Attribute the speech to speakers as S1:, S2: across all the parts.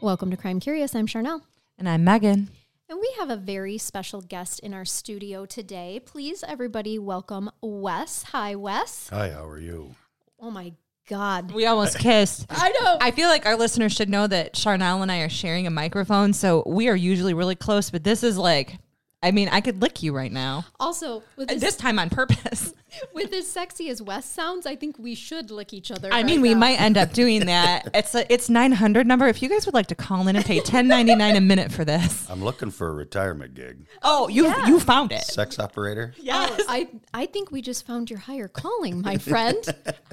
S1: Welcome to Crime Curious. I'm Charnel.
S2: And I'm Megan.
S1: And we have a very special guest in our studio today. Please, everybody, welcome Wes. Hi, Wes.
S3: Hi, how are you?
S1: Oh my God.
S2: We almost kissed.
S1: I know.
S2: I feel like our listeners should know that Charnel and I are sharing a microphone, so we are usually really close, but this is like, I mean, I could lick you right now.
S1: Also, with
S2: And
S1: as,
S2: This time on purpose.
S1: with as sexy as Wes sounds, I think we should lick each other.
S2: I
S1: right
S2: mean, we
S1: now.
S2: might end up doing that. It's a, it's 900 number. If you guys would like to call in and pay 10.99 a minute for this.
S3: I'm looking for a retirement gig.
S2: Oh, you you found it.
S3: Sex operator?
S1: Oh, I, I think we just found your higher calling, my friend.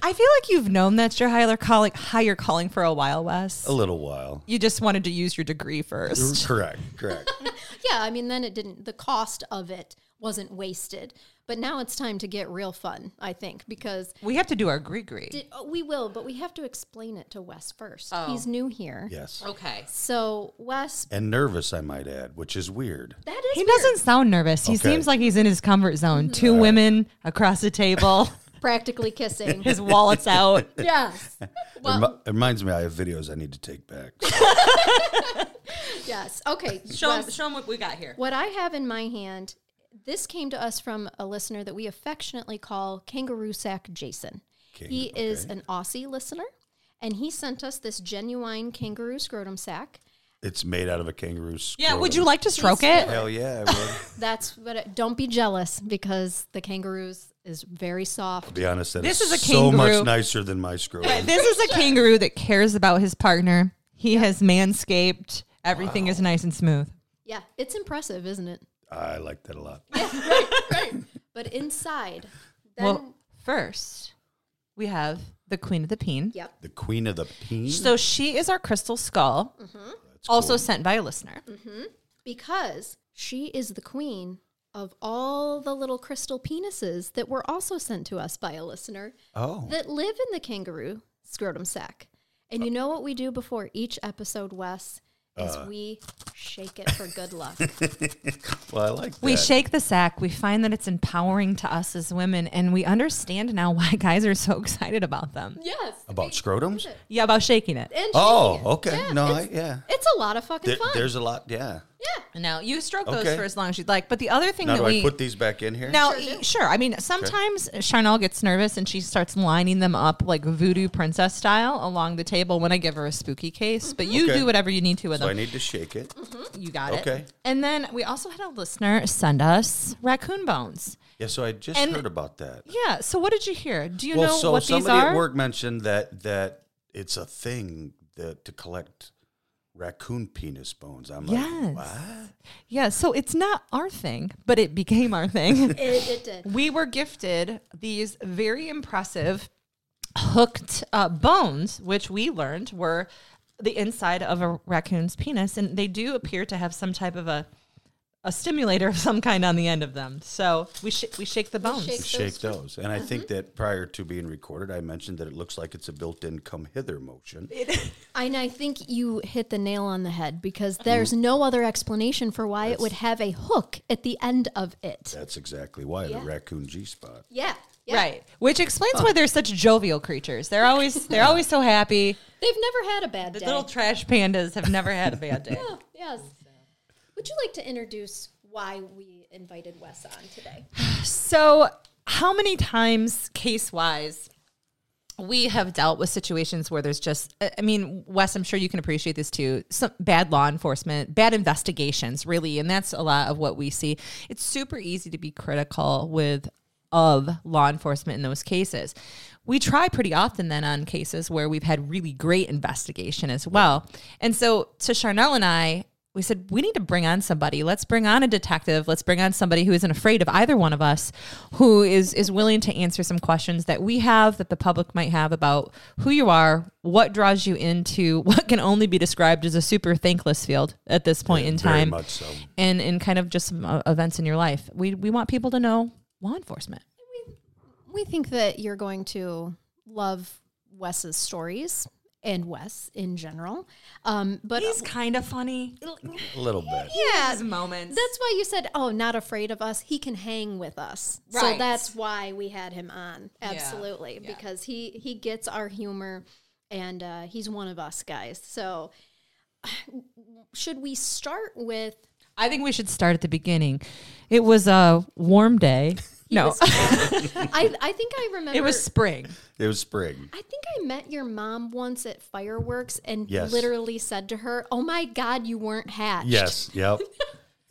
S2: I feel like you've known that's your higher calling, higher calling for a while, Wes.
S3: A little while.
S2: You just wanted to use your degree first.
S3: Correct, correct.
S1: yeah, I mean, then it didn't, the cost of it wasn't wasted. But now it's time to get real fun, I think, because
S2: We have to do our gree-gree.
S1: it, we will, but we have to explain it to Wes first.
S2: Oh.
S1: He's new here.
S3: Yes.
S2: okay.
S1: So, Wes,
S3: And nervous, I might add, which is weird.
S1: that is
S2: He
S1: weird.
S2: doesn't sound nervous. He
S3: Okay.
S2: seems like he's in his comfort zone. Two women across the table,
S1: practically kissing.
S2: his wallet's out.
S1: yes.
S3: It
S1: Well,
S3: remi- it reminds me, I have videos I need to take back.
S1: yes. Okay. Wes,
S2: show him what we got here.
S1: what I have in my hand, this came to us from a listener that we affectionately call Kangaroo Sack Jason. he
S3: Kangaroo,
S1: is an Aussie listener, and he sent us this genuine kangaroo scrotum sack.
S3: It's made out of a kangaroo
S2: Yeah,
S3: scrotum.
S2: would you like to stroke it?
S3: Hell yeah, I would.
S1: That's what. I- don't be jealous because the kangaroos is very soft.
S3: To be honest, that
S2: This
S3: is
S2: is a
S3: so
S2: kangaroo.
S3: much nicer than my scrotum.
S2: This is a kangaroo that cares about his partner. He has manscaped. Everything is nice and smooth.
S1: Yeah, it's impressive, isn't it?
S3: I like that a lot.
S1: But inside, then
S2: Well, first, we have the queen of the peen.
S1: yep.
S3: The queen of the peen?
S2: So she is our crystal skull, also sent by a listener.
S1: because she is the queen of all the little crystal penises that were also sent to us by a listener
S3: oh,
S1: that live in the kangaroo scrotum sac. And you know what we do before each episode, Wes, is
S3: Uh.
S1: we shake it for good luck.
S3: well, I like that.
S2: We shake the sack. We find that it's empowering to us as women, and we understand now why guys are so excited about them.
S1: yes.
S3: About scrotums?
S2: Yeah, about shaking it.
S1: And
S3: Oh,
S1: shaking it.
S3: okay. no, I,
S1: it's,
S3: yeah.
S1: it's a lot of fucking
S3: There-
S1: fun.
S3: there's a lot, yeah.
S2: No, you stroke those
S3: Okay.
S2: for as long as you'd like. But the other thing
S3: Now,
S2: that
S3: do
S2: we
S3: I put these back in here?
S2: now sure, I mean sometimes Charnel gets nervous and she starts lining them up like voodoo princess style along the table when I give her a spooky case. But you
S3: Okay.
S2: do whatever you need to with
S3: So I
S2: them. Mm-hmm.
S3: need to shake it.
S2: you got it.
S3: Okay.
S2: And then we also had a listener send us raccoon bones.
S3: Yeah, so I just
S2: And-
S3: heard about that.
S2: Yeah. So what did you hear? Do you know
S3: so
S2: what these
S3: somebody
S2: are?
S3: at work mentioned that that it's a thing that to collect raccoon penis bones. I'm
S2: Yes.
S3: like, what?
S2: Yeah, so it's not our thing, but it became our thing.
S1: it, it did.
S2: we were gifted these very impressive hooked uh, bones, which we learned were the inside of a raccoon's penis, and they do appear to have some type of a a stimulator of some kind on the end of them. So we sh- we shake the bones.
S1: shake-
S3: Shake those. And I think
S2: Uh-huh.
S3: that prior to being recorded, I mentioned that it looks like it's a built-in come hither motion.
S1: And I think you hit the nail on the head because there's no other explanation for why it would have a hook at the end of it.
S3: That's exactly why the raccoon G spot.
S1: Yeah. yeah.
S2: Right, which explains why they're such jovial creatures. They're always they're always so happy.
S1: They've never had a bad
S2: The
S1: day.
S2: little trash pandas have never had a bad day.
S1: Oh, yes. Would you like to introduce why we invited Wes on today?
S2: So, how many times, case wise, we have dealt with situations where there's just, I I mean, Wes, I'm sure you can appreciate this too. Some bad law enforcement, bad investigations, really. And that's a lot of what we see. It's super easy to be critical with of law enforcement in those cases. We try pretty often then on cases where we've had really great investigation as well. And so to Charnel and I, we said we need to bring on somebody let's bring on a detective let's bring on somebody who isn't afraid of either one of us who is is willing to answer some questions that we have that the public might have about who you are what draws you into what can only be described as a super thankless field at this point in
S3: Very
S2: time
S3: much so.
S2: and and kind of just some uh, events in your life we we want people to know law enforcement
S1: We think that you're going to love Wes's stories and Wes in general. Um, but
S2: kind of funny
S3: A little bit.
S1: yeah,
S2: moments
S1: that's why you said, "Oh, not afraid of us. He can hang with us." So
S2: Right.
S1: that's why we had him on. Absolutely, because he he gets our humor, and uh, he's one of us guys. So should we start with
S2: I think we should start at the beginning. It was a warm day. No,
S1: I, I think I remember
S2: it was spring.
S3: It was spring.
S1: I think I met your mom once at fireworks and
S3: Yes.
S1: literally said to her, "Oh my God, you weren't hatched."
S3: Yes. Yep.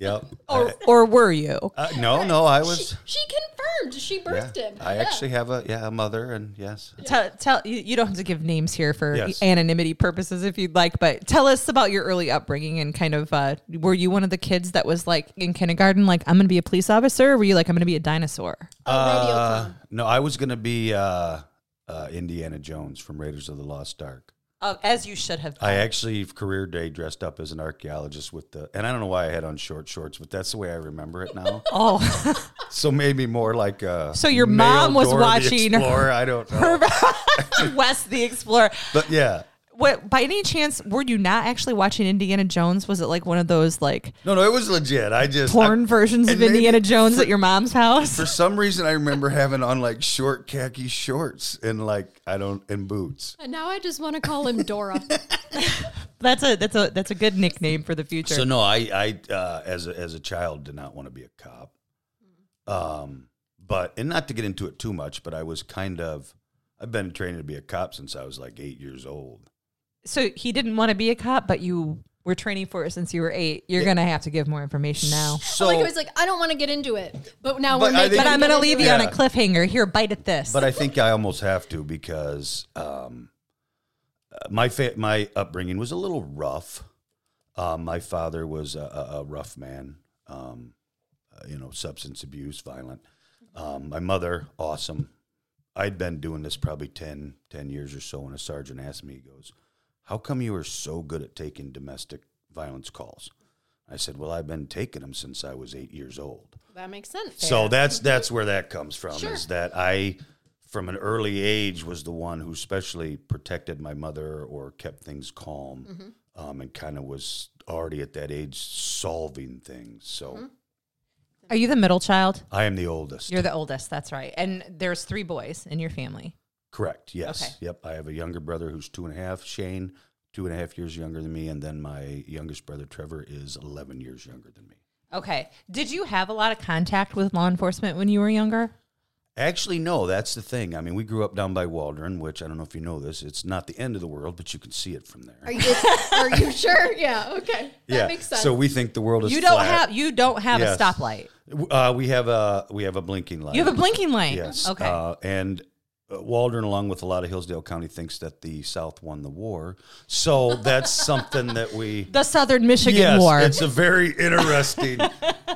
S3: Yep.
S2: Or, or were you?
S3: Uh, no, no, I
S1: she,
S3: was.
S1: she confirmed she
S3: yeah.
S1: birthed him.
S3: I
S1: Yeah.
S3: actually have a yeah a mother and yes.
S2: Tell, tell you, you don't have to give names here for
S3: Yes.
S2: anonymity purposes if you'd like, but tell us about your early upbringing and kind of uh, were you one of the kids that was like in kindergarten, like I'm going to be a police officer? Or were you like I'm going to be a dinosaur?
S1: Oh, rodeo
S3: Uh,
S1: clown.
S3: no, I was gonna be uh, uh, Indiana Jones from Raiders of the Lost Ark.
S2: Oh, as you should have.
S3: I actually career day dressed up as an archaeologist with the, and I don't know why I had on short shorts, but that's the way I remember it now.
S2: oh,
S3: so maybe more like a.
S2: So your
S3: male
S2: mom was
S3: Dora the
S2: watching her-
S3: Explorer, I don't know,
S2: Wes the Explorer.
S3: but yeah,
S2: What by any chance were you not actually watching Indiana Jones? Was it like one of those like
S3: no, no, it was legit. I just
S2: porn
S3: I-
S2: versions
S3: and
S2: of
S3: maybe
S2: Indiana Jones at your mom's house?
S3: for some reason, I remember having on like short khaki shorts and like I don't and boots.
S1: And now I just want to call him Dora.
S2: That's a that's a that's a good nickname for the future.
S3: So no, I I uh, as a, as a child did not want to be a cop.
S1: Mm.
S3: Um, but and not to get into it too much, but I was kind of I've been training to be a cop since I was like eight years old.
S2: So he didn't want to be a cop, but you were training for it since you were eight. You're gonna have to give more information now.
S3: So
S1: like I was like, I don't want to get into it, but now
S3: But
S1: we're
S3: I
S1: making.
S3: think-
S2: But I'm
S1: him
S2: gonna
S1: get
S2: leave
S1: into
S2: you
S1: it.
S2: on a cliffhanger. Here, bite at this.
S3: but I think I almost have to because um, uh, my fa- my upbringing was a little rough. Um, my father was a, a, a rough man, um, uh, you know, substance abuse, violent. Um, my mother, awesome. I'd been doing this probably 10, 10 years or so when a sergeant asked me, he goes, How come you are so good at taking domestic violence calls? I said, Well, I've been taking them since I was eight years old.
S1: That makes sense.
S3: So that's that's where that comes from
S1: Sure.
S3: is that I from an early age was the one who especially protected my mother or kept things calm
S2: Mm-hmm.
S3: um, and kind of was already at that age solving things. So
S2: Are you the middle child?
S3: I am the oldest.
S2: Mm-hmm. You're the oldest. That's right. And there's three boys in your family.
S3: Correct. Yes.
S2: Okay.
S3: Yep. I have a younger brother who's two and a half, Shane, two and a half years younger than me, and then my youngest brother Trevor is eleven years younger than me.
S2: Okay. Did you have a lot of contact with law enforcement when you were younger?
S3: Actually, no, that's the thing. I mean, we grew up down by Waldron, which I don't know if you know this. It's not the end of the world, but you can see it from there.
S1: Are you, are you sure? Yeah. Okay. That makes sense.
S3: So we think the world is
S2: You don't
S3: flat.
S2: have you don't have
S3: Yes.
S2: a stoplight.
S3: Uh, we have a we have a blinking light.
S2: You have a blinking light.
S3: Yes.
S2: Okay.
S3: Uh, and uh, Waldron, along with a lot of Hillsdale County, thinks that the South won the war. So that's something that we.
S2: the Southern Michigan
S3: yes,
S2: War.
S3: it's a very interesting.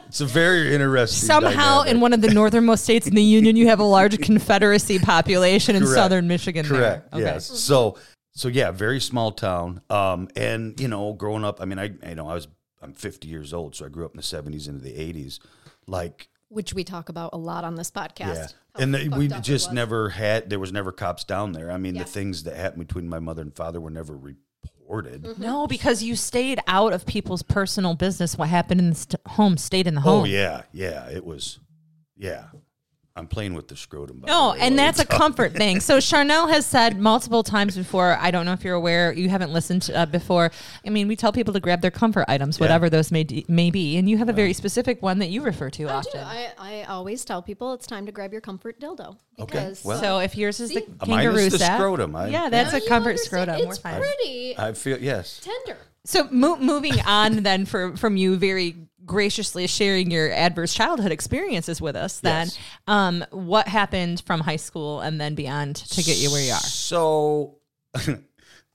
S3: it's a very interesting.
S2: Somehow,
S3: dynamic.
S2: in one of the northernmost states in the Union, you have a large Confederacy population in
S3: Correct.
S2: southern Michigan. there.
S3: Correct.
S2: Okay.
S3: Yes. So so yeah, very small town. Um, and you know, growing up, I mean, I you know, I was I'm 50 years old, so I grew up in the 70s into the 80s. Like
S1: Which we talk about a lot on this podcast.
S3: Yeah.
S1: How
S3: And the,
S1: fucked
S3: we
S1: up it
S3: just
S1: was.
S3: never had, there was never cops down there. I mean,
S1: Yeah.
S3: the things that happened between my mother and father were never reported.
S1: Mm-hmm.
S2: No, because you stayed out of people's personal business. What happened in the st- home stayed in the home.
S3: Oh, yeah. Yeah. It was, yeah. I'm playing with the scrotum. by the
S2: No,
S3: way,
S2: and
S3: while
S2: that's
S3: we
S2: a
S3: talk.
S2: comfort thing. So Charnel has said multiple times before. I don't know if you're aware. You haven't listened to, uh, before. I mean, we tell people to grab their comfort items, whatever those may, d- may be. And you have a very specific one that you refer to
S1: I, do.
S2: often.
S1: I, I always tell people it's time to grab your comfort dildo. Because
S3: well,
S2: so if yours is the
S1: See?
S3: Mine is
S2: kangaroo
S3: the
S2: set,
S3: scrotum. I-
S2: yeah, that's
S1: Now
S2: a
S1: you
S2: comfort
S1: understand.
S2: scrotum. We're
S1: It's
S2: fine.
S1: pretty
S3: I feel, yes.
S1: tender.
S2: So mo- moving on then for, from you very graciously sharing your adverse childhood experiences with us then
S3: Yes.
S2: um, what happened from high school and then beyond to get you where you are
S3: So,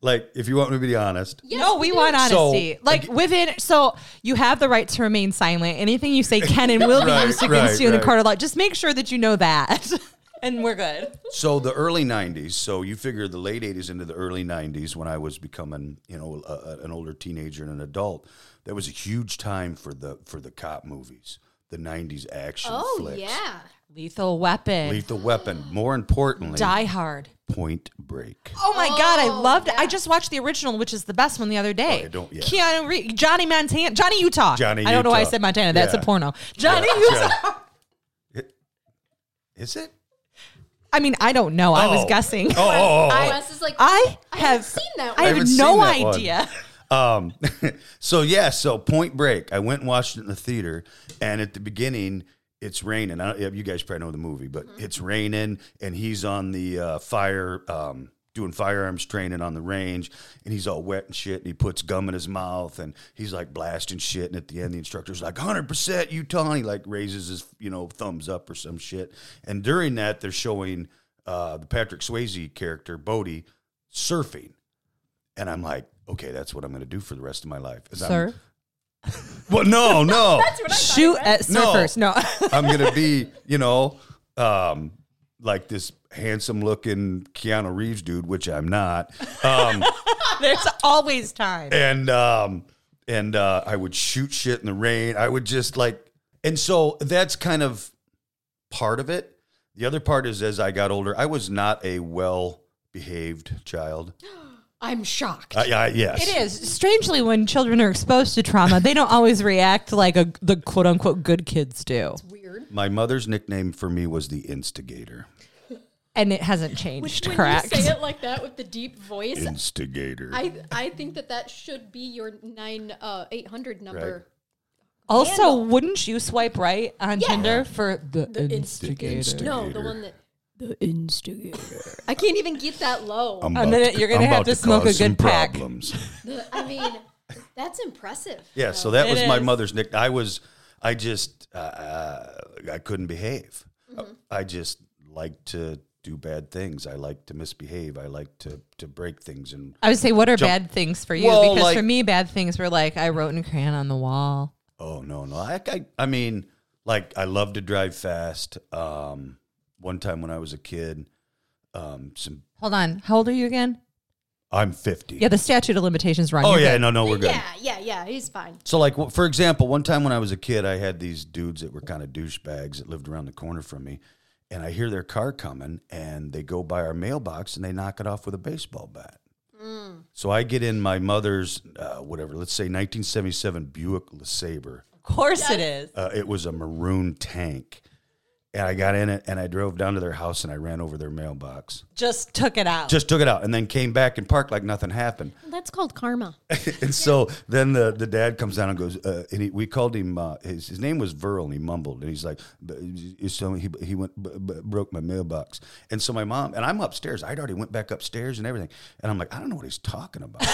S3: like, if you want me to be honest,
S1: Yes,
S2: no we
S1: do.
S2: want
S3: So,
S2: honesty like within so you have the right to remain silent anything you say can and will
S3: Right,
S2: be used against
S3: right,
S2: you in
S3: right.
S2: the court of law just make sure that you know that and we're good
S3: So the early '90s. So you figure the late '80s into the early '90s, when I was becoming, you know, a, a- an older teenager and an adult, that was a huge time for the for the cop movies, the '90s action
S1: Oh,
S3: flicks,
S1: yeah.
S2: lethal weapon
S3: Lethal Weapon. More importantly,
S2: die hard
S3: Point Break.
S2: Oh my god, I loved it. I just watched the original, which is the best one the other day.
S3: I don't- yeah.
S2: Keanu Reeves, Johnny Montana, Johnny Utah.
S3: Johnny
S2: I don't know why I
S3: Utah.
S2: said Montana. That's
S3: Yeah.
S2: a porno. Johnny
S3: Yeah,
S2: Utah.
S3: Is it?
S2: I mean, I don't know. I was
S3: Oh.
S2: guessing.
S3: Oh, oh, oh, oh.
S1: Wes is like, I,
S2: I have
S1: seen that one.
S2: I have
S3: haven't
S2: no
S3: seen that one.
S2: idea.
S3: Um, so yeah, so Point Break. I went and watched it in the theater, and at the beginning, it's raining. I don't, you guys probably know the movie, but it's raining, and he's on the uh, fire, um, doing firearms training on the range, and he's all wet and shit, and he puts gum in his mouth, and he's like blasting shit. And at the end, the instructor's like, "100% Utah," and he like raises his you know thumbs up or some shit. And during that, they're showing uh, the Patrick Swayze character Bodie surfing, and I'm like, okay, that's what I'm going to do for the rest of my life. is I'm-
S2: Sir,
S3: well, no, no.
S2: shoot uh, at
S3: No.
S2: surfers. No,
S3: I'm gonna be, you know, um, like this handsome looking Keanu Reeves dude, which I'm not. Um,
S2: there's always time.
S3: and um, and uh, I would shoot shit in the rain. I would just like, and so that's kind of part of it. The other part is as I got older, I was not a well behaved child.
S1: I'm shocked.
S3: I, I, yes,
S2: It is strangely when children are exposed to trauma, they don't always react like a, the quote unquote good kids do,
S1: Weird.
S3: My mother's nickname for me was the instigator.
S2: and it hasn't changed.
S1: Which when
S2: correct?
S1: you say it like that with the deep voice,
S3: Instigator.
S1: I I think that that should be your nine uh eight hundred number.
S2: also,
S1: handle.
S2: wouldn't you swipe right on Tinder for the, instigator?
S3: instigator.
S1: No, the one that the instigator. I can't even get that low.
S3: I'm
S2: And
S3: about
S2: then Oh, you're gonna
S3: I'm
S2: have
S3: about
S2: to smoke a
S3: cause some
S2: good pack.
S3: Problems.
S1: The- I mean, that's impressive.
S3: Yeah, so that
S2: It
S3: was my
S2: is.
S3: mother's nickname. I was, I just, uh, I couldn't behave.
S2: Mm-hmm.
S3: I just like to do bad things. I like to misbehave. I like to to break things. And
S2: I would say, what are bad things for you?
S3: Well,
S2: because
S3: like-
S2: for me, bad things were like I wrote in crayon on the wall.
S3: oh no, no, I, I, I mean, like I love to drive fast. Um, one time when I was a kid, um, some
S2: Hold on, how old are you again?
S3: I'm fifty.
S2: Yeah, the statute of limitations wrong.
S3: oh
S2: You're
S3: yeah,
S2: good.
S3: no, no, we're good.
S1: Yeah, yeah, yeah. He's fine.
S3: So, like, w- for example, one time when I was a kid, I had these dudes that were kind of douchebags that lived around the corner from me. And I hear their car coming and they go by our mailbox and they knock it off with a baseball bat. So I get in my mother's, uh, whatever, let's say 1977 Buick LeSabre.
S2: of course it is.
S3: Uh, it was a maroon tank. And I got in it and I drove down to their house and I ran over their mailbox.
S2: Just took it out.
S3: Just took it out and then came back and parked like nothing happened.
S1: That's called karma.
S3: and so then the, the dad comes down and goes, uh, and he, we called him, uh, his, his name was Verl, and he mumbled, and he's like, "B- you- so he, he went, b- b- broke my mailbox. And so my mom, and I'm upstairs, I'd already went back upstairs and everything. And I'm like, I don't know what he's talking about.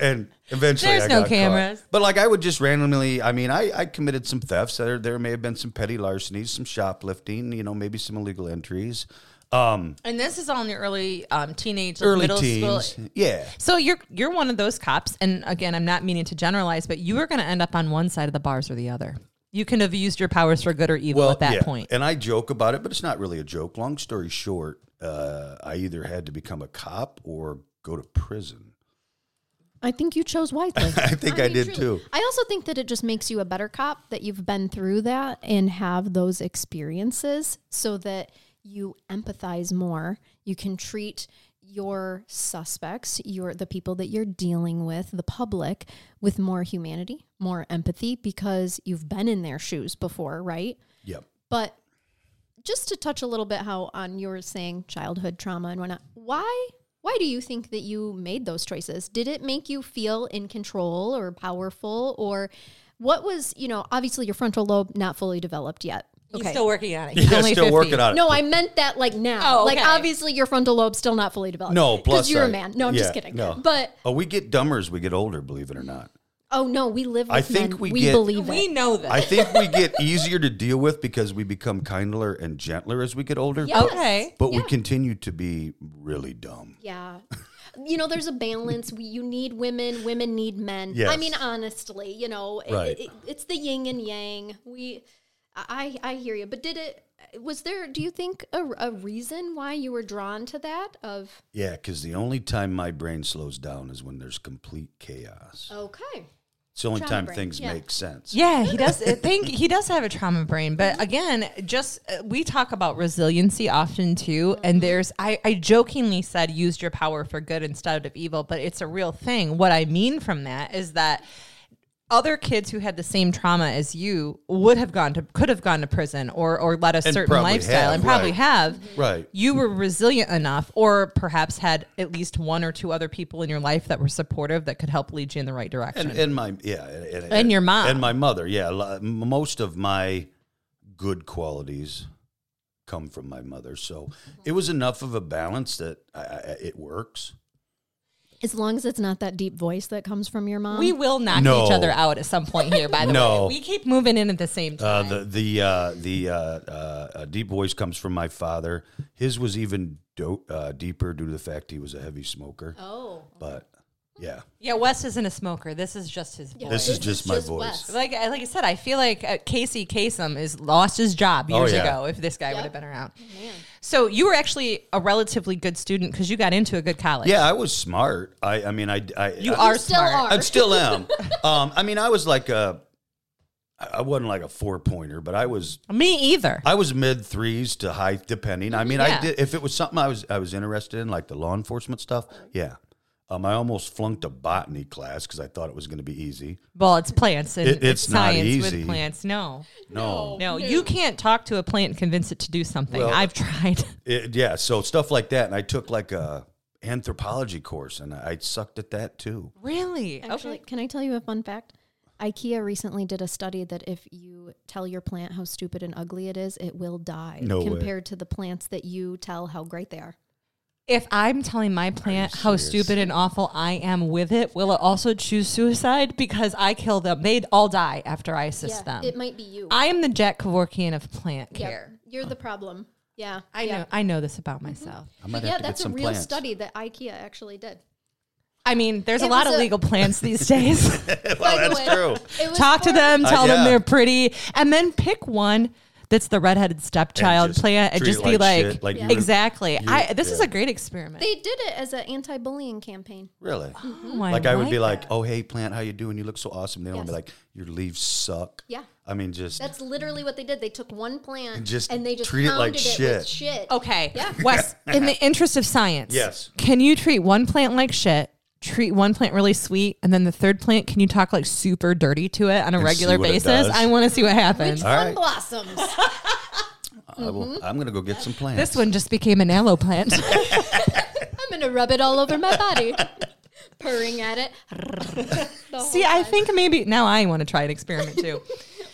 S3: and eventually
S2: There's
S3: I
S2: no
S3: got caught.
S2: cameras.
S3: But like I would just randomly, I mean, I, I committed some thefts. There, there may have been some petty larcenies, some shoplifting, you know, maybe some illegal entries. Um,
S2: and this is all in your early um, teenage, like,
S3: early
S2: middle
S3: teens.
S2: school.
S3: Yeah.
S2: So you're you're one of those cops, and again, I'm not meaning to generalize, but you are going to end up on one side of the bars or the other. You can have used your powers for good or evil at that point.
S3: And I joke about it, but it's not really a joke. Long story short, uh, I either had to become a cop or go to prison.
S1: I think you chose wisely.
S3: I think I, did too.
S1: I also think that it just makes you a better cop that you've been through that and have those experiences so that you empathize more. You can treat your suspects, your the people that you're dealing with, the public with more humanity, more empathy because you've been in their shoes before, right?
S3: Yep.
S1: But just to touch a little bit how on you were saying childhood trauma and whatnot, why why do you think that you made those choices? Did it make you feel in control or powerful or what was, you know, obviously your frontal lobe not fully developed yet.
S2: He's still working on it.
S3: Yeah,
S2: He's only
S3: still
S2: 50.
S3: working on it.
S1: No, I meant that like now.
S2: Oh,
S1: Like
S2: okay.
S1: obviously your frontal lobe's still not fully developed.
S3: No, plus
S1: because you're a
S3: I-
S1: man. No, I'm
S3: yeah,
S1: just kidding.
S3: no.
S1: But
S3: Oh, we get dumber as we get older, believe it or not.
S1: oh no, we live. With
S3: I think
S1: men.
S3: we
S1: we,
S3: get-
S1: believe
S2: We
S1: it.
S2: know that.
S3: I think we get easier to deal with because we become kindler and gentler as we get older.
S2: Oh,
S1: Yes.
S2: Okay.
S3: But we continue to be really dumb.
S1: Yeah. You know, there's a balance. We, you need women. Women need men. I
S3: Yes.
S1: mean, honestly, you know, it,
S3: Right.
S1: it, it's the yin and yang. We, I, I hear you. But did it? Was there? Do you think a, a reason why you were drawn to that? Of
S3: Yeah, because the only time my brain slows down is when there's complete chaos.
S1: okay,
S3: It's the only
S1: Trauma
S3: time
S1: brain,
S3: things
S1: yeah.
S3: make sense.
S2: Yeah, he does. I think he does have a trauma brain, but again, just uh, we talk about resiliency often too.
S3: Mm-hmm.
S2: And there's, I, I jokingly said, used your power for good instead of evil, but it's a real thing. What I mean from that is that other kids who had the same trauma as you would have gone to could have gone to prison or or led a
S3: And
S2: certain
S3: probably
S2: lifestyle
S3: have,
S2: and probably
S3: right.
S2: have
S3: Right.
S2: you were resilient enough or perhaps had at least one or two other people in your life that were supportive that could help lead you in the right direction
S3: and, and my yeah and, and,
S2: And your mom.
S3: and my mother yeah lo- m- most of my good qualities come from my mother so it was enough of a balance that I, I, it works
S1: As long as it's not that deep voice that comes from your mom.
S2: we will knock
S3: No.
S2: each other out at some point here by the
S3: No.
S2: way we keep moving in at the same time
S3: uh, the the uh, the uh, uh, uh, deep voice comes from my father his was even do- uh, deeper due to the fact he was a heavy smoker
S1: oh.
S3: but yeah
S2: yeah wes isn't a smoker this is just his voice
S3: This is just my voice.
S2: Like like I said, I feel like uh, Casey Kasem is lost his job
S3: Oh,
S2: years
S3: yeah.
S2: ago. If this guy would have been around, so you were actually a relatively good student because you got into a good college.
S3: yeah I was smart I I mean I I
S2: you
S3: I-
S2: are
S1: still
S2: smart.
S1: are.
S3: I still am um I mean I was like a I I wasn't like a four pointer but I was
S2: Me either.
S3: I was mid threes to high, depending. I mean,
S2: Yeah.
S3: I did if it was something I was I was interested in, like the law enforcement stuff. Yeah, um, I almost flunked a botany class because I thought it was going to be easy.
S2: well, it's plants and
S3: It- it's not
S2: science
S3: easy.
S2: with plants. No,
S3: No,
S2: no, you can't talk to a plant and convince it to do something.
S3: Well-
S2: I've tried.
S3: It- yeah, so stuff like that, and I took like a anthropology course, and I sucked at that too.
S2: really?
S1: Actually, can I tell you a fun fact? IKEA recently did a study that if you tell your plant how stupid and ugly it is, it will die
S3: No way.
S1: compared to the plants that you tell how great they are.
S2: If I'm telling my plant how
S3: serious?
S2: stupid and awful I am with it, will it also choose suicide because I kill them? They'd all die after I assist them.
S1: it might be you.
S2: I am the Jack Kevorkian of plant
S1: Yep.
S2: care.
S1: You're the problem. Yeah.
S2: I
S1: yeah.
S2: know I know this about
S1: Mm-hmm.
S2: myself.
S3: I might
S1: But yeah,
S3: have to
S1: that's a
S3: get some
S1: real
S3: plants. Oh,
S1: study that IKEA actually did.
S2: I mean, there's a
S1: It
S2: lot
S1: was
S2: of
S1: a-
S2: legal plants these days.
S3: well,
S1: By the
S3: that's
S1: way,
S3: true.
S1: it was
S2: Talk to
S1: for-
S2: them,
S3: Uh,
S2: tell
S3: yeah.
S2: them they're pretty, and then pick one that's the redheaded stepchild
S3: just
S2: plant and
S3: treat it
S2: just be
S3: like
S2: like,
S3: shit, like you would-
S2: exactly. I this is
S3: yeah.
S2: a great experiment.
S1: They did it as an anti-bullying campaign.
S3: Really.
S2: Oh,
S3: Like I would be like,
S2: that.
S3: oh hey plant, how you doing? You look so awesome. They don't be
S1: Yes.
S3: like, your leaves suck.
S1: Yeah.
S3: I mean, just
S1: That's literally what they did. They took one plant
S3: And
S1: and,
S3: just
S1: they just
S3: treat it like
S1: pounded it with
S3: shit.
S1: shit.
S2: Okay.
S1: Yeah.
S2: Wes, in the interest of science,
S3: Yes.
S2: Can you treat one plant like shit? Treat one plant really sweet, and then the third plant, can you talk like super dirty to it on a
S3: see
S2: regular
S3: what it
S2: basis?
S3: does.
S2: I want to see what happens.
S3: all
S1: Sun
S3: right.
S1: blossoms.
S3: I
S1: mm-hmm.
S3: will, I'm gonna go get some plants.
S2: This one just became an aloe plant.
S1: I'm gonna rub it all over my body, purring at it. The whole
S2: See, I
S1: time.
S2: think maybe now I want to try an experiment too.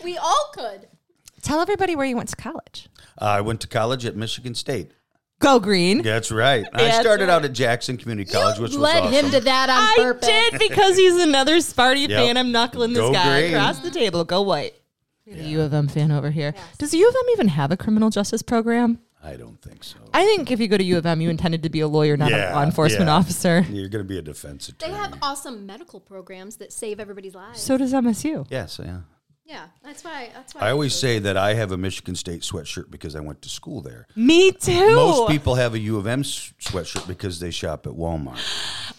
S1: we all could.
S2: Tell everybody where you went to college.
S3: I went to college at Michigan State.
S2: Go green.
S3: That's right. I
S2: That's
S3: started
S2: right.
S3: out at Jackson Community College,
S1: you
S3: which was
S1: led
S3: awesome.
S1: him to that on
S2: I
S1: purpose.
S2: did because he's another Sparty
S3: Yep.
S2: fan. I'm knuckling this
S3: Go
S2: guy
S3: green.
S2: across the table. Go white. The U of M fan over here. Does U of M even have a criminal justice program?
S3: I don't think so.
S2: I think if you go to U of M, you intended to be a lawyer, not
S3: Yeah,
S2: a law enforcement
S3: yeah.
S2: officer.
S3: You're going to be a defense
S1: They
S3: attorney.
S1: have awesome medical programs that save everybody's lives.
S2: So does MSU.
S3: yes, yeah.
S1: yeah, that's why. That's why
S3: I always
S1: do.
S3: say that I have a Michigan State sweatshirt because I went to school there.
S2: Me too.
S3: Most people have a U of M s- sweatshirt because they shop at Walmart.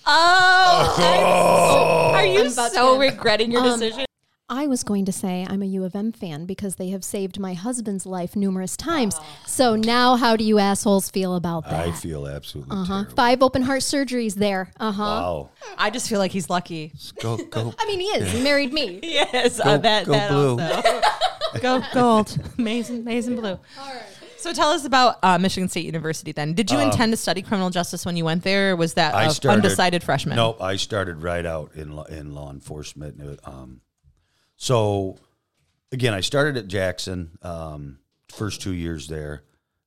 S2: Oh, I'm Um, so- are you
S1: I'm about
S2: so
S1: to-
S2: regretting your decision?
S1: I was going to say I'm a U of M fan because they have saved my husband's life numerous times. So now, how do you assholes feel about that?
S3: I feel absolutely
S1: Huh?
S3: terrible.
S1: Five open heart surgeries there. Uh huh.
S3: Wow.
S2: I just feel like he's lucky.
S3: Go, go.
S1: I mean, he is. He married me.
S2: Yes,
S3: Go-
S2: I bet
S3: go
S2: that
S3: blue.
S2: also. go gold, amazing, amazing blue. All right. So tell us about uh, Michigan State University. Then, did you intend to study criminal justice when you went there? Or was that
S3: Um, I
S2: a
S3: started
S2: undecided freshman?
S3: Nope, I started right out in law, in law enforcement. And it, Um, so again, I started at Jackson um, first two years there,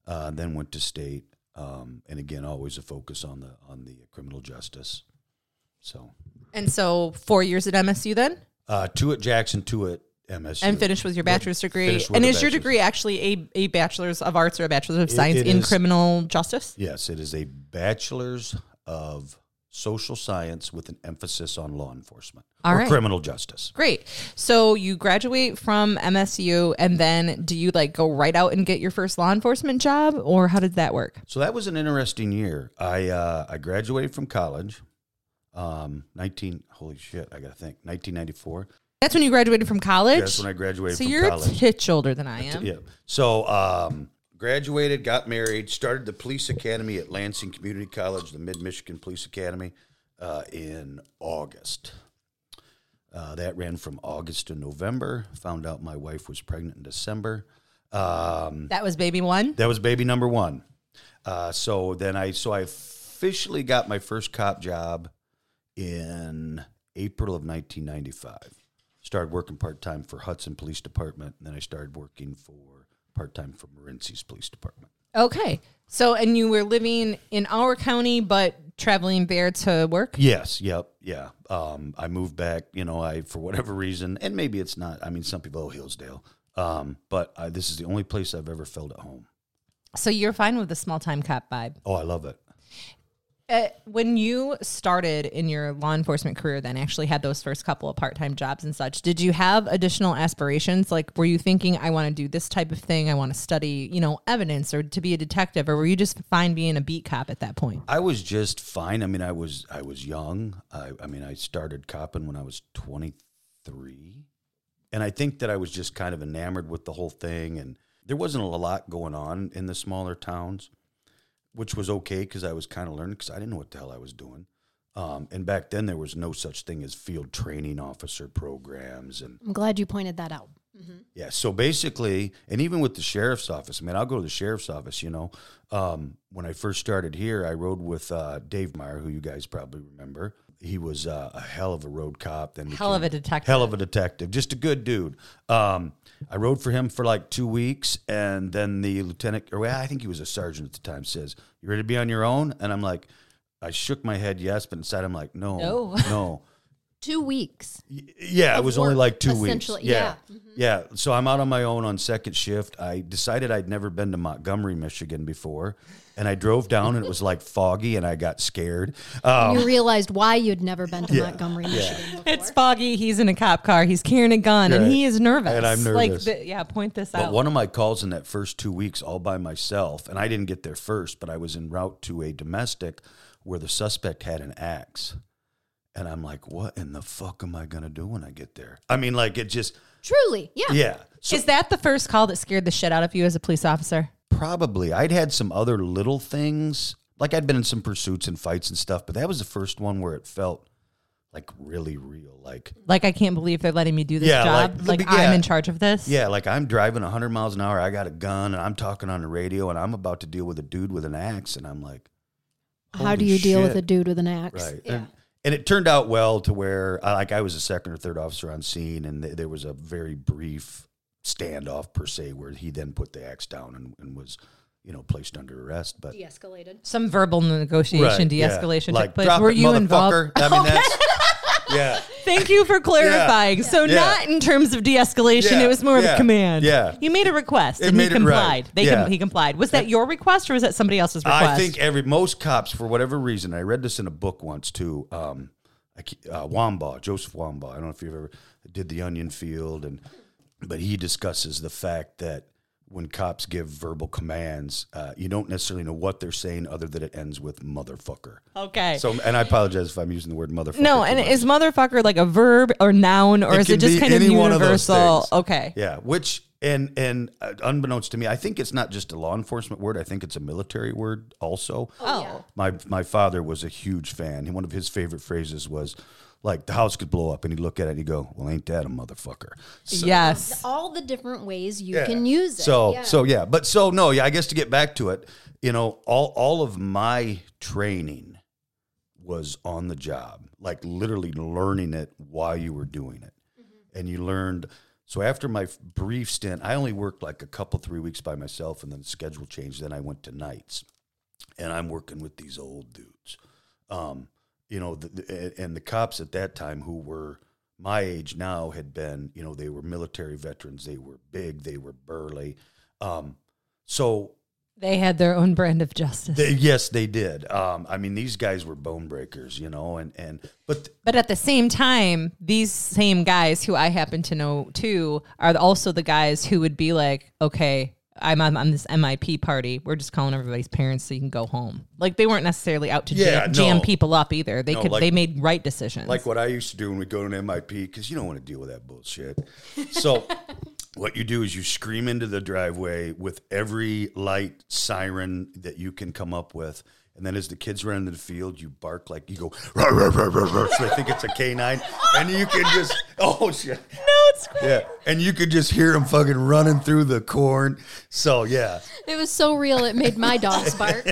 S3: uh, then went to state, um, and again, always a focus on the on the criminal justice. So
S2: And so four years at MSU then,
S3: uh, two at Jackson, two at MSU,
S2: and finished with your bachelor's degree.
S3: finished with
S2: And
S3: a
S2: is your
S3: bachelor's.
S2: degree actually a, a bachelor's of arts or a bachelor's of
S3: It-
S2: science
S3: it
S2: in
S3: is.
S2: criminal justice?
S3: Yes, it is a bachelor's of social science with an emphasis on law enforcement
S2: All
S3: or
S2: right.
S3: criminal justice.
S2: Great. So you graduate from MSU, and then do you like go right out and get your first law enforcement job, or how did that work?
S3: So that was an interesting year. I uh, I graduated from college, um, nineteen. Holy shit! I gotta think. Nineteen ninety four.
S2: That's when you graduated from college.
S3: That's when I graduated
S2: so
S3: from
S2: you're a
S3: college.
S2: titch older than I am.
S3: yeah. So um, graduated, got married, started the police academy at Lansing Community College, the Mid Michigan Police Academy, uh, in August. Uh, that ran from August to November. Found out my wife was pregnant in December. Um,
S2: That was baby one.
S3: that was baby number one. Uh, so then I so I officially got my first cop job in April of 1995. Started working part time for Hudson Police Department, and then I started working for part time for Marinces Police Department.
S2: Okay. So, and you were living in our county, but traveling there to work?
S3: Yes, yep, yeah. Um, I moved back, you know, I for whatever reason, and maybe it's not. I mean, some people oh, Hillsdale, um, but I, this is the only place I've ever felt at home.
S2: So you're fine with the small time cop vibe.
S3: Oh, I love it.
S2: Uh, when you started in your law enforcement career, then actually had those first couple of part time jobs and such, did you have additional aspirations? Like, were you thinking, I want to do this type of thing? I want to study, you know, evidence or to be a detective? Or were you just fine being a beat cop at that point?
S3: I was just fine. I mean, I was I was young. I, I mean, I started copping when I was 23. And I think that I was just kind of enamored with the whole thing and there wasn't a lot going on in the smaller towns, which was okay cuz I was kind of learning cuz I didn't know what the hell I was doing. Um, and back then there was no such thing as field training officer programs and
S1: I'm glad you pointed that out.
S3: yeah. So basically, and even with the sheriff's office, I mean, I'll go to the sheriff's office. You know, um, when I first started here, I rode with uh, Dave Meyer, who you guys probably remember. He was uh, a hell of a road cop. Then
S2: Hell of
S3: became-
S2: a detective.
S3: Hell of a detective. Just a good dude. Um, I rode for him for like two weeks, and then the lieutenant, or well, I think he was a sergeant at the time, says, "You ready to be on your own?" And I'm like, I shook my head yes, but inside I'm like, no,
S2: No.
S3: no.
S1: Two weeks.
S3: Y- Yeah, it
S1: Of
S3: was only
S1: work,
S3: like two weeks.
S1: essentially, Mm-hmm.
S3: Yeah. Yeah. So I'm out on my own on second shift. I decided I'd never been to Montgomery, Michigan before. And I drove down and it was like foggy and I got scared. Um,
S1: you realized why you'd never been to
S3: Yeah.
S1: Montgomery,
S3: Yeah.
S1: Michigan. before.
S2: It's foggy. He's in a cop car. He's carrying a gun, and
S3: Right.
S2: he is nervous.
S3: And I'm
S2: Like,
S3: nervous.
S2: the, yeah, point this
S1: Mm-hmm.
S3: but
S2: out.
S3: one of my calls in that first two weeks, all by myself, and I didn't get there first, but I was en route to a domestic where the suspect had an axe. And I'm like, what in the fuck am I going to do when I get there? I mean, like, it just,
S1: Truly, yeah.
S3: yeah. So
S2: is that the first call that scared the shit out of you as a police officer?
S3: Probably. I'd had some other little things. Like I'd been in some pursuits and fights and stuff, but that was the first one where it felt like really real. Like,
S2: Like, I can't believe they're letting me do this
S3: Yeah,
S2: job. Like,
S3: like, yeah.
S2: I'm in charge of this.
S3: yeah, like I'm driving 100 miles an hour, I got a gun, and I'm talking on the radio, and I'm about to deal with a dude with an axe, and I'm like,
S1: How
S3: Holy
S1: do you deal with
S3: shit.
S1: a dude with an axe?
S3: Right.
S1: Yeah.
S3: And, and it turned out well to where, I- like, I was a second or third officer on scene, and th- there was a very brief standoff per se, where he then put the axe down and, and was, you know, placed under arrest. But
S1: De-escalated.
S2: Some verbal negotiation,
S3: Right, yeah.
S2: de-escalation took
S3: Like,
S2: place.
S3: drop
S2: Were
S3: it,
S2: you involved?
S3: motherfucker. I mean, that's yeah,
S2: Thank you for clarifying. So
S3: Yeah.
S2: not in terms of de-escalation,
S3: Yeah.
S2: it was more of a
S3: Yeah.
S2: command.
S3: Yeah.
S2: you made a request
S3: It
S2: and he
S3: made it right.
S2: complied. They com-
S3: Yeah.
S2: he complied. Was that your request or was that somebody else's request?
S3: I think every most cops for whatever reason. I read this in a book once too. Um, I, ca- uh, Wambaugh, Joseph Wambaugh. I don't know if you've ever did the Onion Field, and but he discusses the fact that when cops give verbal commands, uh, you don't necessarily know what they're saying, other than it ends with motherfucker.
S2: Okay.
S3: So, and I apologize if I'm using the word motherfucker.
S2: no,
S3: too
S2: and
S3: much.
S2: is motherfucker like a verb or noun, or
S3: It
S2: is it
S3: can
S2: just
S3: be
S2: kind of
S3: any
S2: universal?
S3: one of those things.
S2: okay.
S3: Yeah, which and and uh, unbeknownst to me, I think it's not just a law enforcement word. I think it's a military word also.
S2: Oh.
S3: My my father was a huge fan. and One of his favorite phrases was like the house could blow up and he'd look at it and he'd go, Well, ain't that a motherfucker? So
S2: Yes.
S1: All the different ways you
S3: Yeah.
S1: can use it.
S3: so
S1: yeah.
S3: so yeah. But so no, yeah, I guess to get back to it, you know, all all of my training was on the job, like literally learning it while you were doing it.
S1: Mm-hmm.
S3: And you learned so after my f- brief stint, I only worked like a couple three weeks by myself and then the schedule changed, then I went to nights. And I'm working with these old dudes. Um, you know, the, the, and the cops at that time who were my age now had been, you know, they were military veterans, they were big, they were burly. Um, so
S2: They had their own brand of justice.
S3: they, yes, they did. Um, I mean, these guys were bone breakers, you know, and and but
S2: But at the same time, these same guys who I happen to know too are also the guys who would be like, okay, I'm on, on this MIP party. We're just calling everybody's parents so you can go home. Like they weren't necessarily out to
S3: Yeah,
S2: jam, jam
S3: no.
S2: people up either. They
S3: No,
S2: could
S3: like-
S2: they made right decisions.
S3: like what I used to do when we go to an MIP because you don't want to deal with that bullshit. So what you do is you scream into the driveway with every light siren that you can come up with, And then as the kids run into the field, you bark like you go, "Rah, rah, rah, rah, rah," so they think it's a canine. And you can just, oh shit.
S2: No, it's great.
S3: Yeah. And you could just hear them fucking running through the corn. So yeah.
S1: It was so real, it made my dogs bark.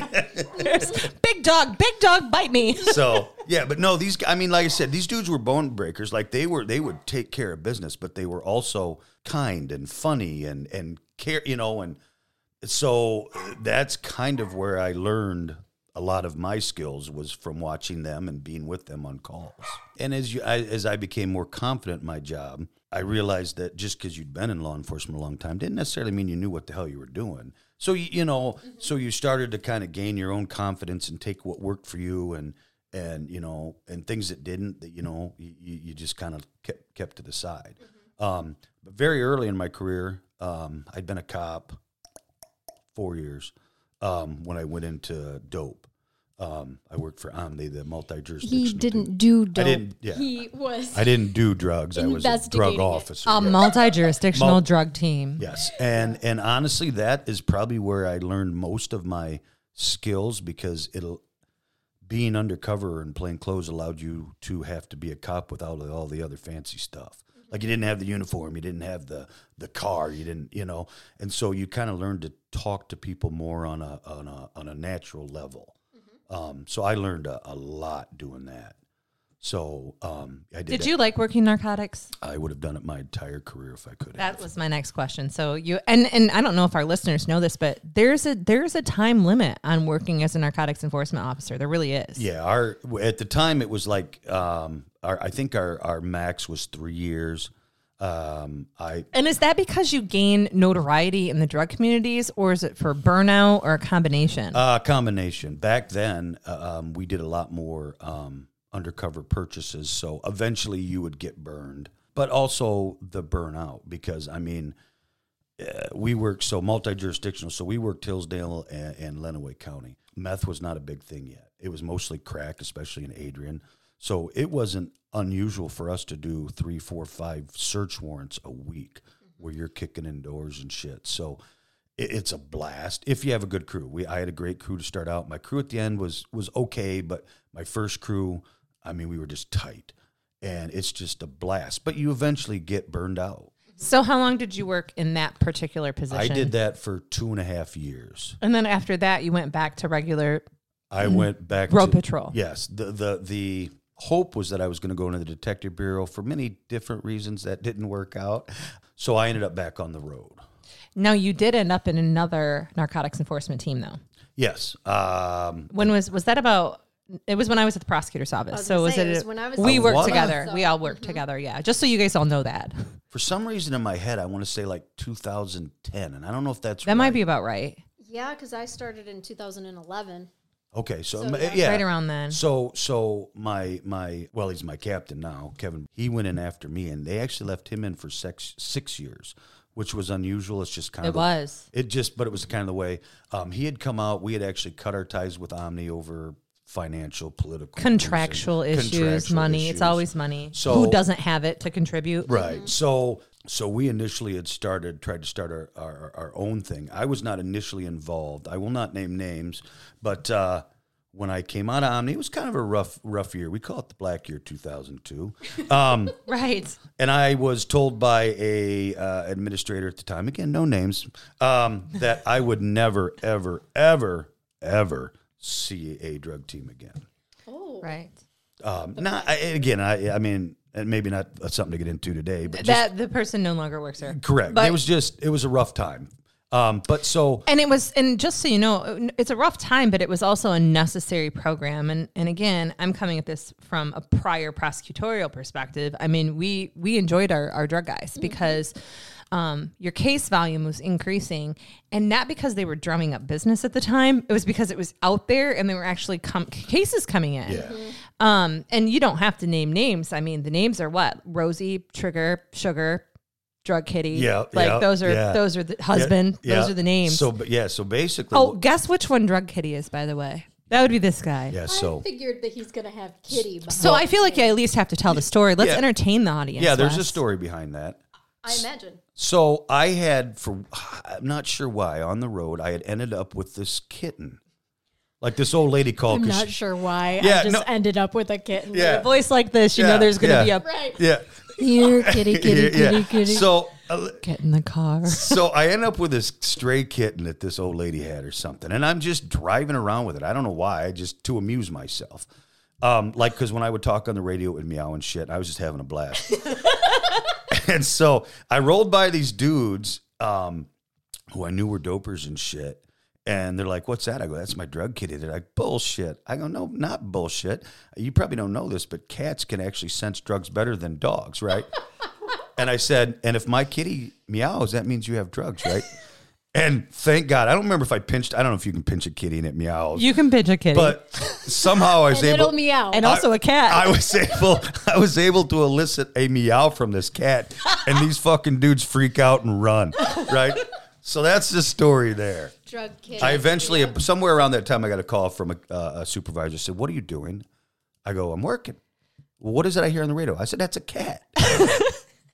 S2: Big dog, big dog, bite me.
S3: So yeah, but no, these. I mean, like I said, these dudes were bone breakers. Like they were, they would take care of business, but they were also kind and funny and and care, you know. And so uh, that's kind of where I learned a lot of my skills was from watching them and being with them on calls. And as you, I, as I became more confident in my job, I realized that just because you'd been in law enforcement a long time didn't necessarily mean you knew what the hell you were doing. So you, you know, so you started to kind of gain your own confidence and take what worked for you and and you know and things that didn't that you know you, you you just kind of kept kept to the side. Um, but very early in my career, um, I'd been a cop four years um, when I went into dope. Um, I worked for Omni, the multi-jurisdictional.
S1: He
S3: thing.
S1: didn't do dope.
S3: I didn't. Yeah,
S1: He was.
S3: I didn't do drugs. I was a
S1: Investigating
S3: drug
S1: it. Um,
S3: officer.
S2: A
S3: yeah.
S2: Um, multi-jurisdictional drug team.
S3: Yes, and and honestly, that is probably where I learned most of my skills because it'll being undercover and plain clothes allowed you to have to be a cop without all the other fancy stuff. Like you didn't have the uniform, you didn't have the the car, you didn't, you know, and so you kind of learned to talk to people more on a on a on a natural level.
S2: Mm-hmm.
S3: Um, so I learned a, a lot doing that. So um, I did.
S2: Did
S3: that-
S2: you like working narcotics?
S3: I would have done it my entire career if I could. have.
S2: That was my next question. So you and and I don't know if our listeners know this, but there's a there's a time limit on working as a narcotics enforcement officer. There really is.
S3: Yeah, our at the time it was like um, our, I think our our max was three years. Um, I
S2: And is that because you gain notoriety in the drug communities, or is it for burnout or a combination?
S3: uh, combination back then uh, um, we did a lot more um, undercover purchases, so eventually you would get burned, but also the burnout because I mean. Uh, we worked so multi-jurisdictional, so we worked Hillsdale and, and Lenawee County. Meth was not a big thing yet; it was mostly crack, especially in Adrian. So it wasn't unusual for us to do three, four, five search warrants a week, where you're kicking indoors and shit. So it, it's a blast if you have a good crew. We I had a great crew to start out. My crew at the end was was okay, but my first crew, I mean, we were just tight, and it's just a blast. But you eventually get burned out.
S2: so how long did you work in that particular position?
S3: I did that for two and a half years.
S2: And then after that, you went back to regular.
S3: I went back
S2: Mm-hmm. Road
S3: to,
S2: patrol.
S3: Yes, the the the hope was that I was going to go into the detective bureau for many different reasons that didn't work out. So I ended up back on the road.
S2: Now you did end up in another narcotics enforcement team, though.
S3: Yes, um,
S2: When was was that about? It was when I was at the prosecutor's office.
S1: was
S2: so
S1: gonna
S2: was
S1: say,
S2: it?
S1: it was when I was mm-hmm.
S2: we
S1: at
S3: the
S2: worked
S3: prosecutor's
S2: together.
S1: office.
S2: We all worked together. Yeah, just so you guys all know that.
S3: for some reason in my head I want to say like 2010, and I don't know if that's
S2: That might
S3: right.
S2: be about right.
S1: Yeah, because I started in 2011.
S3: okay. So,
S1: So,
S3: m-
S1: yeah.
S3: yeah,
S2: Right around then.
S3: So so my my well he's my captain now Kevin he went in after me and they actually left him in for six six years which was unusual it's just kind
S2: It
S3: of
S2: was.
S3: It just, but it was kind of the way um, he had come out. We had actually cut our ties with Omni over financial, political, reasons.
S2: Contractual issues,
S3: Contractual
S2: money.
S3: issues.
S2: It's always money.
S3: So-
S2: Who doesn't have it to contribute?
S3: right. So, so we initially had started tried to start our, our our own thing. I was not initially involved. I will not name names, but uh, when I came out of Omni, it was kind of a rough rough year. We call it the Black Year, two thousand two.
S2: Right.
S3: and I was told by a uh, administrator at the time, again, no names, um, that I would never, ever, ever, ever see a drug team again.
S1: Oh,
S2: Right.
S3: Um, not I, again. I, I mean, and maybe not something to get into today, but just,
S2: that the person no longer works there.
S3: correct.
S2: But
S3: it was just it was a rough time. Um, but so
S2: and it was and just so you know it's a rough time but it was also a necessary program and and again i'm coming at this from a prior prosecutorial perspective i mean we we enjoyed our, our drug guys because um, your case volume was increasing and not because they were drumming up business at the time it was because it was out there and there were actually com- cases coming in
S3: yeah,
S2: um, and you don't have to name names. I mean, the names are what Rosie, Trigger, Sugar, Drug Kitty.
S3: Yeah,
S2: like
S3: yeah,
S2: those are
S3: yeah.
S2: those are the husband.
S3: Yeah,
S2: Those are the names.
S3: So but yeah, so basically,
S2: oh, guess which one Drug Kitty is, by the way. That would be this guy.
S3: yeah,
S1: I
S3: so.
S1: figured that he's gonna have Kitty. But
S2: So I feel like I at least have to tell the story. Let's
S3: Yeah.
S2: entertain the audience.
S3: Yeah, there's a
S2: Wes.
S3: story behind that.
S1: I imagine.
S3: So I had for I'm not sure why on the road I had ended up with this kitten Like this old lady called.
S1: I'm
S3: 'cause
S1: not
S3: she-
S1: sure why
S3: Yeah,
S1: I just
S3: no-
S1: ended up with a kitten.
S3: Yeah.
S2: Voice like this, you
S3: Yeah,
S2: know there's going to
S3: yeah.
S2: be a
S1: Right.
S3: Yeah.
S1: Here, kitty, kitty,
S3: yeah.
S1: kitty, kitty.
S3: So uh,
S2: get in the car.
S3: so I end up with this stray kitten that this old lady had or something, and I'm just driving around with it. I don't know why, just to amuse myself. Um, like because when I would talk on the radio, it would meow and shit. I was just having a blast. and so I rolled by these dudes um, who I knew were dopers and shit. And they're like, "What's that?" I go, "That's my drug kitty." They're like, "Bullshit." I go, "No, not bullshit. You probably don't know this, but cats can actually sense drugs better than dogs, right?" And I said, and if my kitty meows, that means you have drugs, right? and thank God, I don't remember if I pinched. I don't know if you can pinch a kitty and it meows,
S2: You can pitch a kitty.
S3: but somehow I was
S1: And it'll
S3: able.
S1: meow.
S2: and also a cat.
S3: I was able. I was able to elicit a meow from this cat, and these fucking dudes freak out and run, right? So that's the story there.
S1: drug kitty.
S3: I eventually, somewhere around that time, I got a call from a, uh, a supervisor. Said, "What are you doing?" I go, "I'm working." Well, what is it I hear on the radio? I said, "That's a cat."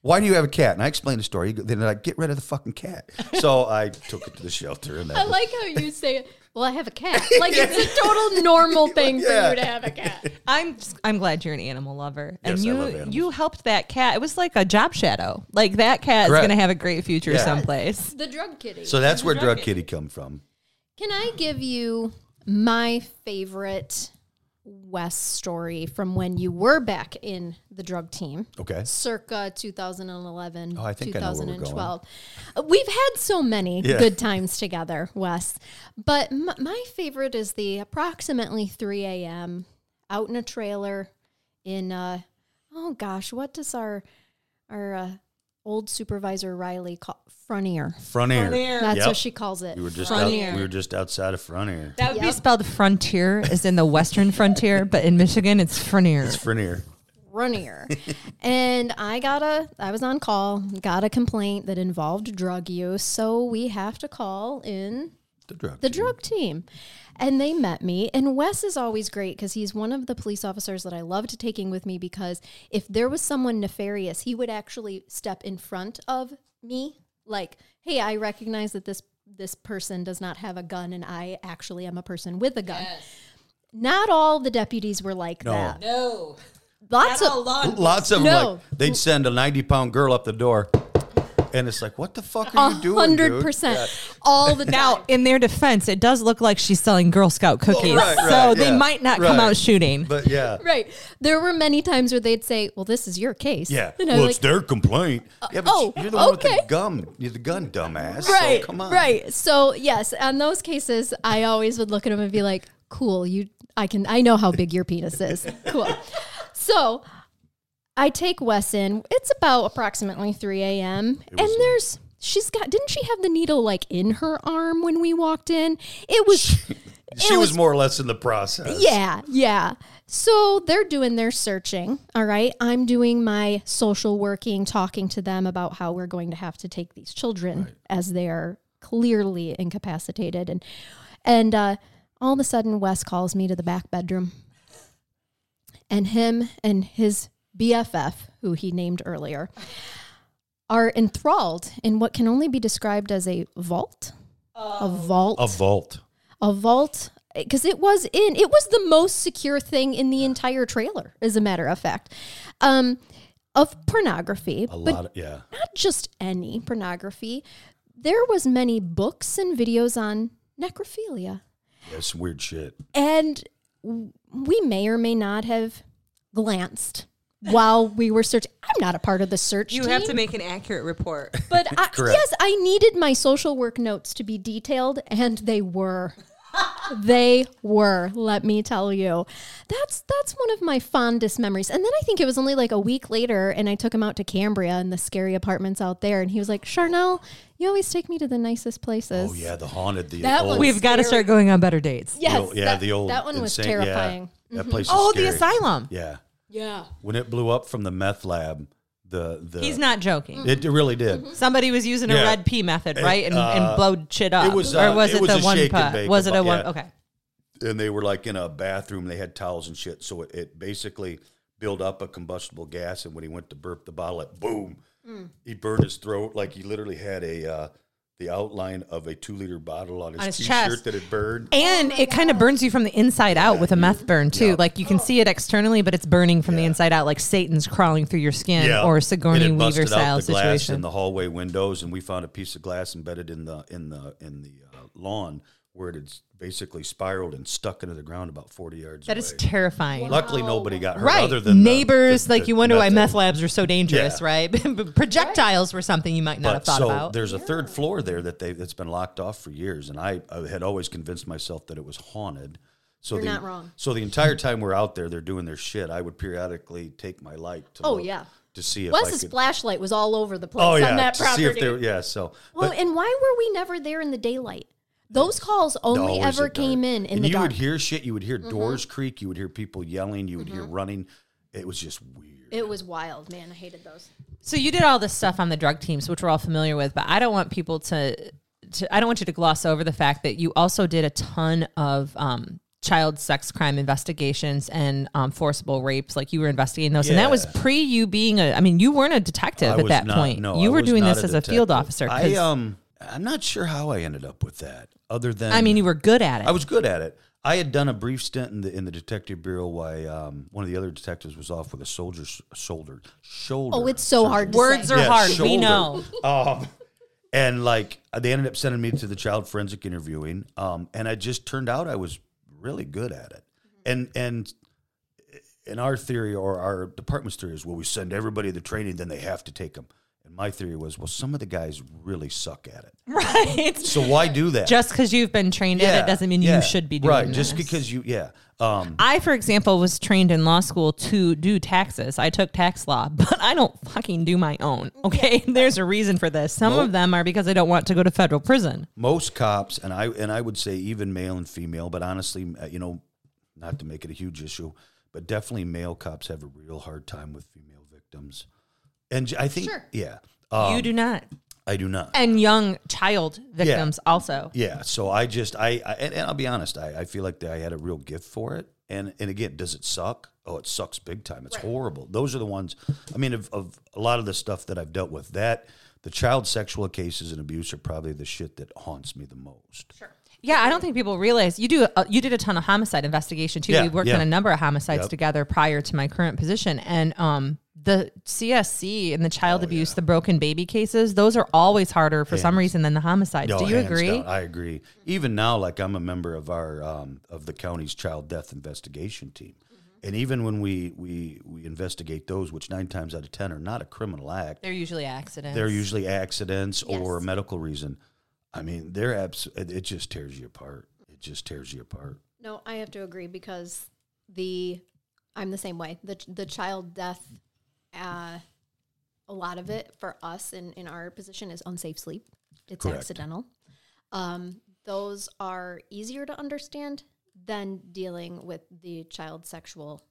S3: Why do you have a cat? And I explained the story. Then they're like, "Get rid of the fucking cat." So I took it to the shelter, and that
S1: I
S3: was-
S1: like how you say, well, I have a cat. Like, it's a total normal thing for
S3: Yeah.
S1: you to have a cat.
S2: I'm just- I'm glad you're an animal lover, and
S3: Yes, I
S2: you
S3: love animals.
S2: you helped that cat. It was like a job shadow. Like that cat
S3: Correct.
S2: is going to have a great future
S3: Yeah.
S2: someplace.
S1: The drug kitty.
S3: so that's where Drug Kitty come from.
S1: Can I give you my favorite West story from when you were back in the drug team?
S3: Okay,
S1: circa 2011
S3: Oh, I think I know where we're going.
S1: 2012 Uh, we've had so many
S3: Yeah.
S1: good times together wes but m- my favorite is the approximately 3 a.m out in a trailer in uh oh gosh what does our our uh, old supervisor riley call frontier
S3: front air.
S1: that's
S3: Yep.
S1: what she calls it
S3: We were just out,
S2: Front air.
S3: we were just outside of front air.
S2: That would be
S1: Yep.
S2: spelled frontier, as in the western frontier, but in Michigan it's frontier.
S3: Front air.
S1: runnier. and I got a, I was on call, got a complaint that involved drug use. So we have to call in
S3: The drug.
S1: the drug team. And they met me. And Wes is always great because he's one of the police officers that I loved taking with me because if there was someone nefarious, he would actually step in front of me, like, hey, I recognize that this this person does not have a gun and I actually am a person with a gun. Not all the deputies were like that.
S2: No,
S1: Lots of
S3: Lots of them,
S1: No.
S3: like they'd send a ninety pound girl up the door, and it's like, what the fuck
S1: A
S3: are you doing? dude?"
S1: hundred percent all the
S2: Now,
S1: time.
S2: in their defense, it does look like she's selling Girl Scout cookies,
S3: right, right,
S2: so they
S3: yeah.
S2: might not come
S3: Right.
S2: out shooting.
S3: But yeah,
S1: Right. There were many times where they'd say, Well, this is your case.
S3: Yeah.
S1: And I
S3: well,
S1: was
S3: it's
S1: like,
S3: their complaint. yeah, but
S1: oh,
S3: you're the one with
S1: okay.
S3: the gum. You're the gun, dumbass.
S1: Right.
S3: So Oh, come on.
S1: Right. So yes, on those cases, I always would look at them and be like, Cool, you I can I know how big your penis is. Cool. So I take Wes in. It's about approximately three AM. And there's she's got didn't she have the needle like in her arm when we walked in? It was
S3: She
S1: It
S3: was,
S1: was-
S3: more or less in the process.
S1: Yeah, yeah. So they're doing their searching. All right. I'm doing my social working, talking to them about how we're going to have to take these children as they are clearly incapacitated. And and uh, all of a sudden, Wes calls me to the back bedroom, and him and his BFF, who he named earlier, are enthralled in what can only be described as a vault. A vault
S3: A vault.
S1: a vault because it was in it was the most secure thing in the entire trailer as a matter of fact um of pornography
S3: A
S1: but
S3: lot. Of, yeah.
S1: not just any pornography there was many books and videos on necrophilia
S3: yeah. Some weird shit.
S1: and w- we may or may not have glanced while we were searching i'm not a part of the search
S2: You
S1: team.
S2: have to make an accurate report.
S1: But I,
S3: Correct.
S1: yes, I needed my social work notes to be detailed, and they were. they were. Let me tell you, that's that's one of my fondest memories. And then I think it was only like a week later, and I took him out to Cambria and the scary apartments out there, and he was like, "Charnel, you always take me to the nicest places."
S3: Oh, yeah. The haunted. The
S1: That
S3: old.
S1: one-
S2: We've got to start going on better dates.
S3: the
S1: Yes,
S3: old- yeah.
S1: that,
S3: the old.
S1: that one was
S3: insane- yeah,
S1: terrifying. Mm-hmm.
S3: That place is
S2: Oh, the
S3: scary.
S2: asylum.
S3: Yeah.
S1: Yeah.
S3: When it blew up from the meth lab, the. the
S2: He's not joking.
S3: It, it really did.
S2: Somebody was using a
S3: Yeah.
S2: red pea method, right? And,
S3: uh,
S2: and blowed shit up.
S3: was,
S2: or
S3: uh,
S2: was
S3: it
S2: it,
S3: was
S2: the
S3: a
S2: one
S3: shake and
S2: pot?
S3: bake,
S2: Was it
S3: but
S2: a one?
S3: yeah.
S2: Okay. Mm-hmm.
S3: And they were like in a bathroom. They had towels and shit. So it, it basically built up a combustible gas.
S2: Mm.
S3: And when he went to burp the bottle, it boom. He burned his throat like he literally had a uh, the outline of a two liter bottle on his,
S2: On his
S3: t-shirt
S2: chest.
S3: that had burned.
S2: And it kind of burns you from the inside out with a meth burn too.
S3: yeah.
S2: Like you can see it externally, but it's burning from the inside out, like Satan's crawling through your skin or a Sigourney
S3: And it
S2: Weaver
S3: busted out
S2: style
S3: the glass
S2: situation.
S3: in the hallway windows, and we found a piece of glass embedded in the in the in the uh, lawn where it had s- basically spiraled and stuck into the ground about forty yards.
S2: that
S3: away.
S2: is terrifying.
S3: Luckily, nobody got hurt.
S2: Right,
S3: Other than the-
S2: neighbors,
S3: the-
S2: like
S3: the
S2: you wonder why
S3: method.
S2: meth labs are so dangerous,
S3: Yeah.
S2: right? But Projectiles were something you might not have thought
S3: so
S2: about.
S3: there's a third floor there that they that's been locked off for years, and I, I had always convinced myself that it was haunted. So
S1: You're
S3: the,
S1: not wrong.
S3: So the entire time we're out there, they're doing their shit. I would periodically take my light. To
S1: Oh,
S3: look-
S1: yeah.
S3: to see if I
S1: Wes's
S3: could.
S1: flashlight was all over the place
S3: Oh
S1: on
S3: yeah,
S1: that
S3: to
S1: property.
S3: see if they were yeah. So
S1: well,
S3: but
S1: and why were we never there in the daylight? Those calls only
S3: always at
S1: ever
S3: dark.
S1: came in in
S3: and
S1: the
S3: you
S1: dark. Mm-hmm.
S3: would hear shit. You would hear doors creak. You would hear people yelling. You would hear running. It was just weird.
S1: it was wild, man. I hated those.
S2: So you did all this stuff on the drug teams, which we're all familiar with, but I don't want people to, to I don't want you to gloss over the fact that you also did a ton of um, child sex crime investigations and um, forcible rapes. Like you were investigating those, and that was pre you being a. I mean, you weren't a detective
S3: I
S2: at
S3: was
S2: that
S3: not-
S2: point.
S3: no,
S2: you
S3: I
S2: were
S3: was
S2: doing
S3: not
S2: this as a
S3: detective.
S2: field officer. 'cause,
S3: I um, I'm not sure how I ended up with that. Other than
S2: I mean, you were good at it.
S3: I was good at it. I had done a brief stint in the in the detective bureau while um, one of the other detectives was off with a soldier's shoulder. Shoulder.
S1: Oh, it's so hard to
S2: Words
S1: say.
S2: are
S3: Yeah,
S2: hard. We
S3: shoulder.
S2: know.
S3: Um, and like they ended up sending me to the child forensic interviewing, um, and I just turned out I was really good at it. And and in our theory or our department's theory is, well, we send everybody the training, then they have to take them. And my theory was, well, some of the guys really suck at it,
S2: Right.
S3: so why do that?
S2: Just because you've been trained at it doesn't mean
S3: yeah,
S2: you should be doing
S3: right. Just
S2: this.
S3: because you, yeah. Um,
S2: I, for example, was trained in law school to do taxes. I took tax law, but I don't fucking do my own. Okay. There's a reason for this. Some of them are because I don't want to go to federal prison.
S3: most cops and i and i would say even male and female but honestly uh, you know not to make it a huge issue but definitely male cops have a real hard time with female victims and j- i think
S1: Sure.
S3: yeah uh,
S2: you do not.
S3: i do not
S2: And young child victims also.
S3: yeah so i just i, I and, and i'll be honest I, I feel like that i had a real gift for it and and again does it suck oh it sucks big time it's horrible those are the ones i mean of, of a lot of the stuff that i've dealt with that the child sexual cases and abuse are probably the shit that haunts me the most sure
S2: Yeah, I don't think people realize you do. Uh, you did a ton of homicide investigation too.
S3: Yeah,
S2: we worked
S3: yeah.
S2: on a number of homicides
S3: Yep.
S2: together prior to my current position, and um, the CSC and the
S3: Oh,
S2: child abuse, the broken baby cases, those are always harder for some reason than the homicides.
S3: No,
S2: do you
S3: Oh, hands
S2: agree?
S3: down, I agree. Even now, like I'm a member of our um, of the county's child death investigation team, and even when we we we investigate those, which nine times out of ten are not a criminal act,
S2: They're usually accidents.
S3: they're usually accidents or a medical reason. I mean, they're abs- it, it just tears you apart. It just tears you apart.
S1: No, I have to agree because the I'm the same way. The the child death, uh, a lot of it for us in in our position is unsafe sleep. It's
S3: Correct.
S1: accidental. Um, those are easier to understand than dealing with the child sexual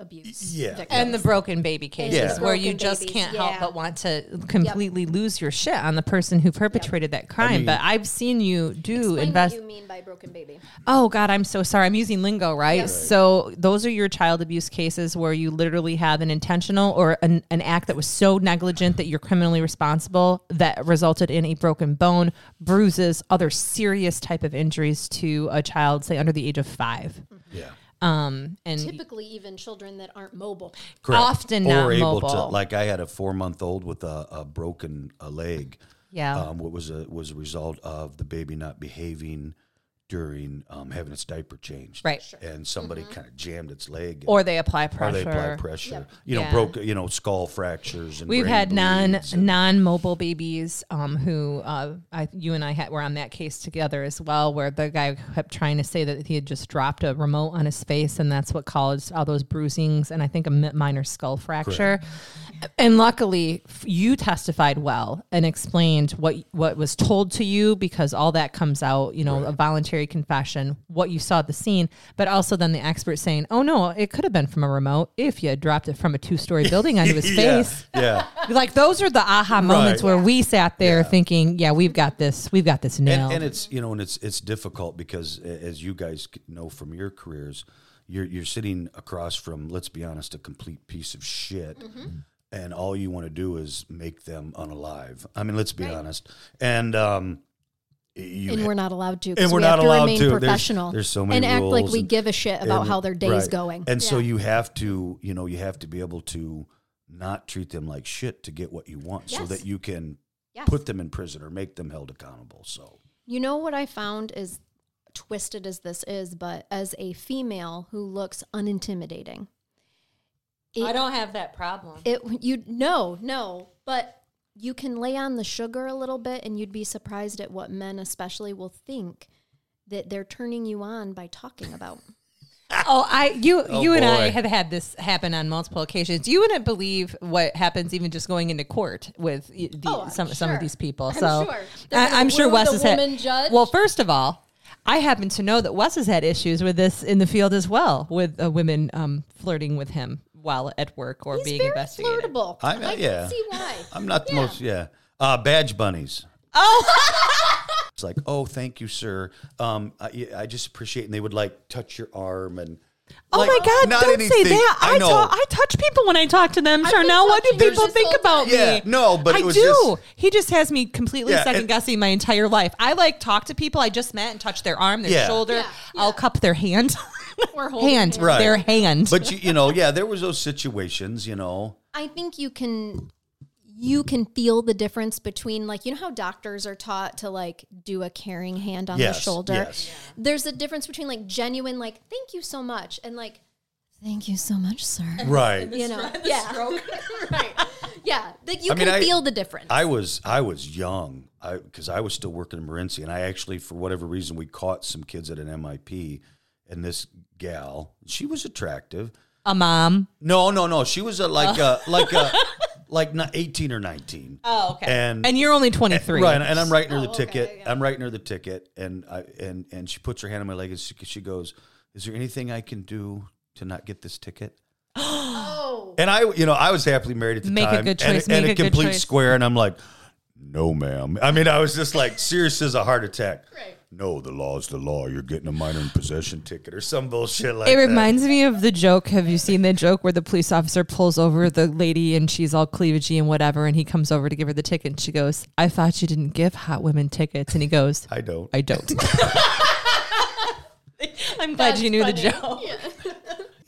S1: abuse.
S3: Yeah.
S1: victims.
S2: and the broken baby cases
S3: Yeah.
S2: where you
S1: broken
S2: just
S1: babies,
S2: can't
S1: yeah.
S2: help but want to completely lose your shit on the person who perpetrated that crime. but I've seen you do
S1: Explain
S2: invest.
S1: what you mean by broken baby.
S2: Oh God, I'm so sorry. I'm using lingo, right? So those are your child abuse cases where you literally have an intentional or an, an act that was so negligent that you're criminally responsible that resulted in a broken bone, bruises, other serious type of injuries to a child, say under the age of five.
S1: Mm.
S3: Yeah,
S2: Um, and
S1: Typically, even children that aren't mobile.
S2: Often
S3: or
S2: not
S3: able to
S2: mobile.
S3: like I had a four month old with a, a broken a leg.
S2: yeah,
S3: um, what was a was a result of the baby not behaving during um, having its diaper changed,
S2: Right. Mm-hmm.
S3: And somebody kind of jammed its leg,
S2: or they apply
S3: or
S2: pressure.
S3: they applied pressure. You know,
S2: Yeah.
S3: broke you know skull fractures. And
S2: We've
S3: brain
S2: had non
S3: bleeds and-
S2: non mobile babies um, who uh, I, you and I had, were on that case together as well, where the guy kept trying to say that he had just dropped a remote on his face, and that's what caused all those bruisings and I think a mi- minor skull fracture. And luckily, f- you testified well and explained what what was told to you because all that comes out, you know, a voluntary confession, what you saw at the scene, but also then the expert saying, "Oh no, it could have been from a remote if you had dropped it from a two story building onto his
S3: yeah,
S2: face."
S3: yeah.
S2: like those are the aha moments where we sat there thinking, yeah, we've got this, we've got this nailed.
S3: and, and it's you know and it's it's difficult because a- as you guys c- know from your
S1: Mm-hmm.
S3: careers you're you're sitting across from let's be honest a complete piece of shit and all you want to do is make them unalive. I mean, let's be honest. And um, you
S1: and we're not allowed to. 'cause
S3: and we're
S1: we
S3: not
S1: have to
S3: allowed
S1: remain
S3: to. There's-
S1: professional.
S3: there's so
S1: and
S3: many
S1: act like
S3: rules
S1: we
S3: and-
S1: give a shit about
S3: and-
S1: how their day's
S3: right.
S1: going.
S3: And so
S4: Yeah.
S3: you have to, you know, you have to be able to not treat them like shit to get what you want, so
S1: Yes.
S3: that you can
S1: Yes.
S3: put them in prison or make them held accountable. So
S1: You know what I found is twisted as this is, but as a female who looks unintimidating, it,
S4: I don't have that problem.
S1: it you no no, but you can lay on the sugar a little bit, and you'd be surprised at what men, especially, will think that they're turning you on by talking about.
S2: Oh, I you
S3: Oh,
S2: you and I
S3: boy.
S2: have had this happen on multiple occasions. You wouldn't believe what happens even just going into court with y- the,
S1: Oh, I'm
S2: some some of
S1: sure.
S2: these people.
S1: I'm
S2: so
S1: sure. They're
S2: I,
S1: gonna
S2: am sure
S1: woo
S2: Wes
S1: the
S2: has had.
S1: woman judge.
S2: Well, first of all, I happen to know that Wes has had issues with this in the field as well, with uh, women um, flirting with him while at work or
S1: He's
S2: being
S1: very
S2: investigated.
S1: flirtable.
S3: I-
S1: I,
S3: yeah.
S1: can see why.
S3: I'm not the most, yeah. Uh, badge bunnies.
S2: Oh,
S3: It's like, oh, thank you, sir. Um, I, I just appreciate, and they would like touch your arm and.
S2: oh
S3: like,
S2: my God!
S3: not
S2: Don't say
S3: anything.
S2: that. I, talk, I touch people when I talk to them. Sure.
S1: been
S2: Now, what do
S1: touching you
S2: people
S1: this
S2: think
S1: whole
S2: about
S1: time.
S2: me?
S3: Yeah, no, but
S2: I
S3: it was
S2: do.
S3: just-
S2: he just has me completely
S3: Yeah,
S2: second
S3: and-
S2: guessing my entire life. I like talk to people I just met and touch their arm, their
S3: Yeah.
S2: shoulder.
S1: Yeah,
S2: I'll cup their hand,
S1: Or holding
S2: hand,
S1: hands.
S3: Right.
S2: their hand.
S3: But you, you know, yeah, there was those situations, you know.
S1: I think you can you can feel the difference between like you know how doctors are taught to like do a caring hand on the
S3: Yes,
S1: shoulder.
S3: yes.
S1: There's a difference between like genuine like thank you so much and like thank you so much sir.
S3: Right.
S1: You know. Yeah. right. Yeah. Like you
S3: I mean,
S1: can
S3: I-
S1: feel the difference.
S3: I was I was young I because I was still working in Morenci, and I actually for whatever reason we caught some kids at an MIP, and this gal she was attractive.
S2: a mom.
S3: No, no, no, she was a, like a like a like not eighteen or nineteen.
S2: Oh, okay.
S3: And-
S2: and you're only 23.
S3: Right, and I'm writing her the
S1: Oh, okay,
S3: ticket.
S1: yeah.
S3: I'm writing her the ticket, and I and and she puts her hand on my leg, and she, she goes, "Is there anything I can do to not get this ticket?"
S1: oh.
S3: And I, you know, I was happily married at the
S2: Make a
S3: time.
S2: good
S3: and-
S2: choice,
S3: And,
S2: make a
S3: a
S2: good
S3: complete
S2: choice.
S3: square. And I'm like, no, ma'am. I mean, I was just like serious as a heart attack.
S1: Right.
S3: No, the law's the law. You're getting a minor in possession ticket or some bullshit like
S2: It
S3: that.
S2: reminds me of the joke. Have you seen the joke where the police officer pulls over the lady and she's all cleavagey and whatever, and he comes over to give her the ticket and she goes, I thought you didn't give hot women tickets. And he goes,
S3: I don't.
S2: I don't. I'm glad you knew the joke.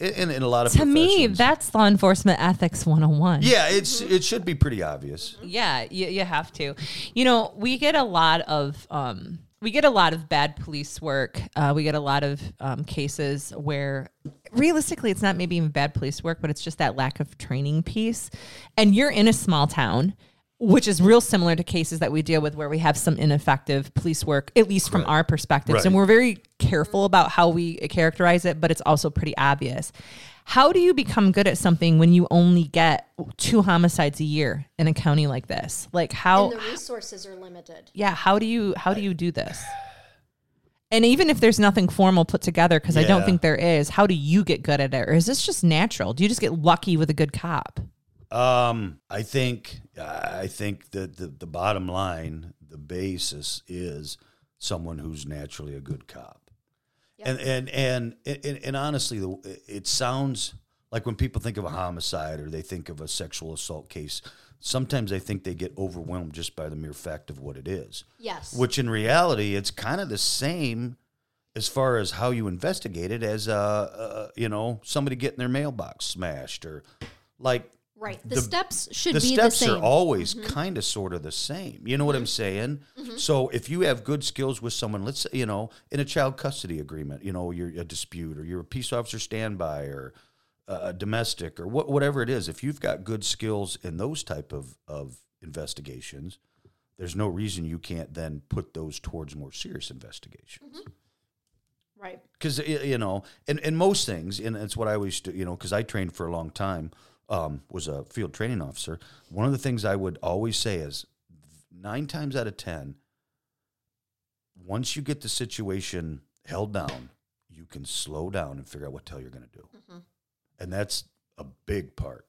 S3: in, in, in a lot of
S2: To me,
S3: professions.
S2: that's law enforcement ethics 101.
S3: yeah, it's it should be pretty obvious.
S2: Yeah, you, you have to. You know, we get a lot of um, we get a lot of bad police work. Uh, we get a lot of um, cases where, realistically, it's not maybe even bad police work, but it's just that lack of training piece. And you're in a small town. Which is real similar to cases that we deal with where we have some ineffective police work, at least from our perspectives.
S3: Right.
S2: And we're very careful about how we characterize it, but it's also pretty obvious. How do you become good at something when you only get two homicides a year in a county like this? Like how
S3: Oh.
S1: And the resources are limited.
S2: yeah, how do you how do you do this? And even if there's nothing formal put together cuz I don't
S3: Yeah.
S2: think there is, how do you get good at it? Or is this just natural? Do you just get lucky with a good cop?
S3: Um, I think I think that the, the bottom line, the basis is someone who's naturally a good cop. And, and and and and honestly, the- it sounds like when people think of a homicide or they think of a sexual assault case, sometimes they think they get overwhelmed just by the mere fact of what it is.
S1: Yes.
S3: Which in reality, it's kind of the same as far as how you investigate it as uh, uh you know somebody getting their mailbox smashed or like
S1: right. The,
S3: the-
S1: steps should
S3: the
S1: be
S3: steps
S1: the same. Mm-hmm.
S3: are always kind of sort of the same. You know what I'm saying? So if you have good skills with someone, let's say, you know, in a child custody agreement, you know, you're a dispute or you're a peace officer standby or uh, domestic or what, whatever it is, if you've got good skills in those type of, of investigations, there's no reason you can't then put those towards more serious investigations
S1: right.
S3: because you know, and, and most things, and it's what I always do, you know, because I trained for a long time, um, was a field training officer. One of the things I would always say is, nine times out of ten, once you get the situation held down, you can slow down and figure out what the hell you're going to do, and that's a big part.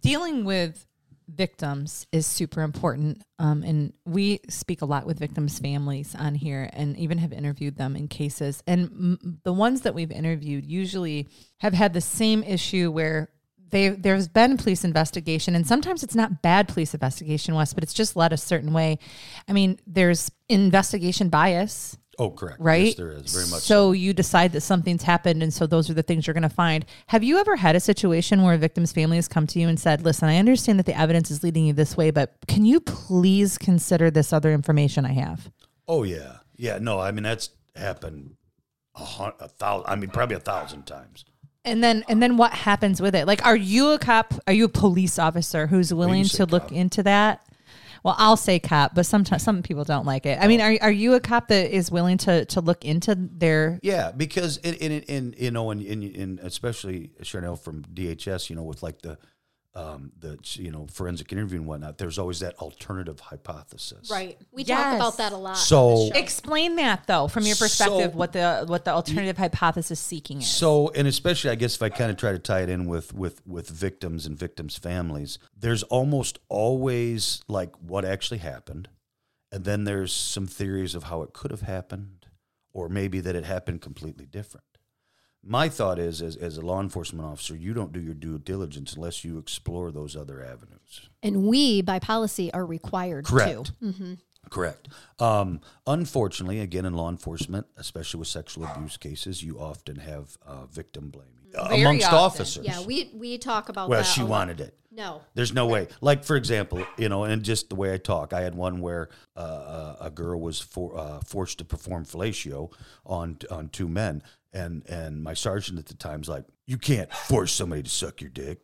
S2: dealing with victims is super important um, and we speak a lot with victims families on here and even have interviewed them in cases and m- the ones that we've interviewed usually have had the same issue where they there's been police investigation and sometimes it's not bad police investigation wes but it's just led a certain way i mean there's investigation bias
S3: Oh, correct.
S2: right
S3: Yes, there is very much so.
S2: so you decide that something's happened and so those are the things you're going to find have you ever had a situation where a victim's family has come to you and said listen i understand that the evidence is leading you this way but can you please consider this other information i have
S3: Oh yeah, yeah. No, I mean that's happened a, hun- a thousand. I mean probably a thousand times.
S2: and then and then what happens with it like are you a cop are you a police officer who's willing
S3: say
S2: to look into that well i'll say cop but sometimes some people don't like it i mean are, are you a cop that is willing to to look into their
S3: Yeah, because in in, in you know, and in, in, especially Chanel from DHS, you know, with like the um the you know forensic interview and whatnot. There's always that alternative hypothesis,
S1: Right. We
S2: Yes.
S1: talk about that a lot.
S3: So-
S2: explain that though from your perspective
S3: So-
S2: what the what the alternative hypothesis seeking is
S3: So, and especially, I guess if I kind of try to tie it in with with with victims and victims' families, there's almost always like what actually happened, and then there's some theories of how it could have happened, or maybe that it happened completely different. My thought is, as as a law enforcement officer, you don't do your due diligence unless you explore those other avenues.
S1: and we, by policy, are required to.
S3: Correct. Correct. Um, unfortunately, again, in law enforcement, especially with sexual abuse cases, you often have uh, victim blaming uh,
S2: Very
S3: amongst
S2: often.
S3: officers.
S1: Yeah, we we talk about
S3: Well,
S1: that.
S3: she
S1: a lot.
S3: wanted it.
S1: No.
S3: There's no way. Like for example, you know, and just the way I talk, I had one where uh, uh, a girl was for, uh, forced to perform fellatio on on two men, and and my sergeant at the time's like, "You can't force somebody to suck your dick."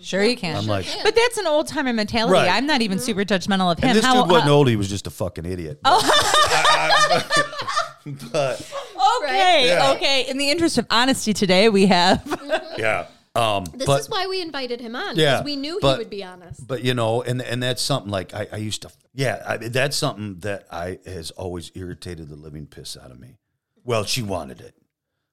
S2: sure you can Mm-hmm.
S3: I'm like,
S2: but that's an old timer mentality
S3: Right.
S2: i'm not even super judgmental of him
S3: and this
S2: How-
S3: dude wasn't
S2: uh,
S3: old; he was just a fucking idiot. Oh. but
S2: okay
S3: Yeah.
S2: okay in the interest of honesty today we have
S3: yeah, um,
S1: This
S3: but
S1: is why we invited him on.
S3: Yeah,
S1: because we knew
S3: but-
S1: he would be honest.
S3: but you know, and and that's something like I, I used to, yeah, I, that's something that I has always irritated the living piss out of me. Well, she wanted it,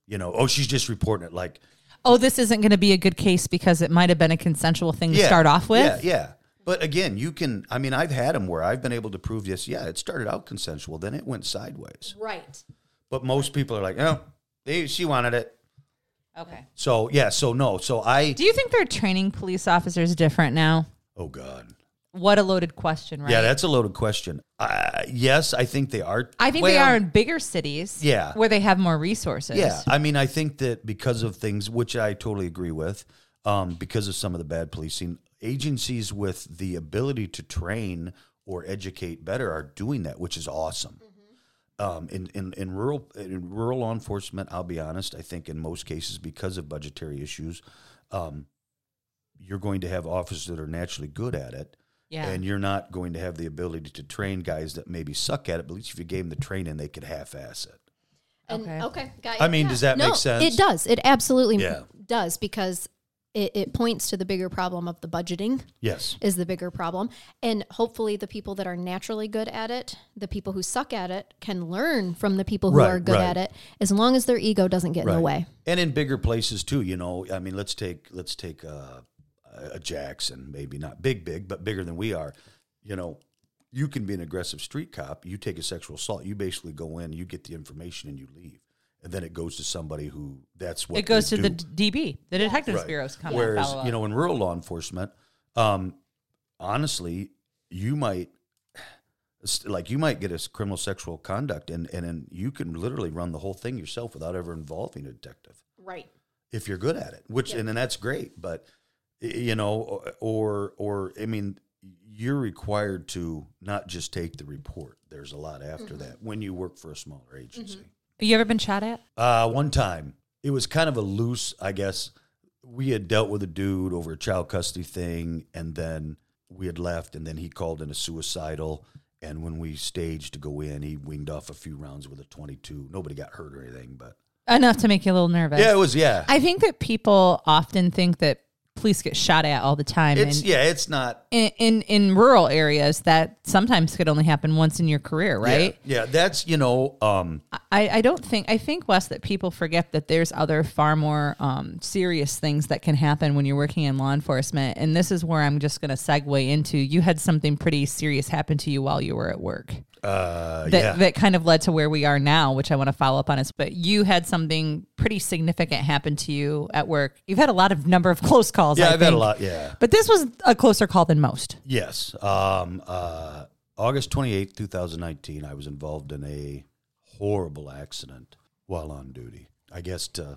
S3: you know. Oh, she's just reporting it, like
S2: oh, this isn't going to be a good case because it might have been a consensual thing to
S3: yeah,
S2: start off with.
S3: yeah, yeah. But again, you can. I mean, I've had them where I've been able to prove this. Yeah, it started out consensual, then it went sideways.
S1: right.
S3: But most people are like, oh, they, she wanted it.
S2: Okay.
S3: So yeah, so no, so I.
S2: Do you think they're training police officers different now?
S3: Oh God.
S2: What a loaded question, right?
S3: Yeah, that's a loaded question. Uh, yes, I think they are.
S2: I think they
S3: well,
S2: are in bigger cities.
S3: Yeah.
S2: Where they have more resources.
S3: Yeah, I mean, I think that because of things which I totally agree with, um, because of some of the bad policing, agencies with the ability to train or educate better are doing that, which is awesome. Um, in, in, in rural in rural law enforcement, I'll be honest, I think in most cases because of budgetary issues, um, you're going to have officers that are naturally good at it.
S2: Yeah.
S3: And you're not going to have the ability to train guys that maybe suck at it, but at least if you gave them the training, they could half ass it.
S1: And,
S2: Okay.
S1: okay. Okay. Got
S3: I mean, does that
S1: no,
S3: make sense?
S1: It does. It absolutely
S3: Yeah.
S1: does because it, it points to the bigger problem of the budgeting
S3: Yes.
S1: is the bigger problem. And hopefully the people that are naturally good at it, the people who suck at it, can learn from the people who
S3: Right,
S1: are good
S3: right.
S1: at it as long as their ego doesn't get in the way.
S3: And in bigger places too, you know. I mean, let's take let's take uh, a Jackson, maybe not big, big, but bigger than we are. You know, you can be an aggressive street cop. You take a sexual assault. You basically go in, you get the information, and you leave. And then it goes to somebody who that's what
S2: It goes
S3: they
S2: to the
S3: do.
S2: d- DB. The detectives
S3: Right.
S2: bureaus come and
S3: Whereas
S2: follow
S3: you
S2: up.
S3: know, in rural law enforcement, um, honestly, you might it's like you might get a s- criminal sexual conduct, and and then you can literally run the whole thing yourself without ever involving a detective
S1: Right.
S3: if you're good at it which and then that's great but y- you know or or i mean you're required to not just take the report there's a lot after that when you work for a smaller agency
S2: you ever been shot at?
S3: uh, one time it was kind of a loose i guess we had dealt with a dude over a child custody thing and then we had left and then he called in a suicidal and when we staged to go in he winged off a few rounds with a 22 nobody got hurt or anything but
S2: Enough to make you a little nervous.
S3: yeah it was yeah
S2: I think that people often think that police get shot at all the time.
S3: it's
S2: and
S3: yeah it's not
S2: in, in, in rural areas, that sometimes could only happen once in your career,
S3: Yeah,
S2: right?
S3: Yeah, that's you know, um,
S2: I, I don't think I think Wes that people forget that there's other far more um, serious things that can happen when you're working in law enforcement, and this is where I'm just going to segue into. You had something pretty serious happen to you while you were at work.
S3: Uh,
S2: that
S3: yeah.
S2: that kind of led to where we are now, which I want to follow up on is but you had something pretty significant happen to you at work. You've had a lot of number of close calls.
S3: yeah,
S2: I
S3: I've had a
S2: think.
S3: lot. Yeah.
S2: But this was a closer call than most.
S3: Yes. Um, uh, August 28th, 2019, I was involved in a horrible accident while on duty. I guess uh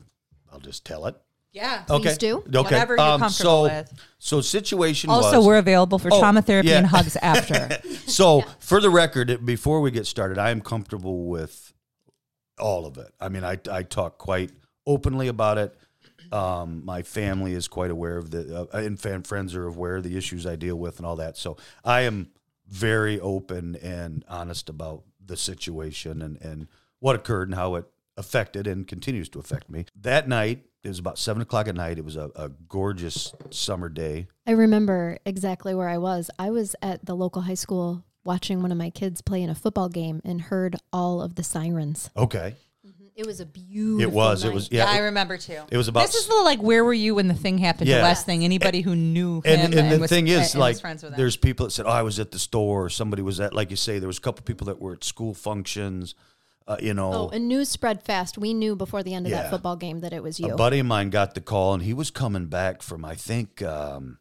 S3: I'll just tell it.
S2: Yeah.
S1: Please do.
S3: Oh, Okay. Um,
S2: Whatever you're comfortable
S3: so,
S2: with.
S3: So situation
S2: Also,
S3: was,
S2: we're available for
S3: Oh,
S2: trauma therapy
S3: yeah.
S2: and hugs after.
S3: So, for the record, before we get started, I am comfortable with all of it. I mean, I, I talk quite openly about it. Um, my family is quite aware of the, uh, and fan friends are aware of the issues I deal with and all that. So, I am very open and honest about the situation and, and what occurred and how it affected and continues to affect me. That night, it was about seven o'clock at night. It was a, a gorgeous summer day.
S1: I remember exactly where I was. I was at the local high school watching one of my kids play in a football game and heard all of the sirens.
S3: Okay.
S1: It was a beautiful.
S3: It was, it
S1: night.
S3: was, yeah. it-
S2: remember too.
S3: it was about
S2: This is the like where were you when the thing happened to
S3: Yeah.
S2: West thing? Anybody who knew him
S3: and, and the
S2: was- uh,
S3: thing is,
S2: and was
S3: like,
S2: friends with him.
S3: there's people that said, "Oh, I was at the store." Or somebody was at, like you say, there was a couple people that were at school functions. Uh, you know,
S1: Oh, and news spread fast. We knew before the end of
S3: Yeah.
S1: that football game that it was you.
S3: a buddy of mine got the call, and he was coming back from, I think, um,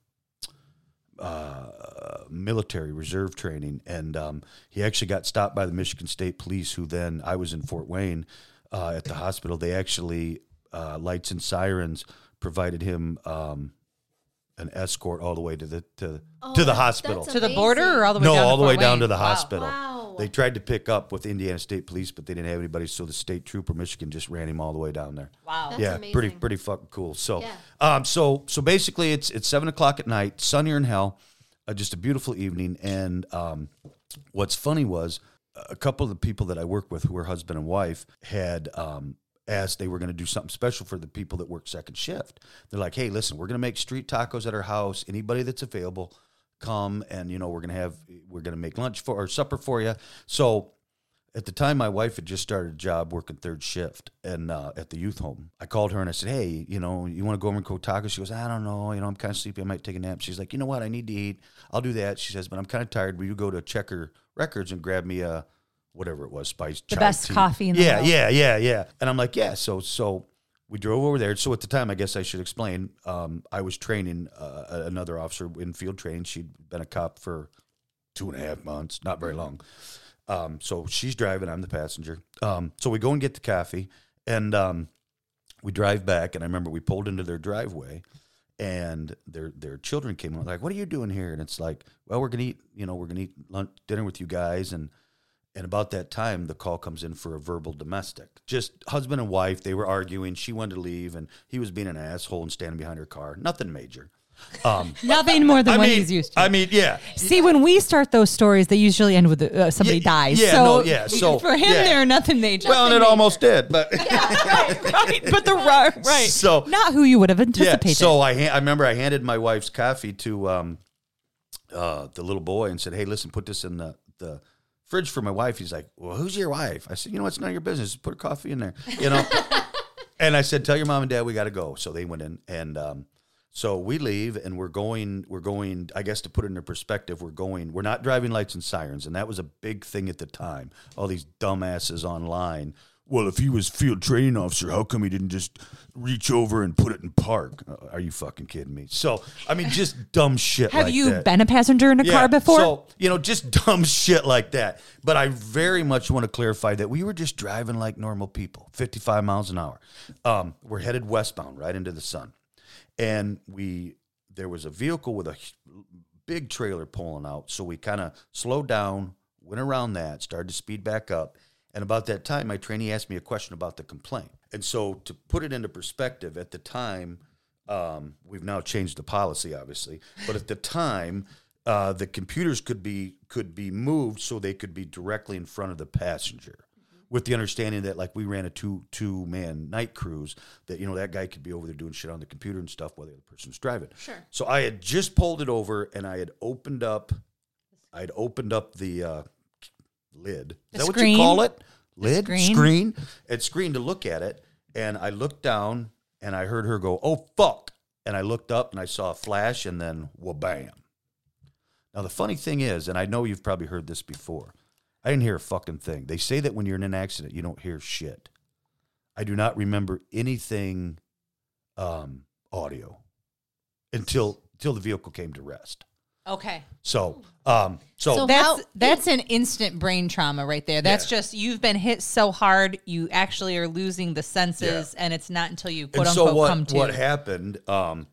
S3: uh, military reserve training, and um, he actually got stopped by the Michigan State Police, who then I was in Fort Wayne uh, at the hospital. They actually uh, lights and sirens provided him. Um, an escort all the way to the to,
S2: Oh,
S3: to the
S1: that's-
S3: hospital
S1: that's
S2: to the border or all the way
S3: no,
S2: down
S3: all the way
S2: Fort
S3: down
S2: Wayne?
S3: to the
S2: Wow.
S3: hospital.
S1: Wow.
S3: They tried to pick up with Indiana State Police, but they didn't have anybody, so the state trooper Michigan just ran him all the way down there.
S2: Wow.
S1: That's
S3: yeah, pretty
S1: amazing.
S3: pretty fucking cool. So,
S1: Yeah.
S3: um, so so basically, it's it's seven o'clock at night, sunnier in hell, uh, just a beautiful evening. And um, what's funny was a couple of the people that I work with, who were husband and wife, had um, asked they were going to do something special for the people that work second shift. They're like, hey, listen, we're going to make street tacos at our house. Anybody that's available, come and you know we're going to have we're going to make lunch for or supper for you. So at the time, my wife had just started a job working third shift and uh, at the youth home. I called her and I said, "Hey, you know, you want to go over and cook tacos?" She goes, "I don't know. You know, I'm kind of sleepy. I might take a nap." She's like, "You know what? I need to eat. I'll do that." She says, "But I'm kind of tired. Will you go to Checker Records and grab me a whatever it was, spiced
S2: The
S3: chai
S2: best
S3: tea?"
S2: coffee in the
S3: yeah,
S2: world.
S3: yeah, yeah, yeah." And I'm like, "Yeah." So, so we drove over there. So at the time, I guess I should explain. Um, I was training uh, another officer in field training. She'd been a cop for two and a half months, not very long. Um, so she's driving, I'm the passenger. Um, so we go and get the coffee, and um, we drive back. And I remember we pulled into their driveway, and their their children came on like, "What are you doing here?" And it's like, "Well, we're gonna eat, you know, we're gonna eat lunch dinner with you guys." And and about that time, the call comes in for a verbal domestic. Just husband and wife, they were arguing. She wanted to leave, and he was being an asshole and standing behind her car. Nothing major. Um,
S2: Nothing more than
S3: I
S2: what
S3: mean,
S2: he's used to.
S3: I mean, yeah.
S2: See, when we start those stories, they usually end with uh, somebody
S3: Yeah,
S2: dies.
S3: yeah,
S2: so,
S3: no, yeah, so,
S2: for him,
S3: yeah.
S2: they're nothing major.
S3: Well, and it almost did, but
S2: right, but the right, right,
S3: So-
S2: not who you would have
S3: yeah.
S2: anticipated.
S3: So I ha- I remember I handed my wife's coffee to um, uh, the little boy and said, "Hey, listen, put this in the the." Fridge for my wife. He's like, "Well, who's your wife?" I said, "You know, it's none of your business. Put a coffee in there, you know." and I said, "Tell your mom and dad we got to go." So they went in, and um, so we leave, and we're going. We're going. I guess to put it into perspective, we're going. We're not driving lights and sirens, and that was a big thing at the time. All these dumbasses online. Well, if he was field training officer, how come he didn't just reach over and put it in park? Uh, Are you fucking kidding me? So I mean, just dumb shit.
S2: have
S3: like
S2: you
S3: that.
S2: been a passenger in a car before?
S3: So, you know, just dumb shit like that. But I very much want to clarify that we were just driving like normal people, 55 miles an hour. Um, we're headed westbound, right into the sun. And we there was a vehicle with a hu- big trailer pulling out. So we kind of slowed down, went around that, started to speed back up. And about that time, my trainee asked me a question about the complaint. And so, to put it into perspective, at the time, um, we've now changed the policy, obviously, but at the time, uh, the computers could be could be moved so they could be directly in front of the passenger, with the understanding that like we ran a two two man night cruise, that you know that guy could be over there doing shit on the computer and stuff while the other person's driving. Sure. So I had just pulled it over and I had opened up, I'd opened up the uh, lid. Is that what you
S2: screen?
S3: call it? Lid
S2: screen?
S3: screen at screen to look at it, and I looked down and I heard her go, "Oh fuck!" And I looked up and I saw a flash, and then wha bam. Now the funny thing is, and I know you've probably heard this before. I I didn't hear a fucking thing. They say that when you're in an accident, you don't hear shit. I do not remember anything um, audio until until the vehicle came to rest.
S2: Okay.
S3: So, um, so,
S1: So-
S2: That's
S1: How-
S2: that's an instant brain trauma right there. That's just you've been hit so hard you actually are losing the senses and it's not until you quote
S3: and
S2: unquote
S3: so what?
S2: come to.
S3: What happened? Um,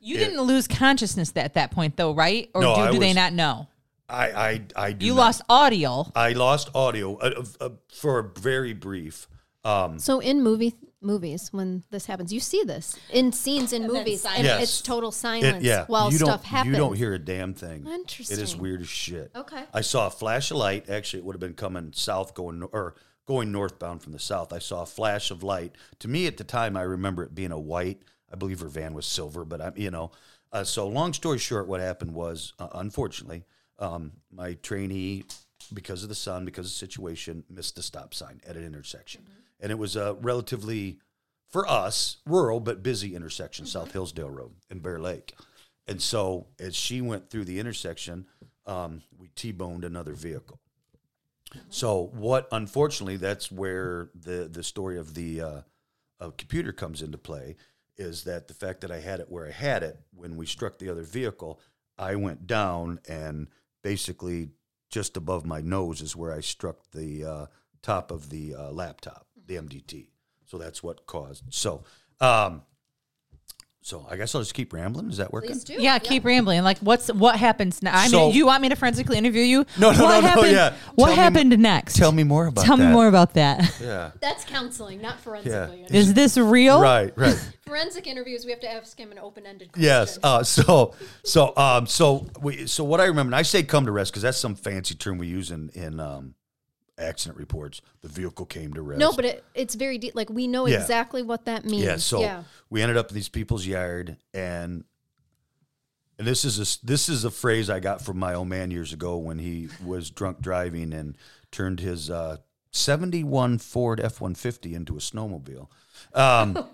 S2: you didn't lose consciousness at that point though, right? Or
S3: No,
S2: do,
S3: I
S2: do they
S3: was-
S2: not know?
S3: I I I do
S2: You
S3: not-
S2: lost audio.
S3: I lost audio uh, uh, for a very brief. Um,
S1: So in movie movies, when this happens, you see this in scenes in movies, and
S3: Yes.
S1: it's total silence
S3: it, yeah,
S1: while
S3: you
S1: stuff
S3: don't,
S1: happens.
S3: You don't hear a damn thing. It is
S1: Interesting.
S3: weird as shit.
S1: Okay.
S3: I saw a flash of light. Actually, it would have been coming south, going nor- or going northbound from the south. I saw a flash of light. To me, at the time, I remember it being a white. I believe her van was silver, but I'm you know. Uh, so long story short, what happened was, uh, unfortunately, um, my trainee, because of the sun, because of the situation, missed the stop sign at an intersection,
S1: Mm-hmm.
S3: and it was a relatively for us, rural but busy intersection, South Hillsdale Road in Bear Lake. And so as she went through the intersection, um, we T boned another vehicle. So what? Unfortunately, that's where the the story of the uh, of computer comes into play. Is that the fact that I had it where I had it when we struck the other vehicle? I went down and basically just above my nose is where I struck the uh, top of the uh, laptop,
S2: Mm-hmm.
S3: the MDT. So that's what caused. So, um, so I guess I'll just keep rambling. Is that working?
S2: Yeah, keep rambling. Like, what's what happens now? I
S3: So-
S2: mean, do you want me to forensically interview you?
S3: No,
S2: what
S3: no, no, no,
S2: happened,
S3: yeah.
S2: What
S3: Tell me-
S2: happened next?
S3: Tell me more about
S2: Tell
S3: that.
S2: me more about that.
S3: Yeah.
S1: That's counseling, not forensically.
S3: Yeah.
S2: Is this real?
S3: Right. Right.
S1: Forensic interviews, we have to ask him an open-ended question.
S3: Yes. Uh, so, so, um, so, we, so what I remember, and I say come to rest because that's some fancy term we use in in um, accident reports. The vehicle came to rest.
S1: No, but it, it's very deep. Like we know
S3: Yeah.
S1: exactly what that means.
S3: yeah. So we ended up in these people's yard, and and this is a s- this is a phrase I got from my old man years ago when he was drunk driving and turned his uh, seventy one Ford F one fifty into a snowmobile. Um,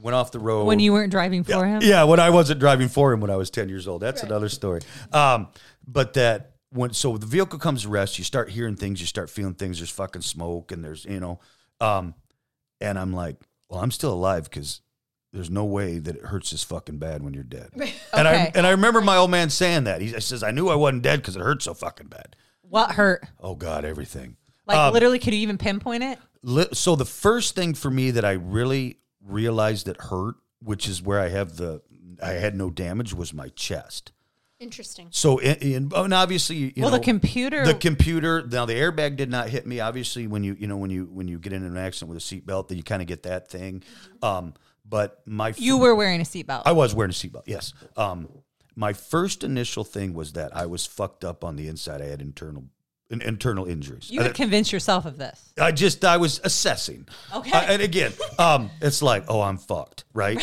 S3: went off the road
S2: When you weren't driving for him?
S3: Yeah, when I wasn't driving for him when I was 10 years old. That's another story. Um, but that when so the vehicle comes to rest, you start hearing things, you start feeling things, there's fucking smoke and there's, you know, um, and I'm like, well, I'm still alive because there's no way that it hurts this fucking bad when you're dead. And I
S2: Okay.
S3: and I remember my old man saying that. He says, I knew I wasn't dead because it hurt so fucking bad.
S2: What hurt?
S3: Oh God, everything.
S2: Like,
S3: Um,
S2: literally, could you even pinpoint it?
S3: Li- so the first thing for me that I really realized that hurt, which is where I have the I had no damage, was my chest.
S1: interesting.
S3: So in, in, and obviously, you
S2: well,
S3: know,
S2: the computer.
S3: the computer. Now the airbag did not hit me. Obviously, when you you know when you when you get in an accident with a seatbelt, that you kind of get that thing. Um, but my
S2: you were wearing a seatbelt.
S3: I was wearing a seatbelt. Yes. Um, my first initial thing was that I was fucked up on the inside. I had internal in, internal injuries. Uh,
S2: you had convinced yourself of this.
S3: I just I was assessing.
S2: Okay.
S3: Uh, and again, um, it's like, oh, I'm fucked, right?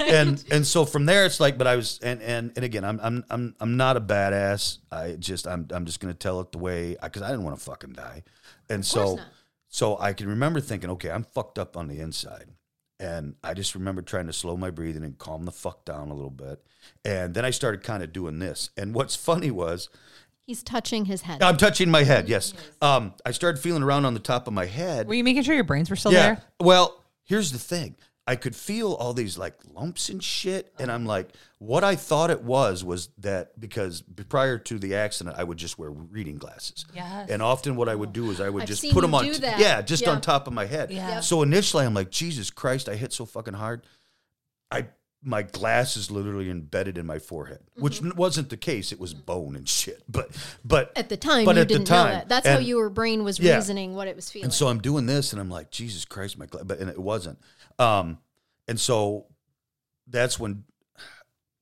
S3: And and so from there, it's like, but I was, and and and again, I'm I'm I'm I'm not a badass. I just I'm I'm just gonna tell it the way because I didn't want to fucking die, and so
S1: not.
S3: so I can remember thinking, okay, I'm fucked up on the inside, and I just remember trying to slow my breathing and calm the fuck down a little bit, and then I started kind of doing this. And what's funny was
S1: He's touching his head.
S3: I'm touching my head. Yes, um, I started feeling around on the top of my head.
S2: Were you making sure your brains were still there?
S3: Well, here's the thing. I could feel all these like lumps and shit. And I'm like, what I thought it was was that because b- prior to the accident, I would just wear reading glasses.
S2: Yes.
S3: And often what I would do is I would
S1: I've
S3: just
S1: seen
S3: put
S1: you
S3: them on,
S1: do
S3: t-
S1: that.
S3: yeah, just
S1: Yeah.
S3: on top of my head.
S2: Yeah. Yep.
S3: So initially I'm like, Jesus Christ, I hit so fucking hard. I, my glass is literally embedded in my forehead, which
S1: Mm-hmm.
S3: wasn't the case. It was bone and shit. But, but
S1: at the time,
S3: but
S1: you
S3: at the
S1: didn't
S3: time,
S1: know that. That's how
S3: and-
S1: your brain was
S3: Yeah.
S1: reasoning what it was feeling.
S3: and so I'm doing this, and I'm like, Jesus Christ, my gla-" but and it wasn't. Um, and so that's when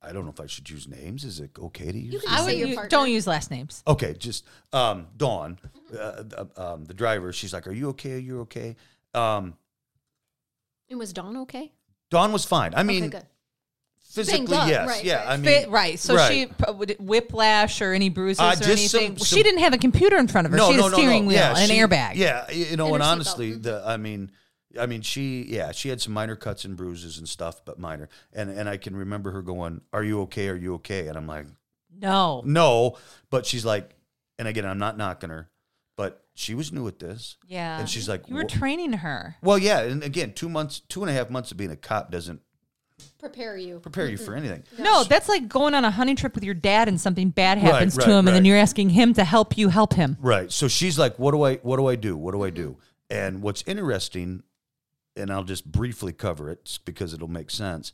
S3: I don't know if I should use names. Is it okay to use?
S1: can
S3: names?
S1: I would-
S2: you,
S1: partner.
S2: don't use last names.
S3: okay, just um, Dawn, uh, uh, um, the driver. She's like, "Are you okay? Are you okay?" Um,
S1: and was Dawn okay?
S3: Dawn was fine. I mean,
S1: okay, good.
S3: physically,
S1: God,
S3: yes,
S1: right,
S3: yeah.
S1: right.
S3: I mean,
S2: Fit- right. So
S3: right.
S2: she p- would- whiplash or any bruises
S3: Uh,
S2: or
S3: just some-
S2: anything.
S3: some-
S2: she didn't have a computer in front of her. she had a steering wheel and
S3: she-
S2: an airbag.
S3: Yeah, you know,
S1: And
S3: and,
S1: her seatbelt.
S3: honestly, the I mean, I mean, she yeah, she had some minor cuts and bruises and stuff, but minor. And and I can remember her going, "Are you okay? Are you okay?" And I'm like,
S2: No.
S3: "No," but she's like, and again, I'm not knocking her, But she was new at this.
S2: Yeah.
S3: And she's like,
S2: you were
S3: "Wha-
S2: training her.
S3: well, yeah. And again, two months, two and a half months of being a cop doesn't
S1: Prepare you.
S3: prepare you for anything.
S2: No, that's like going on a hunting trip with your dad and something bad
S3: Right,
S2: happens
S3: right,
S2: to him, and then
S3: right.
S2: you're asking him to help you help him.
S3: Right. So she's like, "What do I? What do I do? What do I do?" And what's interesting, and I'll just briefly cover it s- because it'll make sense,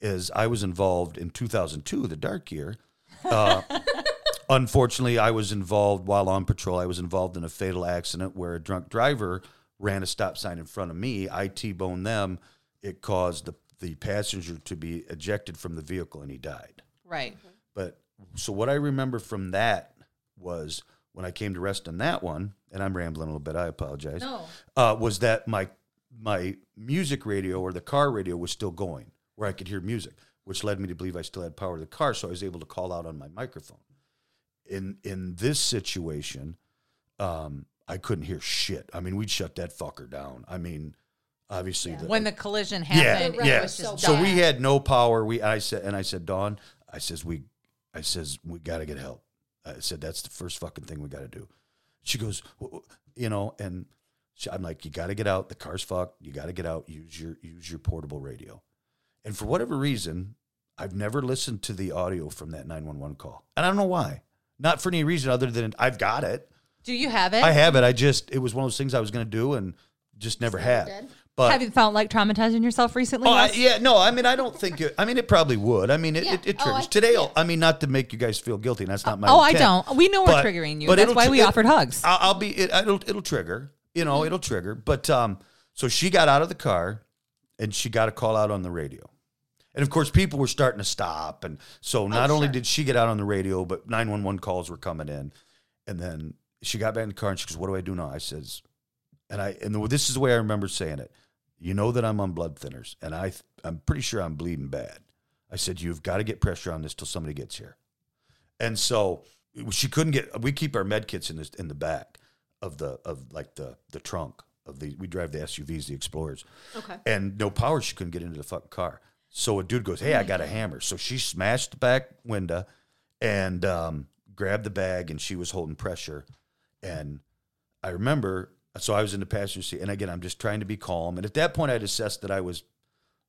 S3: is I was involved in 2002, the dark year. Uh, unfortunately, I was involved while on patrol. I was involved in a fatal accident where a drunk driver ran a stop sign in front of me. I t-boned them. It caused the the passenger to be ejected from the vehicle, and he died.
S2: Right.
S3: But so what I remember from that was when I came to rest on that one, and I'm rambling a little bit. I apologize.
S2: No.
S3: uh, was that my my music radio or the car radio was still going, where I could hear music, which led me to believe I still had power to the car, so I was able to call out on my microphone. In in this situation, um, I couldn't hear shit. I mean, we'd shut that fucker down. I mean, obviously, the,
S2: When the collision
S3: Yeah,
S2: happened,
S1: yeah.
S2: it was
S1: So
S2: just
S1: bad.
S3: so
S2: done.
S3: we had no power. We I said and I said, Dawn, I says we I says we gotta get help. I said that's the first fucking thing we gotta do. She goes, "Wh- wh-" you know, and she, I'm like, you gotta get out. The car's fucked. You gotta get out. Use your use your portable radio. And for whatever reason, I've never listened to the audio from that 911 call, and I don't know why. Not for any reason other than I've got it.
S2: Do you have it?
S3: I have it. I just it was one of those things I was gonna do and just never had. But
S2: Have you found like traumatizing yourself recently?
S3: Oh, I,
S2: Wes?
S3: yeah, no, I mean, I don't think it, I mean, it probably would. I mean, it,
S1: Yeah.
S3: it, it
S1: Oh, I-
S3: triggers. Today,
S1: yeah.
S3: I mean, not to make you guys feel guilty, and that's not my
S2: oh, I
S3: intent,
S2: don't. We know we're
S3: but-
S2: triggering you.
S3: but
S2: That's
S3: it'll
S2: why
S3: tr-
S2: we
S3: it-
S2: offered hugs. Mm-hmm.
S3: I'll, I'll be, it, it'll, it'll trigger, you know, it'll trigger. But, um, so she got out of the car and she got a call out on the radio. And of course, people were starting to stop. And so not only did she get out on the radio, but 911 calls were coming in. And then she got back in the car and she goes, What do I do now? I says, and I and the, this is the way I remember saying it. You know that I'm on blood thinners, and I th- I'm pretty sure I'm bleeding bad. I said you've got to get pressure on this till somebody gets here, and so she couldn't get. We keep our med kits in this in the back of the of like the the trunk of the. We drive the SUVs, the Explorers,
S1: Okay.
S3: and no power. She couldn't get into the fucking car. So a dude goes, "Hey, I got a hammer." So she smashed the back window and um, grabbed the bag, and she was holding pressure. And I remember, so I was in the passenger seat, and again, I'm just trying to be calm. And at that point, I'd assessed that I was,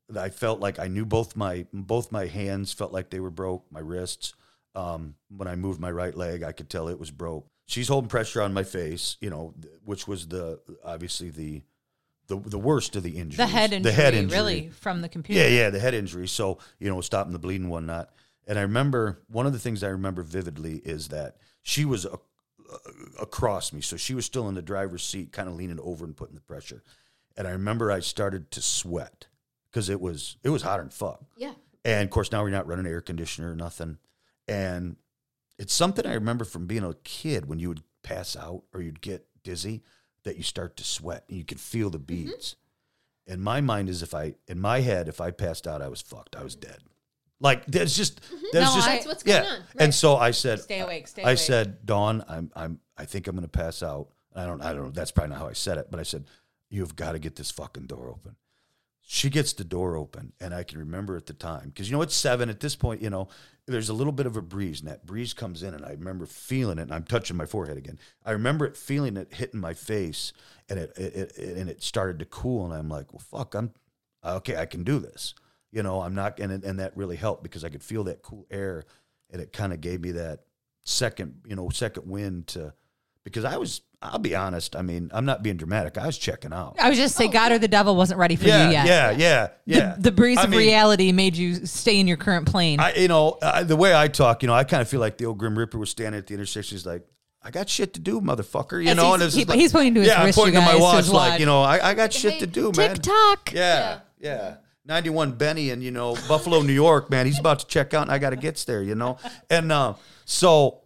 S3: that I felt like I knew both my both my hands felt like they were broke, my wrists. Um, when I moved my right leg, I could tell it was broke. She's holding pressure on my face, you know, th- which was the obviously the the, the worst of the injuries.
S2: the head injury,
S3: the head injury,
S2: really, from the computer.
S3: yeah, yeah, the head injury. So you know, stopping the bleeding, and whatnot. And I remember one of the things I remember vividly is that she was a, across me, so she was still in the driver's seat, kind of leaning over and putting the pressure. And I remember I started to sweat because it was it was hot and fuck.
S1: Yeah.
S3: And of course, now we're not running air conditioner or nothing. And it's something I remember from being a kid when you would pass out or you'd get dizzy that you start to sweat and you could feel the
S2: Mm-hmm.
S3: beads. And my mind is if I, in my head, if I passed out, I was fucked. I was dead. Like that's just that's
S2: Mm-hmm. No,
S3: just
S2: I- That's
S1: what's going on.
S3: And so I said,
S2: Stay awake, stay
S3: I
S2: awake.
S3: said, Dawn, I'm I'm I think I'm gonna pass out. I don't I don't know. That's probably not how I said it, but I said, you've got to get this fucking door open she gets the door open and i can remember at the time because you know it's seven at this point you know there's a little bit of a breeze and that breeze comes in and i remember feeling it and i'm touching my forehead again i remember it feeling it hitting my face and it, it, it it- and it started to cool and i'm like well fuck i'm okay i can do this you know i'm not and, it- and that really helped because i could feel that cool air and it kind of gave me that second you know second wind to because i was i'll be honest i mean i'm not being dramatic i was checking out
S2: I would just say God or the devil wasn't ready for
S3: yeah,
S2: you yet.
S3: yeah, yeah, yeah.
S2: The, the breeze
S3: I
S2: of
S3: mean,
S2: reality made you stay in your current plane.
S3: I, you know, I, the way I talk, you know, I kind of feel like the old Grim Reaper was standing at the intersection. He's like, "I got shit to do, motherfucker," you
S2: As
S3: know.
S2: he's-
S3: and it's
S2: he-
S3: just like,
S2: he's pointing to his
S3: yeah, I'm
S2: wrist, you
S3: pointing to my
S2: guys,
S3: watch,
S2: his
S3: like
S2: watch.
S3: you know, I, I got shit
S1: Hey,
S3: to do, man.
S1: TikTok.
S3: Yeah, yeah. 91 Benny and, you know, Buffalo, New York, man, he's about to check out and I got to get there, you know? And uh, so,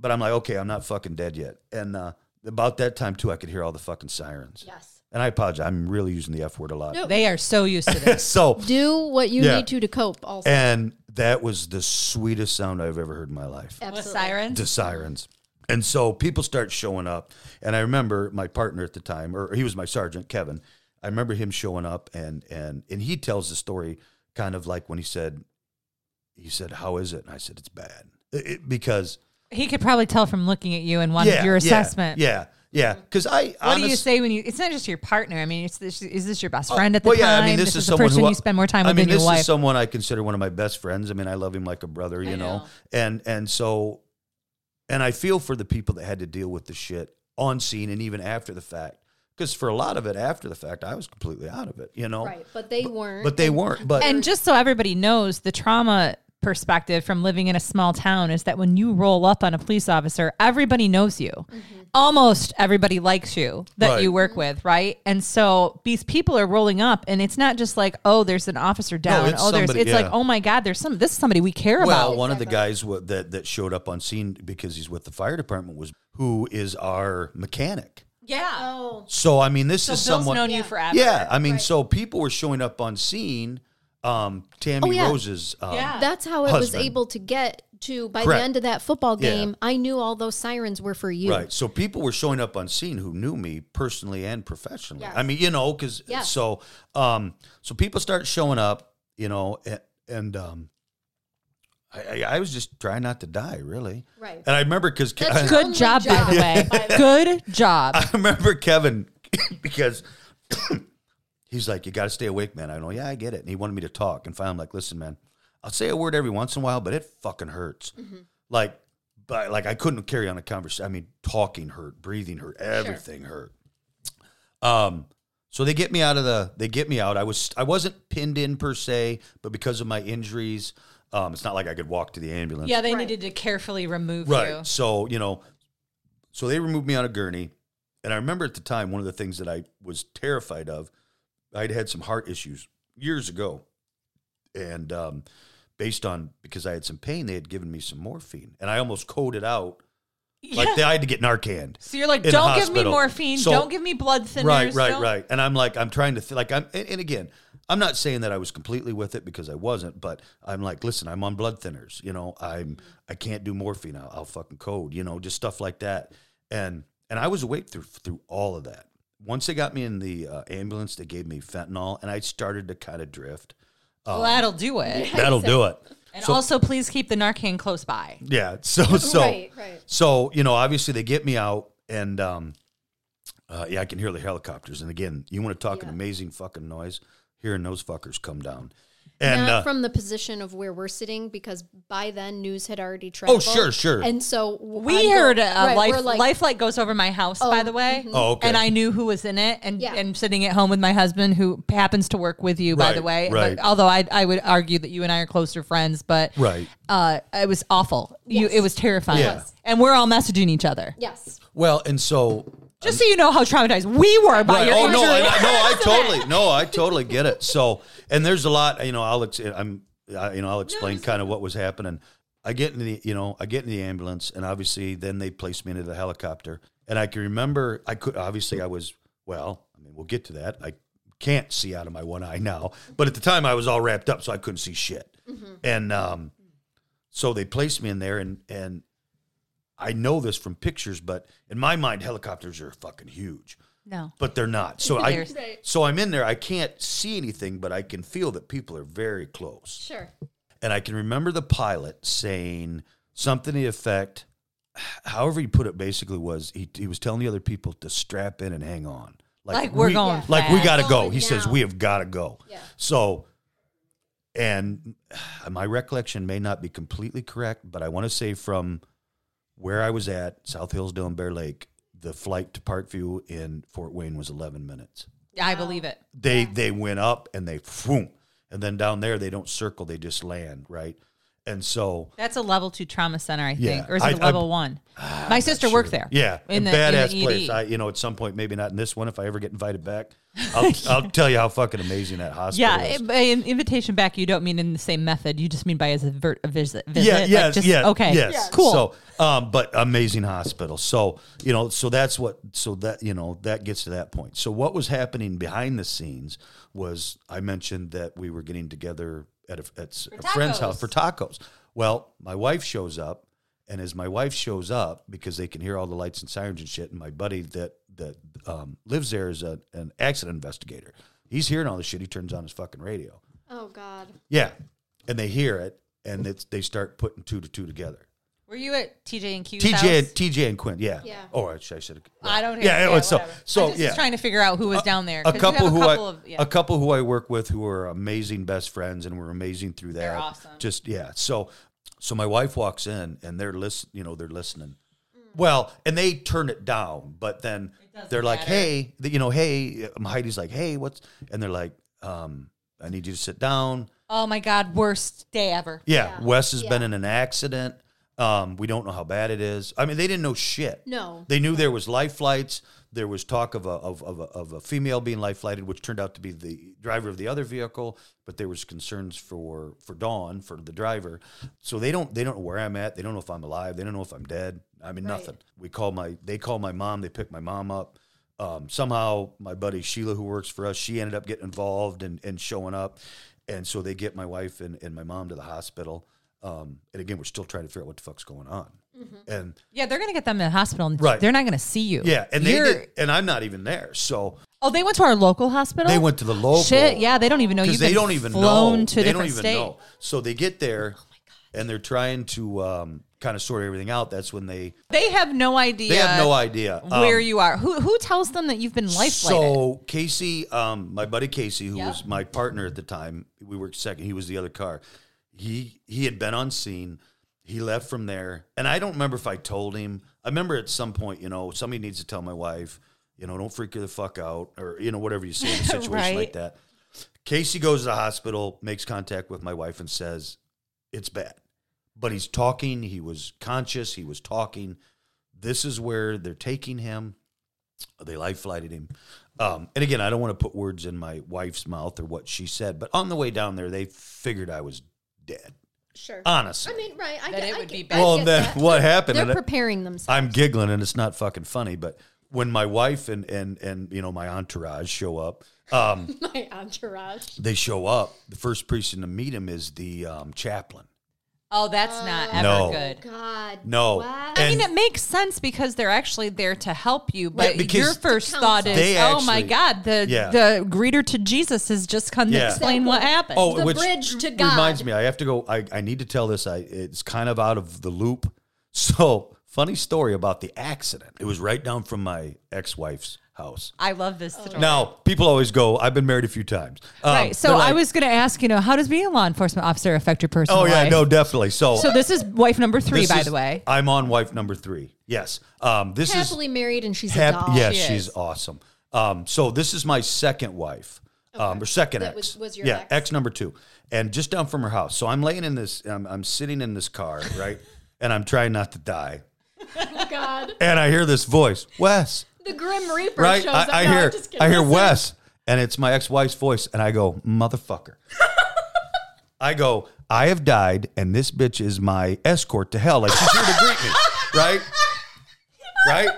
S3: but I'm like, okay, I'm not fucking dead yet. And uh, about that time, too, I could hear all the fucking sirens.
S1: Yes.
S3: And I apologize. I'm really using the F word a lot.
S1: No.
S2: they are so used to this.
S3: So,
S1: Do what you
S3: Yeah.
S1: need to to cope. Also,
S3: and that was the sweetest sound I've ever heard in my life.
S2: With
S1: absolutely.
S2: sirens.
S3: The sirens. And so people start showing up. And I remember my partner at the time, or he was my sergeant, Kevin. I remember him showing up and and and he tells the story kind of like when he said, he said, How is it? And I said, It's bad. It- it- because
S2: He could probably tell from looking at you and wanted
S3: yeah,
S2: your
S3: yeah,
S2: assessment.
S3: Yeah. Yeah, because I
S2: What
S3: honest,
S2: do you say when you? It's not just your partner. I mean, it's this, is this your best
S3: Oh,
S2: friend at the
S3: well,
S2: time?
S3: yeah, I mean, this, is,
S2: the
S3: someone
S2: person
S3: who I-
S2: you spend more time with
S3: I mean,
S2: than
S3: this
S2: your wife.
S3: is someone I consider one of my best friends. I mean, I love him like a brother, you know?
S2: know.
S3: and and so, and I feel for the people that had to deal with the shit on scene and even after the fact, because for a lot of it after the fact, I was completely out of it, you know.
S1: Right, but they weren't.
S3: But they weren't. But
S2: and just so everybody knows, the trauma perspective from living in a small town is that when you roll up on a police officer, everybody knows you. Almost everybody likes you that
S3: Mm-hmm. Right. Mm-hmm.
S2: you work with, right? And so these people are rolling up and it's not just like, oh, there's an officer down.
S3: it's
S2: oh, there's
S3: somebody-
S2: it's
S3: yeah.
S2: like, oh my God, there's some this is somebody we care
S3: well,
S2: about.
S3: one of the guys wa- that that showed up on scene because he's with the fire department was who is our mechanic.
S2: Yeah.
S1: oh,
S3: So I mean, this
S2: So
S3: is
S2: Bill's
S3: someone.
S2: known you forever.
S3: yeah, I mean, so people were showing up on scene. Um, Tammy
S1: Oh, yeah.
S3: Rose's. Um,
S2: Yeah.
S1: that's how it was
S3: Husband.
S1: able to get to. By
S3: Correct.
S1: the end of that football
S3: Yeah.
S1: game, I knew all those sirens were for you.
S3: Right. So people were showing up on scene who knew me personally and professionally.
S1: Yes.
S3: I mean, you know, because
S1: Yes.
S3: so um so people start showing up, you know, and, and um I, I I was just trying not to die, really.
S1: Right.
S3: And I remember because
S1: That's
S3: I,
S2: Good
S1: Only
S2: job, by
S1: job,
S2: the way.
S1: by the way.
S2: Good job.
S3: I remember Kevin because he's like, "You got to stay awake, man." I know. Yeah, I get it. And he wanted me to talk, and finally, I'm like, "Listen, man, I'll say a word every once in a while, but it fucking hurts. Like, but like I couldn't carry on a conversation. I mean, talking hurt, breathing hurt, everything hurt. Um, so they get me out of the. They get me out. I was I wasn't pinned in per se, but because of my injuries, um, it's not like I could walk to the ambulance.
S2: Yeah, they
S1: Right.
S2: needed to carefully remove you.
S3: Right. So, you know, so they removed me on a gurney. And I remember at the time, one of the things that I was terrified of, I'd had some heart issues years ago. And um, based on, because I had some pain, they had given me some morphine. And I almost coded out. Like, they, I had to get Narcan.
S2: So you're like,
S3: in a
S2: don't give me
S3: hospital.
S2: morphine.
S3: So-
S2: don't give me blood thinners.
S3: Right, right,
S2: don't-"
S3: right. And I'm like, I'm trying to think, like, I'm, and, and again, I'm not saying that I was completely with it because I wasn't, but I'm like, listen, I'm on blood thinners, you know, I'm, I can't do morphine. I'll, I'll fucking code, you know, just stuff like that. And, and I was awake through, through all of that. Once they got me in the uh, ambulance, they gave me fentanyl and I started to kind of drift. Uh,
S2: Well, that'll do it.
S3: That'll do it.
S2: And also, please keep the Narcan close by.
S3: Yeah. So, so,
S1: Right, right.
S3: so, you know, obviously they get me out and, um, uh, yeah, I can hear the helicopters. And again, you want to talk an amazing fucking noise, hearing those fuckers come down. And,
S1: Not
S3: uh,
S1: from the position of where we're sitting, because by then news had already traveled.
S3: Oh, sure, sure.
S1: And so
S2: We
S1: I'm
S2: heard a
S1: go- right,
S2: life,
S1: we're like, mm-hmm.
S2: lifelike goes over my house, by the way.
S3: Oh, okay.
S2: And I knew who was in it, and
S1: Yeah.
S2: and sitting at home with my husband, who happens to work with you, by
S3: Right,
S2: the way.
S3: right.
S2: But, although I I would argue that you and I are closer friends, but
S3: Right.
S2: uh, it was awful. You,
S1: Yes.
S2: it was terrifying.
S3: Yeah. was.
S2: And we're all messaging each other.
S1: Yes.
S3: well, and so,
S2: Just so you know how traumatized we were by
S3: Right.
S2: your
S3: oh no,
S2: injury.
S3: I, I- no, I totally, no, I totally get it. So, and there's a lot, you know, I'll, ex- I'm, I, you know, I'll explain kind of what was happening. I get in the, you know, I get in the ambulance, and obviously, then they place me into the helicopter, and I can remember, I could, obviously, I was, well, I mean, we'll get to that. I can't see out of my one eye now, but at the time, I was all wrapped up, so I couldn't see shit,
S2: Mm-hmm.
S3: and um, so they placed me in there, and and I know this from pictures, but in my mind, helicopters are fucking huge
S2: no.
S3: but they're not. So I
S2: There's-
S3: so I'm in there. I can't see anything, but I can feel that people are very close.
S1: Sure.
S3: And I can remember the pilot saying something to the effect, however he put it, basically was he, he was telling the other people to strap in and hang on,
S2: Like, we're
S3: we-
S2: going
S3: like we
S2: fast.
S3: got to go.
S1: Going
S3: He says
S1: now.
S3: we have got to go.
S1: Yeah.
S3: So, and my recollection may not be completely correct, but I want to say from where I was at South Hillsdale and Bear Lake, the flight to Parkview in Fort Wayne was 11 minutes.
S2: I believe it.
S3: They they went up and they boom, and then down there they don't circle, they just land right. And so
S2: That's a level two trauma center, I
S3: Yeah.
S2: think, or is it
S3: I- Ah,
S2: a level one? My sister worked there.
S3: Yeah,
S2: in
S3: a
S2: the
S3: badass
S2: in the E
S3: place.
S2: ED.
S3: I, you know, at some point, maybe not in this one. If I ever get invited back, I'll, I'll tell you how fucking amazing that hospital
S2: yeah,
S3: is.
S2: it- by an invitation back, you don't mean in the same method. You just mean by as a, ver- a visit. visit.
S3: yeah,
S2: like
S3: yeah,
S2: just-
S3: yeah.
S2: Okay.
S3: yes.
S2: Cool.
S3: So, um, but amazing hospital. So you know, so that's what. So that you know, that gets to that point. So what was happening behind the scenes was I mentioned that we were getting together at a, at s- a friend's house for tacos. Well, my wife shows up, and as my wife shows up, because they can hear all the lights and sirens and shit, and my buddy that that um, lives there is a, an accident investigator. He's hearing all this shit. He turns on his fucking radio.
S1: Oh God.
S3: Yeah, and they hear it, and it's, they start putting two to two together.
S2: Were you at TJ and Q's
S3: TJ and
S2: house?
S3: TJ and Quinn. Yeah.
S1: Yeah.
S3: Or I should I should-
S2: I don't.
S3: Yeah.
S2: yeah
S3: it was so
S2: whatever.
S3: so
S2: I'm just
S3: yeah.
S2: trying to figure out who was down there.
S3: a
S2: 'cause you
S3: couple
S2: have
S3: who
S2: couple
S3: I
S2: of- yeah.
S3: a couple who I work with who are amazing best friends and were amazing through that.
S2: They're awesome.
S3: Just yeah. So so my wife walks in and they're listen you know they're listening. Well, and they turn it down, but then
S2: doesn't
S3: they're like,
S2: matter.
S3: "Hey, th- you know, hey." um, Heidi's like, "Hey, what's?" And they're like, um, "I need you to sit down."
S2: Oh my god, worst day ever.
S3: Yeah,
S1: Yeah.
S3: Wes has been
S1: Yeah.
S3: in an accident. Um, we don't know how bad it is. I mean, they didn't know shit.
S1: No.
S3: They knew there was life flights. There was talk of a of, of, a, of a female being life flighted, which turned out to be the driver of the other vehicle. But there was concerns for for Dawn for the driver. So they don't they don't know where I'm at. They don't know if I'm alive. They don't know if I'm dead. I mean
S1: Right.
S3: nothing. We call my they call my mom. They pick my mom up. Um, somehow my buddy Sheila, who works for us, she ended up getting involved and and showing up. And so they get my wife and, and my mom to the hospital. Um, and again, we're still trying to figure out what the fuck's going on. And
S2: Yeah, they're gonna get them to the hospital. And
S3: Right.
S2: They're not gonna see you.
S3: yeah, and they
S2: You're-
S3: did, and I'm not even there. So
S2: Oh, they went to our local hospital.
S3: they went to the local.
S2: Shit. Yeah, they don't even know you've
S3: because they
S2: been
S3: don't even
S2: flown
S3: know.
S2: to a
S3: they
S2: different
S3: don't even
S2: state. Oh
S3: know. So they get there, and they're trying to um, kind of sort everything out. That's when they
S2: They have no idea.
S3: they have no idea Um,
S2: where you are. Who who tells them that you've been life flighted?
S3: So Casey, um, my buddy Casey, who
S2: Yeah.
S3: was my partner at the time, we worked second. He was the other car. He he had been on scene. He left from there, and I don't remember if I told him. I remember at some point, you know, somebody needs to tell my wife, you know, don't freak her the fuck out, or you know, whatever you say in a situation like
S2: Right.
S3: that. Casey goes to the hospital, makes contact with my wife, and says, "It's bad." But he's talking. He was conscious. He was talking. This is where they're taking him they life flighted him. Um, and again, I don't want to put words in my wife's mouth or what she said, but on the way down there, they figured I was dead.
S1: Sure.
S3: Honestly.
S1: I mean, right. I
S2: Then
S1: get,
S2: it
S1: I
S2: would be
S1: get-
S2: bad.
S1: I
S3: uh, well,
S1: get
S3: then
S1: that.
S3: what happened?
S1: They're
S3: and I-
S1: preparing themselves.
S3: I'm giggling and it's not fucking funny, but when my wife and and and you know my entourage show up, um,
S1: My entourage.
S3: they show up. The first person to meet him is the um, chaplain.
S2: Oh, that's not ever
S3: No.
S2: good.
S1: God.
S3: No,
S1: What?
S2: I mean,
S3: And-
S2: it makes sense because they're actually there to help you. But
S3: Yeah, because
S2: your first thought is,
S3: They
S2: "Oh my
S3: actually-
S2: God, the
S3: Yeah.
S2: the greeter to Jesus has just come
S3: Yeah.
S2: to explain what happened."
S3: Oh,
S1: The
S3: which
S1: bridge to
S3: reminds
S1: God.
S3: me. I have to go. I, I need to tell this. I it's kind of out of the loop. So funny story about the accident. It was right down from my ex wife's house.
S2: I love this story.
S3: Now people always go. I've been married a few times. Um,
S2: right. So
S3: they're like,
S2: I was going to ask, you know, how does being a law enforcement officer affect your personal
S3: Oh
S2: life?
S3: yeah, no, definitely. So,
S2: So this is wife number three,
S3: this
S2: by
S3: is-
S2: the way.
S3: I'm on wife number three. Yes. Um. This is
S1: Happily married and she's
S3: Hap-
S1: a doll.
S3: yeah,
S2: She
S3: she's
S2: is.
S3: awesome. Um, so this is my second wife, um, or second
S1: That
S3: ex.
S1: was- was your
S3: yeah,
S1: ex.
S3: number two, and just down from her house. So I'm laying in this, I'm, I'm sitting in this car, right, and I'm trying not to die,
S1: Oh, God.
S3: and I hear this voice, Wes,
S1: The Grim Reaper
S3: right?
S1: shows up.
S3: I, I
S1: No, I'm
S3: hear,
S1: just kidding.
S3: I hear
S1: Listen.
S3: Wes, and it's my ex-wife's voice, and I go, motherfucker. I go, I have died, and this bitch is my escort to hell. Like she's here to greet me, right? Right?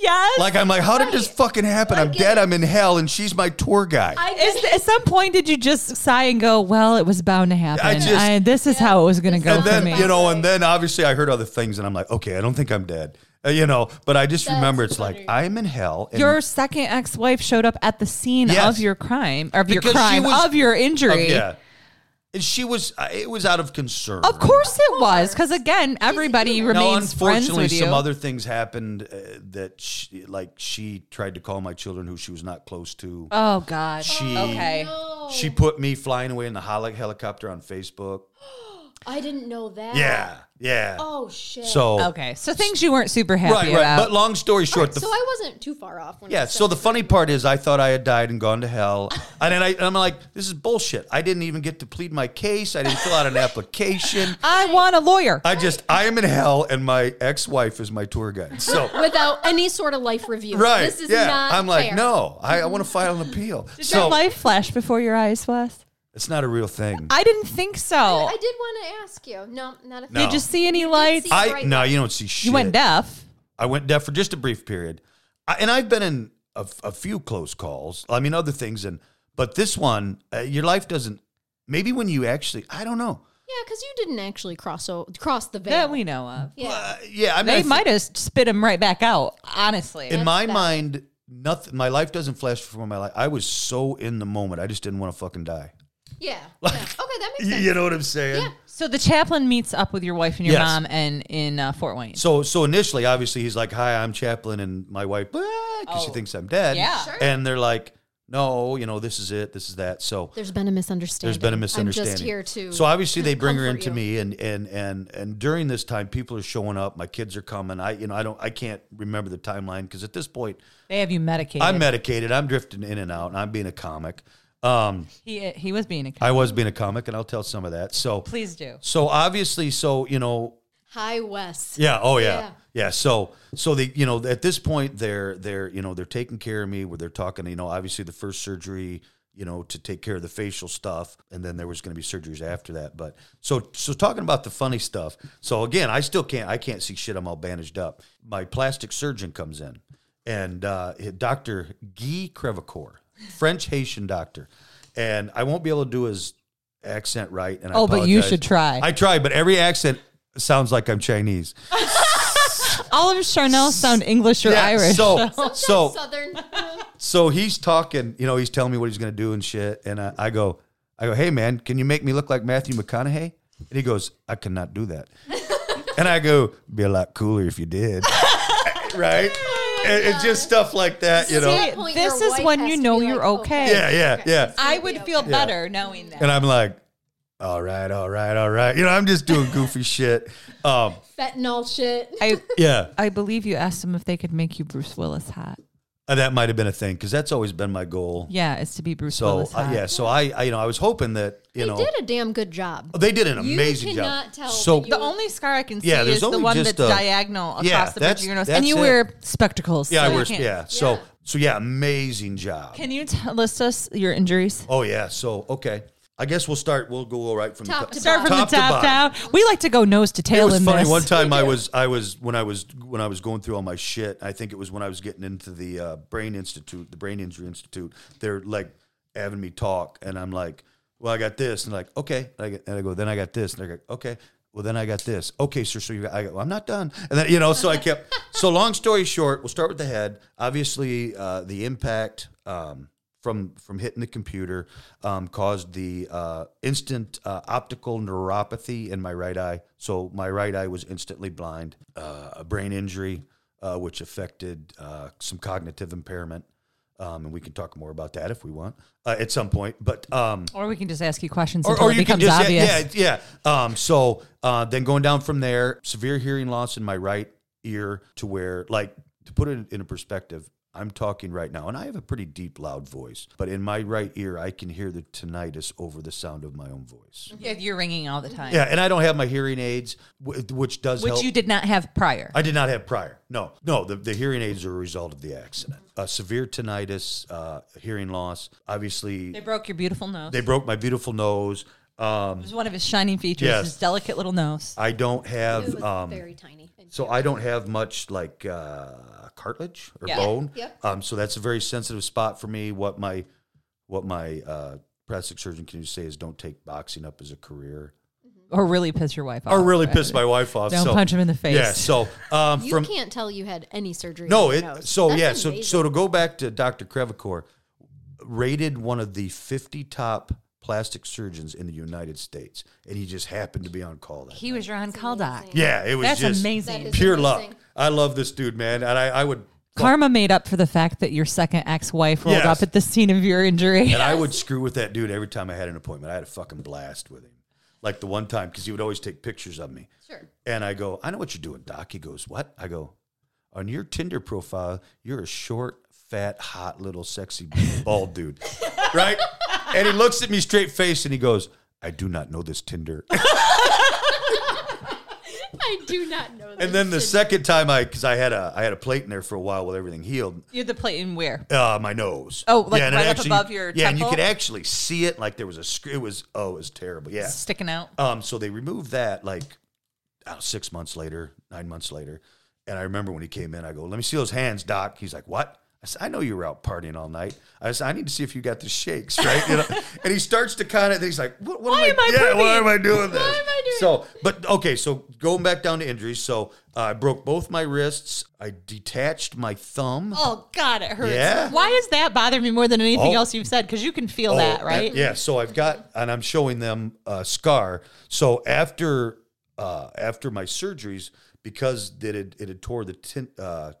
S2: Yes.
S3: Like I'm like, how did this fucking happen? I'm dead. I'm in hell, and she's my tour guide. I,
S1: I get
S2: Is, at some point, did you just sigh and go, "Well, it was bound to happen.
S3: I just-
S2: I- this is how it was going to go
S3: and
S2: for
S3: then
S2: me."
S3: you know, and then obviously I heard other things, and I'm like, okay, I don't think I'm dead. Uh, you know, but I just remember it's like I'm in hell. And
S2: your second ex-wife showed up at the scene
S3: Yes.
S2: of your crime, of your
S3: Because she
S2: crime,
S3: was-
S2: of your
S3: uh,
S2: injury.
S3: yeah, and she was. Uh, it was out of concern.
S2: Of course it was, because again, everybody
S1: human.
S3: Now,
S2: remains friends
S3: unfortunately,
S2: with you.
S3: some other things happened uh, that, she, like, she tried to call my children who she was not close to.
S2: oh God.
S3: she,
S2: okay.
S1: no.
S3: she put me flying away in the holo- helicopter on Facebook.
S1: I didn't know that.
S3: Yeah, yeah.
S1: Oh shit.
S3: So
S2: Okay. So things you weren't super happy
S3: right, right.
S2: about.
S3: But long story short, the
S1: so I wasn't too far off. When I
S3: yeah.
S1: said
S3: So the
S1: that.
S3: funny part is, I thought I had died and gone to hell, and then I, and I'm like, this is bullshit. I didn't even get to plead my case. I didn't fill out an application.
S2: I want a lawyer.
S3: I just, I am in hell, and my ex-wife is my tour guide. So.
S1: without any sort of life review.
S3: Right.
S1: This is
S3: yeah.
S1: not
S3: I'm like,
S1: fair.
S3: no, I, I want to file an appeal.
S2: Did your
S3: So
S2: life flash before your eyes, Wes?
S3: it's not a real thing.
S2: I didn't think so.
S1: I did want to ask you. No, not a thing.
S3: No.
S2: Did you see any lights?
S1: see-
S3: Uh, I,
S1: Right.
S3: no, you don't see shit.
S2: you went deaf.
S3: I went deaf for just a brief period, I, and I've been in a, a few close calls. I mean, other things, and but this one, uh, your life doesn't. Maybe when you actually, I don't know.
S1: Yeah, because you didn't actually cross o- cross the veil.
S2: That we know of.
S1: yeah.
S3: Uh, yeah, I mean, I
S2: They
S3: think
S2: might have spit him right back out. Honestly.
S3: in my
S1: bad.
S3: mind, nothing. My life doesn't flash before my life. I was so in the moment, I just didn't want to fucking die.
S1: Yeah. yeah. Okay, that makes sense.
S3: You know what I'm saying?
S1: Yeah.
S2: So the chaplain meets up with your wife and your
S3: Yes.
S2: mom and in uh, Fort Wayne.
S3: So so initially, obviously, he's like, "Hi, I'm Chaplin," and my wife, because she
S2: Oh.
S3: thinks I'm dead.
S2: Yeah. Sure.
S3: And they're like, "No, you know, this is it. This is that." So
S1: There's been a misunderstanding.
S3: there's been a misunderstanding.
S1: I'm just here to.
S3: So obviously, they bring her
S1: comfort
S3: into
S1: you.
S3: me, and and and and during this time, people are showing up. My kids are coming. I you know I don't I can't remember the timeline because at this point,
S2: They have you medicated.
S3: I'm medicated. I'm drifting in and out, and I'm being a comic. Um,
S2: he, he was being a
S3: I was being a comic, and I'll tell some of that. So
S2: Please do.
S3: so obviously, so you know,
S1: Hi, Wes.
S3: Yeah. Oh, yeah.
S1: Yeah.
S3: yeah. So, so they, you know, at this point, they're they're you know they're taking care of me. Where they're talking, you know, obviously the first surgery, you know, to take care of the facial stuff, and then there was going to be surgeries after that. But so so talking about the funny stuff. So again, I still can't I can't see shit. I'm all bandaged up. My plastic surgeon comes in, and uh, Doctor Guy Crevacore, French Haitian doctor, and I won't be able to do his accent right. And
S2: Oh,
S3: I
S2: but you
S3: apologize.
S2: should try.
S3: I try, but every accent sounds like I'm Chinese.
S2: All of Charnel sound English or
S3: Yeah,
S2: Irish.
S3: So, so,
S1: Southern.
S3: so he's talking. You know, he's telling me what he's going to do and shit. And I, I go, I go, hey man, can you make me look like Matthew McConaughey? And he goes, I cannot do that. and I go, be a lot cooler if you did, right?
S1: Oh
S3: And, and just stuff like that, you know.
S1: At that point,
S2: This
S1: your
S2: is
S1: wife
S2: when
S1: has
S2: you
S1: to
S2: know
S1: be
S2: you're okay.
S3: Yeah, yeah, yeah.
S2: I would feel better knowing that.
S3: And I'm like, all right, all right, all right. You know, I'm just doing goofy shit. Um,
S1: Fentanyl shit.
S2: I
S3: yeah,
S2: I believe you asked them if they could make you Bruce Willis hot.
S3: that might have been a thing because that's always been my goal.
S2: Yeah, it's to be Bruce
S3: So
S2: Willis
S3: uh,
S2: hot.
S3: yeah, so I, I, you know, I was hoping that you
S1: They
S3: know
S1: did a damn good job.
S3: They did an amazing
S1: cannot
S3: job.
S1: tell
S3: so
S1: that you-
S2: The only scar I can see
S3: Yeah, there's
S2: is the
S3: only
S2: one
S3: just
S2: that's
S3: a-
S2: diagonal across
S3: Yeah,
S2: the bridge
S3: that's-
S2: of your nose.
S3: that's
S2: And you
S3: it.
S2: wear spectacles.
S3: yeah,
S2: so
S3: I
S2: you
S3: was
S2: can't-
S3: yeah. So
S1: Yeah.
S3: so yeah, amazing job.
S2: Can you t- list us your injuries?
S3: oh yeah. So okay, I guess we'll start. We'll go right from
S1: Top
S3: the
S1: to
S3: top.
S2: Start from
S3: Top
S2: the
S3: to
S2: top down.
S3: bottom.
S2: We like to go nose to
S3: It
S2: tail
S3: was
S2: in
S3: funny.
S2: this.
S3: One time I was I was when I was when I was going through all my shit. I think it was when I was getting into the uh, brain institute, the brain injury institute. They're like having me talk, and I'm like, "Well, I got this," and like, "Okay," and I, get, and I go, "Then I got this," and they're like, "Okay." Well, then I got this. Okay, sir. So you, got, I go, I'm not done. And then you know, so I kept. so long story short, we'll start with the head. Obviously, uh, the impact. Um, from from hitting the computer um, caused the uh, instant uh, optical neuropathy in my right eye. So my right eye was instantly blind. Uh, a brain injury, uh, which affected uh, some cognitive impairment, um, and we can talk more about that if we want uh, at some point. But um,
S2: Or we can just ask you questions
S3: or,
S2: until
S3: or
S2: it
S3: you can
S2: becomes
S3: just
S2: obvious.
S3: yeah yeah. yeah. Um, so uh, then going down from there, severe hearing loss in my right ear to where like to put it in a perspective. I'm talking right now, and I have a pretty deep, loud voice. But in my right ear, I can hear the tinnitus over the sound of my own voice.
S2: Yeah, you're ringing all the time.
S3: Yeah, and I don't have my hearing aids, wh- which does
S2: Which
S3: help.
S2: you did not have prior.
S3: I did not have prior. No, no. The, the hearing aids are a result of the accident. Uh, severe tinnitus, uh, hearing loss. Obviously,
S2: they broke your beautiful nose.
S3: they
S2: it
S3: broke my beautiful nose. Um,
S2: was one of his shining features,
S3: Yes.
S2: his delicate little nose.
S3: I don't
S1: It
S3: have
S1: was
S3: um,
S1: very tiny.
S3: So I don't have much like uh, cartilage or
S2: Yeah.
S3: bone.
S1: Yeah.
S3: Um, so that's a very sensitive spot for me. What my what my uh, plastic surgeon can say is don't take boxing up as a career.
S2: Or really piss your wife off.
S3: Or really piss my wife off.
S2: Oh, Don't
S3: so,
S2: punch him in the face.
S3: Yeah. So um,
S1: you
S3: from
S1: can't tell you had any surgery.
S3: no,
S1: on your
S3: it.
S1: nose.
S3: So
S1: That's
S3: yeah. So
S1: amazing.
S3: so to go back to Dr. Crevacore, rated one of the fifty top plastic surgeons in the United States, and he just happened to be on call that.
S2: He was your on-call doc.
S3: yeah, it was
S2: That's
S3: just
S2: amazing.
S1: That is-
S3: pure
S1: amazing.
S3: luck. I love this dude, man, and I, I would.
S2: Karma made up for the fact that your second ex-wife rolled
S3: Yes.
S2: up at the scene of your injury.
S3: And I would screw with that dude every time I had an appointment. I had a fucking blast with him. Like the one time, because he would always take pictures of me.
S1: Sure.
S3: And I go, I know what you're doing, Doc. He goes, What? I go, On your Tinder profile, you're a short, fat, hot, little, sexy, bald dude. Right? And he looks at me straight face and he goes, I do not know this Tinder.
S2: Oh,
S1: I do not know.
S3: And then the second time I, because I had a, I had a plate in there for a while while everything healed,
S2: You had the plate in where?
S3: uh, my nose.
S2: Oh, like
S3: and it
S2: right up above your
S3: Yeah, and you
S2: temple?
S3: could actually see it. Like there was a, sc- it was, oh, it was terrible. Yeah.
S2: Sticking out.
S3: Um, so they removed that like I don't know, six months later, nine months later. And I remember when he came in, I go, Let me see those hands, Doc. He's like, What? I said, I know you were out partying all night. I said, I need to see if you got the shakes, right? You know? and he starts to kind of, he's like, what, what
S2: Why
S3: am,
S2: am
S3: I,
S2: I
S3: yeah, why
S2: partying?
S3: am I doing this?
S2: Why am I doing
S3: So, but okay, so going back down to injuries. So uh, I broke both my wrists. I detached my thumb.
S2: Oh God, it hurts.
S3: Yeah.
S2: Why does that bother me more than anything
S3: Oh.
S2: else you've said? Because you can feel that,
S3: Oh,
S2: right?
S3: and- yeah. So I've got, and I'm showing them a scar. So after uh, after my surgeries, because it had, it had tore the ten, uh,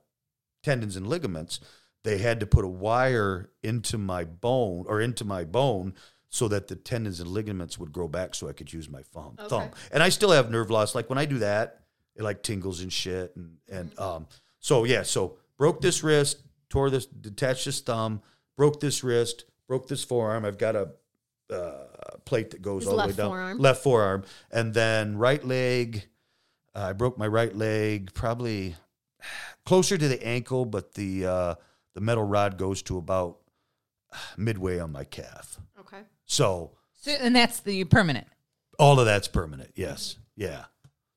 S3: tendons and ligaments, they had to put a wire into my bone or into my bone so that the tendons and ligaments would grow back so I could use my thumb. thumb. And I still have nerve loss. Like when I do that, it like tingles and shit. And, and
S1: Mm-hmm.
S3: um, so, yeah, so broke this wrist, tore this, detached this thumb, broke this wrist, broke this forearm. I've got a uh, plate that goes
S1: His
S3: all the way
S1: left
S3: down.
S1: forearm.
S3: Left forearm. And then right leg. Uh, I broke my right leg probably closer to the ankle, but the uh, the metal rod goes to about midway on my calf.
S1: Okay.
S3: So
S2: So, and that's the permanent.
S3: all of that's permanent. Yes, yeah.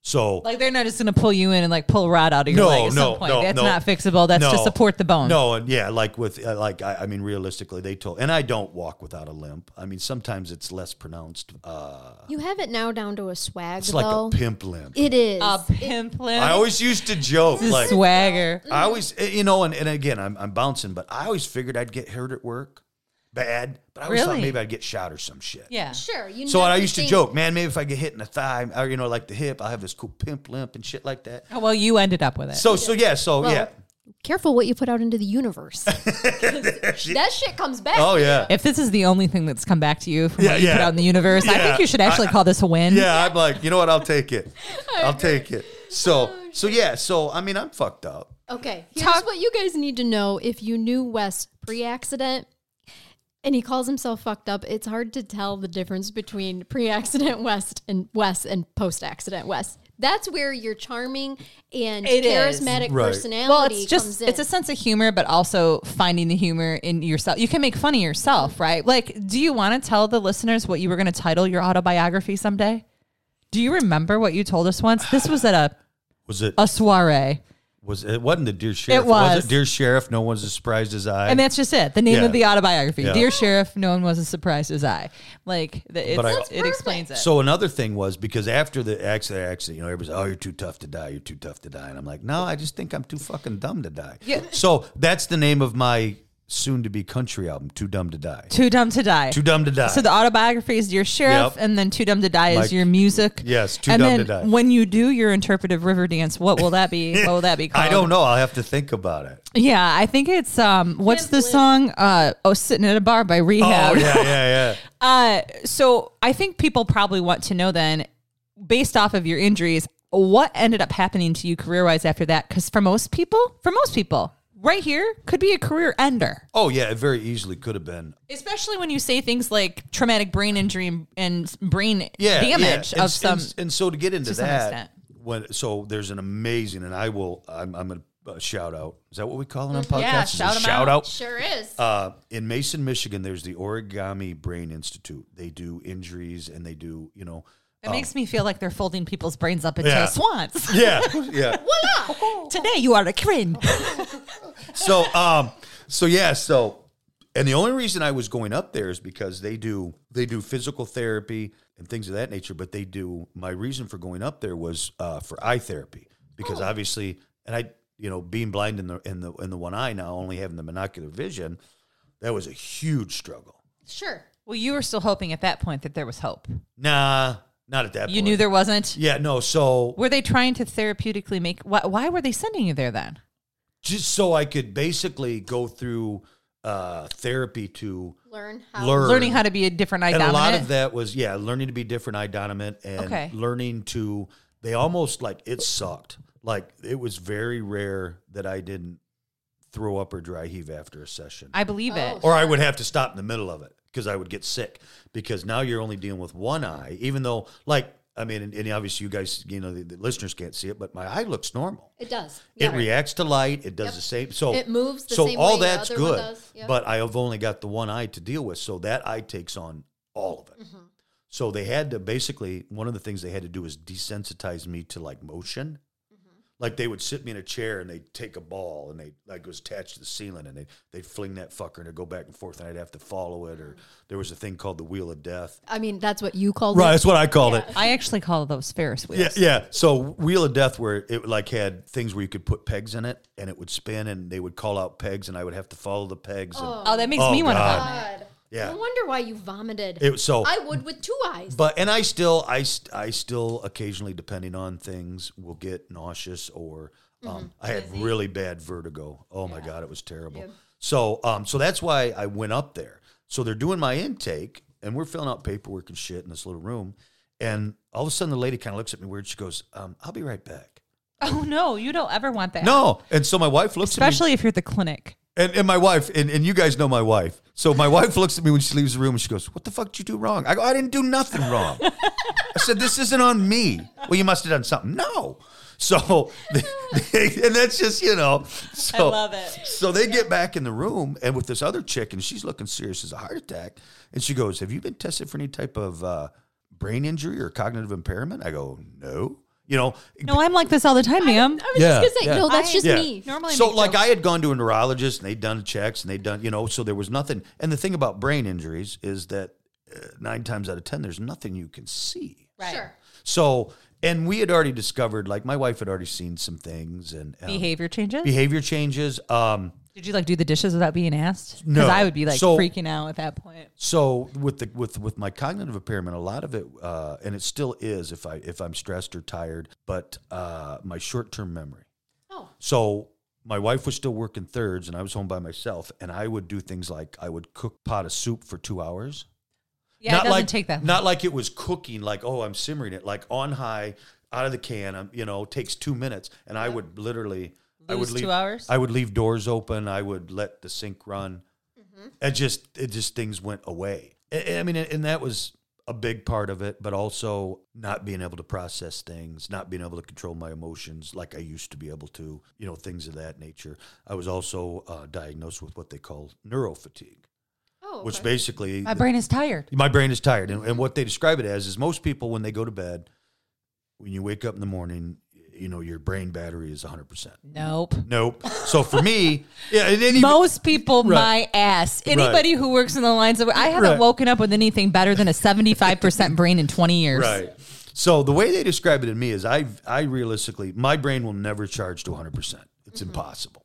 S3: So
S2: Like they're not just going to pull you in and like pull a rod out of your
S3: No,
S2: leg at
S3: no,
S2: some point.
S3: no,
S2: that's
S3: no.
S2: not fixable. That's to
S3: No.
S2: support the bone.
S3: no, and yeah, like with uh, like I, I mean, realistically, they told, and I don't walk without a limp. I mean, sometimes it's less pronounced. Uh,
S1: You have it now down to a swag
S3: it's like
S1: though.
S3: a pimp limp.
S1: it is.
S2: a pimp limp.
S3: I always used to joke
S2: The
S3: like
S2: swagger.
S3: I always, eh, you know, and, and again, I'm, I'm bouncing, but I always figured I'd get hurt at work, bad. But I always thought
S2: Really?
S3: maybe I'd get shot or some shit.
S2: Yeah.
S1: sure. You
S3: So
S1: never
S3: I used to
S1: think-
S3: joke, man, maybe if I get hit in the thigh or you know, like the hip, I'll have this cool pimp limp and shit like that.
S2: Oh, well, you ended up with it.
S3: So so yeah, so
S1: Well,
S3: yeah.
S1: Careful what you put out into the universe. 'Cause that shit comes back.
S3: Oh yeah.
S2: if this is the only thing that's come back to you from
S3: Yeah,
S2: what you put
S3: yeah.
S2: out in the universe, I
S3: Yeah.
S2: think you should actually call this a win.
S3: Yeah, I'm like, you know what, I'll take it. I'll take it. So so yeah, so I mean I'm fucked up.
S1: Okay. Here's what you guys need to know if you knew Wes pre accident and he calls himself fucked up, it's hard to tell the difference between pre accident West and Wes and post accident Wes. That's where your charming and
S2: It is.
S1: charismatic
S3: Right.
S1: personality
S2: Well, it's
S1: comes
S2: just
S1: in.
S2: it's a sense of humor, but also finding the humor in yourself. You can make fun of yourself, right? Like, do you want to tell the listeners what you were going to title your autobiography someday? Do you remember what you told us once? This was at a
S3: Was it
S2: a soiree,
S3: was it wasn't the dear sheriff?
S2: Uh, was.
S3: it dear sheriff? No one's as surprised as I.
S2: and that's just it. The name
S3: Yeah.
S2: of the autobiography,
S3: Yeah.
S2: "Dear Sheriff," no one was as surprised as I. Like, the, it's,
S3: But I-
S2: it
S3: That's
S2: explains it.
S3: So another thing was because after the accident, accident, you know, everybody's oh, you're too tough to die, you're too tough to die, and I'm like, no, I just think I'm too fucking dumb to die.
S2: Yeah.
S3: So that's the name of my soon-to-be country album, Too Dumb to Die.
S2: Too dumb to die.
S3: Too dumb to die.
S2: So the autobiography is Dear Sheriff,
S3: Yep.
S2: and then Too Dumb to Die is
S3: Like-
S2: your music.
S3: Yes, Too
S2: and
S3: Dumb
S2: then
S3: to Die.
S2: When you do your interpretive river dance, what will that be? what will that be called?
S3: I don't know. I'll have to think about it.
S2: Yeah, I think it's um. What's the
S1: Pimp Lip.
S2: song? Uh, oh, sitting at a bar by Rehab.
S3: Oh yeah, yeah, yeah.
S2: Uh, so I think people probably want to know then, based off of your injuries, what ended up happening to you career wise after that? Because for most people, for most people, right here could be a career ender.
S3: Oh yeah, it very easily could have been.
S2: Especially when you say things like traumatic brain injury and- and brain
S3: Yeah,
S2: damage
S3: yeah. And,
S2: of some.
S3: And, and so to get into
S2: to some extent.
S3: that, when so there's an amazing, and I will. I'm, I'm going to uh, shout out. Is that what we call it on podcasts?
S2: Yeah,
S3: Is it
S2: shout 'em
S3: shout
S2: out.
S3: out.
S1: sure is.
S3: Uh, in Mason, Michigan, there's the Origami Brain Institute. They do injuries and they do, you know.
S2: It makes me feel like they're folding people's brains up into
S3: Yeah.
S2: swans.
S3: Yeah, yeah.
S2: Today you are a crin.
S3: so um so yeah so and the only reason i was going up there is because they do they do physical therapy and things of that nature but they do my reason for going up there was uh, for eye therapy because
S2: Oh.
S3: obviously and i you know being blind in the in the in the one eye now only having the monocular vision that was a huge struggle
S1: sure.
S2: Well, you were still hoping at that point that there was hope.
S3: nah not at that
S2: You
S3: point.
S2: knew there wasn't.
S3: yeah no so
S2: Were they trying to therapeutically make? Why, why were they sending you there then?
S3: just so i could basically go through uh therapy to
S1: Learn how.
S3: learn
S2: Learning how to be a different eye
S3: and
S2: dominant.
S3: a lot of that was yeah learning to be different eye dominant and
S2: Okay.
S3: learning to they almost like it sucked like it was very rare that i didn't throw up or dry heave after a session
S2: I believe it.
S3: or i would have to stop in the middle of it because i would get sick because now you're only dealing with one eye even though like i mean and, and obviously you guys you know the, the listeners can't see it but my eye looks normal
S1: It does.
S3: it reacts to light. It does the same. So
S1: It moves the
S3: so
S1: same
S3: all
S1: way the
S3: that's
S1: other one
S3: good.
S1: does. Yep.
S3: But I have only got the one eye to deal with, so that eye takes on all of it.
S1: Mm-hmm.
S3: So
S1: Mm-hmm.
S3: they had to basically one of the things they had to do is desensitize me to like motion. Like they would sit me in a chair and they'd take a ball and they like it was attached to the ceiling and they they'd fling that fucker and it'd go back and forth and I'd have to follow it
S1: Mm-hmm.
S3: or there was a thing called the wheel of death.
S1: I mean, that's what you called
S3: Right,
S1: it.
S3: that's what I called it.
S2: I actually call those Ferris wheels.
S3: Yeah, yeah. So Wheel of Death, where it like had things where you could put pegs in it, and it would spin, and they would call out pegs, and I would have to follow the pegs. And,
S2: Oh, that makes
S3: Oh,
S2: me want to.
S3: God.
S1: God.
S3: Yeah.
S1: No wonder why you vomited.
S3: It was so.
S1: I would with two eyes.
S3: but and I still, I, st- I still occasionally, depending on things, will get nauseous or um, I had really bad vertigo. Oh my god, it was terrible. So, um, so that's why I went up there. So they're doing my intake, and we're filling out paperwork and shit in this little room, and all of a sudden the lady kind of looks at me weird. She goes, um, "I'll be right back."
S2: Oh no, you don't ever want that.
S3: No, and so my wife looks at me.
S2: especially if you're at the clinic.
S3: And, and my wife, and, and you guys know my wife. So my wife looks at me when she leaves the room and she goes, What the fuck did you do wrong? I go, I didn't do nothing wrong. I said, This isn't on me. Well, you must have done something. No. So, they- and that's just, you know. So,
S2: love it.
S3: So they get back in the room and with this other chick, and she's looking serious as a heart attack. And she goes, Have you been tested for any type of uh, brain injury or cognitive impairment? I go, No. You know,
S2: No, I'm like this all the time, ma'am.
S1: I was
S3: Yeah,
S1: just gonna say,
S3: yeah.
S1: no, that's
S2: I-
S1: just
S3: yeah.
S1: me.
S2: Normally, I
S3: so
S2: make
S3: like
S2: jokes.
S3: I had gone to a neurologist and they'd done checks and they'd done you know so there was nothing. And the thing about brain injuries is that uh, nine times out of ten there's nothing you can see.
S2: Right.
S1: Sure.
S3: So and we had already discovered like my wife had already seen some things and um,
S2: behavior changes.
S3: behavior changes. Um,
S2: Did you like do the dishes without being asked? Because
S3: No.
S2: I would be like
S3: So-
S2: freaking out at that point.
S3: so with the with with my cognitive impairment, a lot of it, uh, and it still is if I if I'm stressed or tired, but uh, my short term memory.
S1: Oh,
S3: So my wife was still working thirds and I was home by myself and I would do things like I would cook pot of soup for two hours.
S2: Yeah, it doesn't
S3: like
S2: take that.
S3: Not like it was cooking, like, oh, I'm simmering it, like on high, out of the can, um, you know, takes two minutes. And I would literally I would
S2: Lose two
S3: leave
S2: hours?
S3: I would leave doors open, I would let the sink run. It just it just things went away. I, I mean and that was a big part of it, but also not being able to process things, not being able to control my emotions like I used to be able to, you know, things of that nature. I was also uh, diagnosed with what they call neurofatigue,
S1: oh,
S3: which
S1: okay.
S3: basically
S2: My brain is tired.
S3: my brain is tired. And, and what they describe it as is most people, when they go to bed, when you wake up in the morning, you know, your brain battery is 100%.
S2: Nope.
S3: Nope. So for me, yeah. And then even-
S2: Most people,
S3: Right.
S2: my ass. Anybody who works in the lines of, I haven't
S3: Right.
S2: woken up with anything better than a 75% brain in 20 years.
S3: Right. So the way they describe it in me is I I realistically my brain will never charge to 100%. It's impossible.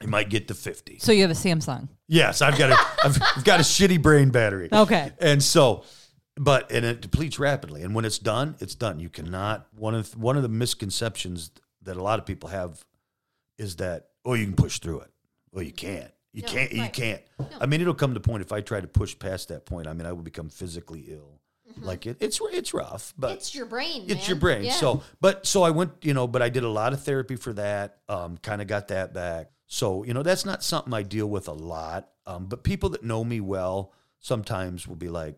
S3: It might get to 50.
S2: So you have a Samsung.
S3: Yes, I've got a I've, I've got a shitty brain battery.
S2: Okay.
S3: And so but and it depletes rapidly and when it's done, it's done. You cannot one of one of the misconceptions that a lot of people have is that oh you can push through it. Well, you can't. You
S1: No,
S3: can't you
S1: right.
S3: can't. I mean, it'll come to point if I try to push past that point, I mean, I will become physically ill. Like it, it's it's rough, but
S1: Mm-hmm. it's your brain.
S3: it's your
S1: man.
S3: brain.
S1: Yeah.
S3: So, but so I went, you know, but I did a lot of therapy for that. Um, kind of got that back. So, you know, that's not something I deal with a lot. Um, but people that know me well sometimes will be like,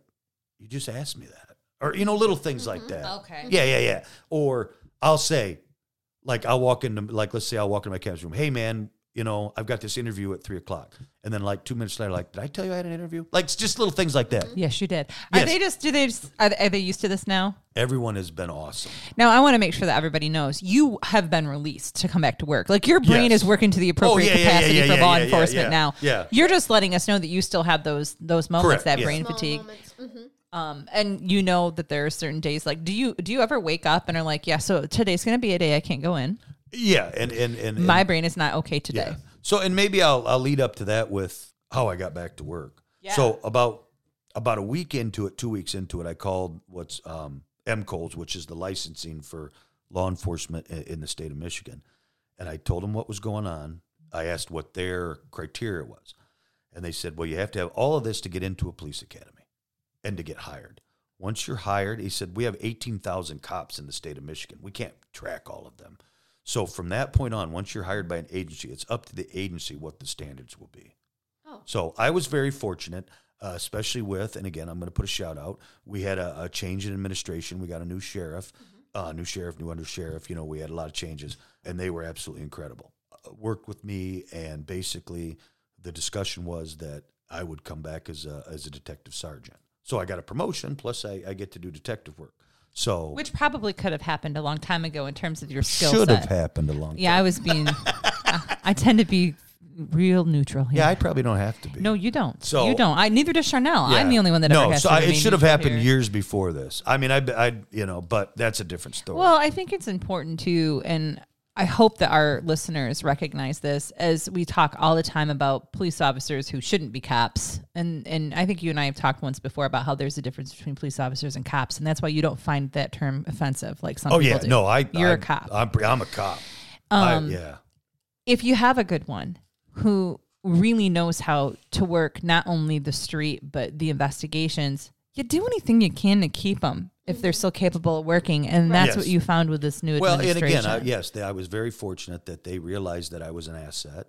S3: "You just asked me that," or you know, little things like
S1: Mm-hmm.
S3: that.
S2: Okay.
S3: Yeah, yeah, yeah. Or I'll say, like, I'll walk into, like, let's say I'll walk into my cab's room. Hey, man, you know, I've got this interview at three o'clock, and then like two minutes later, like, did I tell you I had an interview? Like, it's just little things like that.
S1: Mm-hmm.
S2: Yes, you did. Are
S3: Yes.
S2: they just, do they, just, are, they, are they used to this now?
S3: Everyone has been awesome.
S2: Now, I want to make sure that everybody knows you have been released to come back to work. Like your brain
S3: Yes.
S2: is
S3: Oh,
S2: working to the appropriate
S3: yeah, yeah, yeah,
S2: capacity
S3: yeah,
S2: for
S3: yeah,
S2: law
S3: yeah, yeah,
S2: enforcement
S3: yeah.
S2: now.
S3: Yeah.
S2: You're just letting us know that you still have those those moments
S3: Correct,
S2: that
S3: yeah.
S2: brain
S1: Small
S2: fatigue.
S1: moments. Mhm.
S2: Um, and you know that there are certain days like do you do you ever wake up and are like, yeah, so today's gonna be a day I can't go in.
S3: Yeah, and and and, and
S2: My brain is not okay today.
S3: So and maybe I'll I'll lead up to that with how I got back to work. So about about a week into it, two weeks into it, I called what's um MCOLS, which is the licensing for law enforcement in, in the state of Michigan. And I told them what was going on. I asked what their criteria was. And they said, "Well, you have to have all of this to get into a police academy and to get hired. Once you're hired, he said, we have 18,000 cops in the state of Michigan. We can't track all of them." So from that point on, once you're hired by an agency, it's up to the agency what the standards will be.
S1: Oh.
S3: So I was very fortunate, uh, especially with, and again, I'm going to put a shout out. We had a, a change in administration. We got a new sheriff,
S2: Mm-hmm.
S3: uh, new sheriff, new undersheriff. You know, we had a lot of changes, and they were absolutely incredible. Uh, worked with me, and basically, the discussion was that I would come back as a as a detective sergeant. So I got a promotion, plus I, I get to do detective work. So
S2: Which probably could have happened a long time ago in terms of your skill
S3: should
S2: set.
S3: have happened a long time.
S2: Yeah, I was being. uh, I tend to be real neutral here.
S3: Yeah, I probably don't have to be.
S2: no, you don't.
S3: So-
S2: you don't. I neither does Charnel.
S3: Yeah.
S2: I'm the only one that
S3: no,
S2: ever has
S3: so
S2: to
S3: I- it
S2: remain
S3: should have
S2: neutral
S3: happened
S2: here.
S3: years before this. I mean, I, I, you know, but that's a different story.
S2: Well, I think it's important too, and I hope that our listeners recognize this as we talk all the time about police officers who shouldn't be cops, and and I think you and I have talked once before about how there's a difference between police officers and cops, and that's why you don't find that term offensive like some.
S3: oh
S2: people
S3: yeah,
S2: do.
S3: no, I.
S2: You're
S3: I,
S2: a cop. Um,
S3: I'm, pre- I'm a cop. I- yeah,
S2: if you have a good one who really knows how to work not only the street but the investigations, you do anything you can to keep them if they're still capable of working, and that's
S3: Yes.
S2: what you found with this new
S3: Well, and
S2: administration.
S3: again, I, yes, they, I was very fortunate that they realized that I was an asset,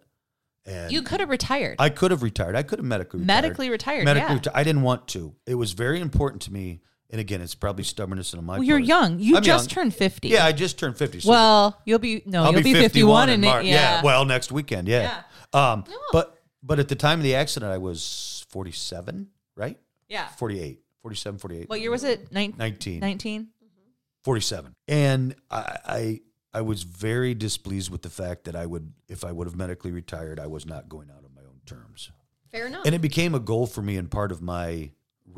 S3: and
S2: you could have retired.
S3: I could have retired. I could have medically retired.
S2: Medically retired,
S3: Medically
S2: yeah.
S3: reti- I didn't want to. It was very important to me. And again, it's probably stubbornness on my.
S2: well, you're
S3: part.
S2: young. You
S3: I'm
S2: just
S3: young.
S2: turned fifty.
S3: Yeah, I just turned fifty. So
S2: well, you'll be no,
S3: I'll
S2: Oh, you'll
S3: be,
S2: 51, in,
S3: March.
S2: it.
S3: Yeah.
S2: Yeah.
S3: Well, next weekend. Yeah. Um, But but at the time of the accident, I was 47, right?
S2: yeah.
S3: 48, 47, 48,
S2: What year was it? Nin-
S3: 19,
S2: 19?
S3: 47. And I, I I was very displeased with the fact that I would, if I would have medically retired, I was not going out on my own terms.
S1: Fair enough.
S3: And it became a goal for me and part of my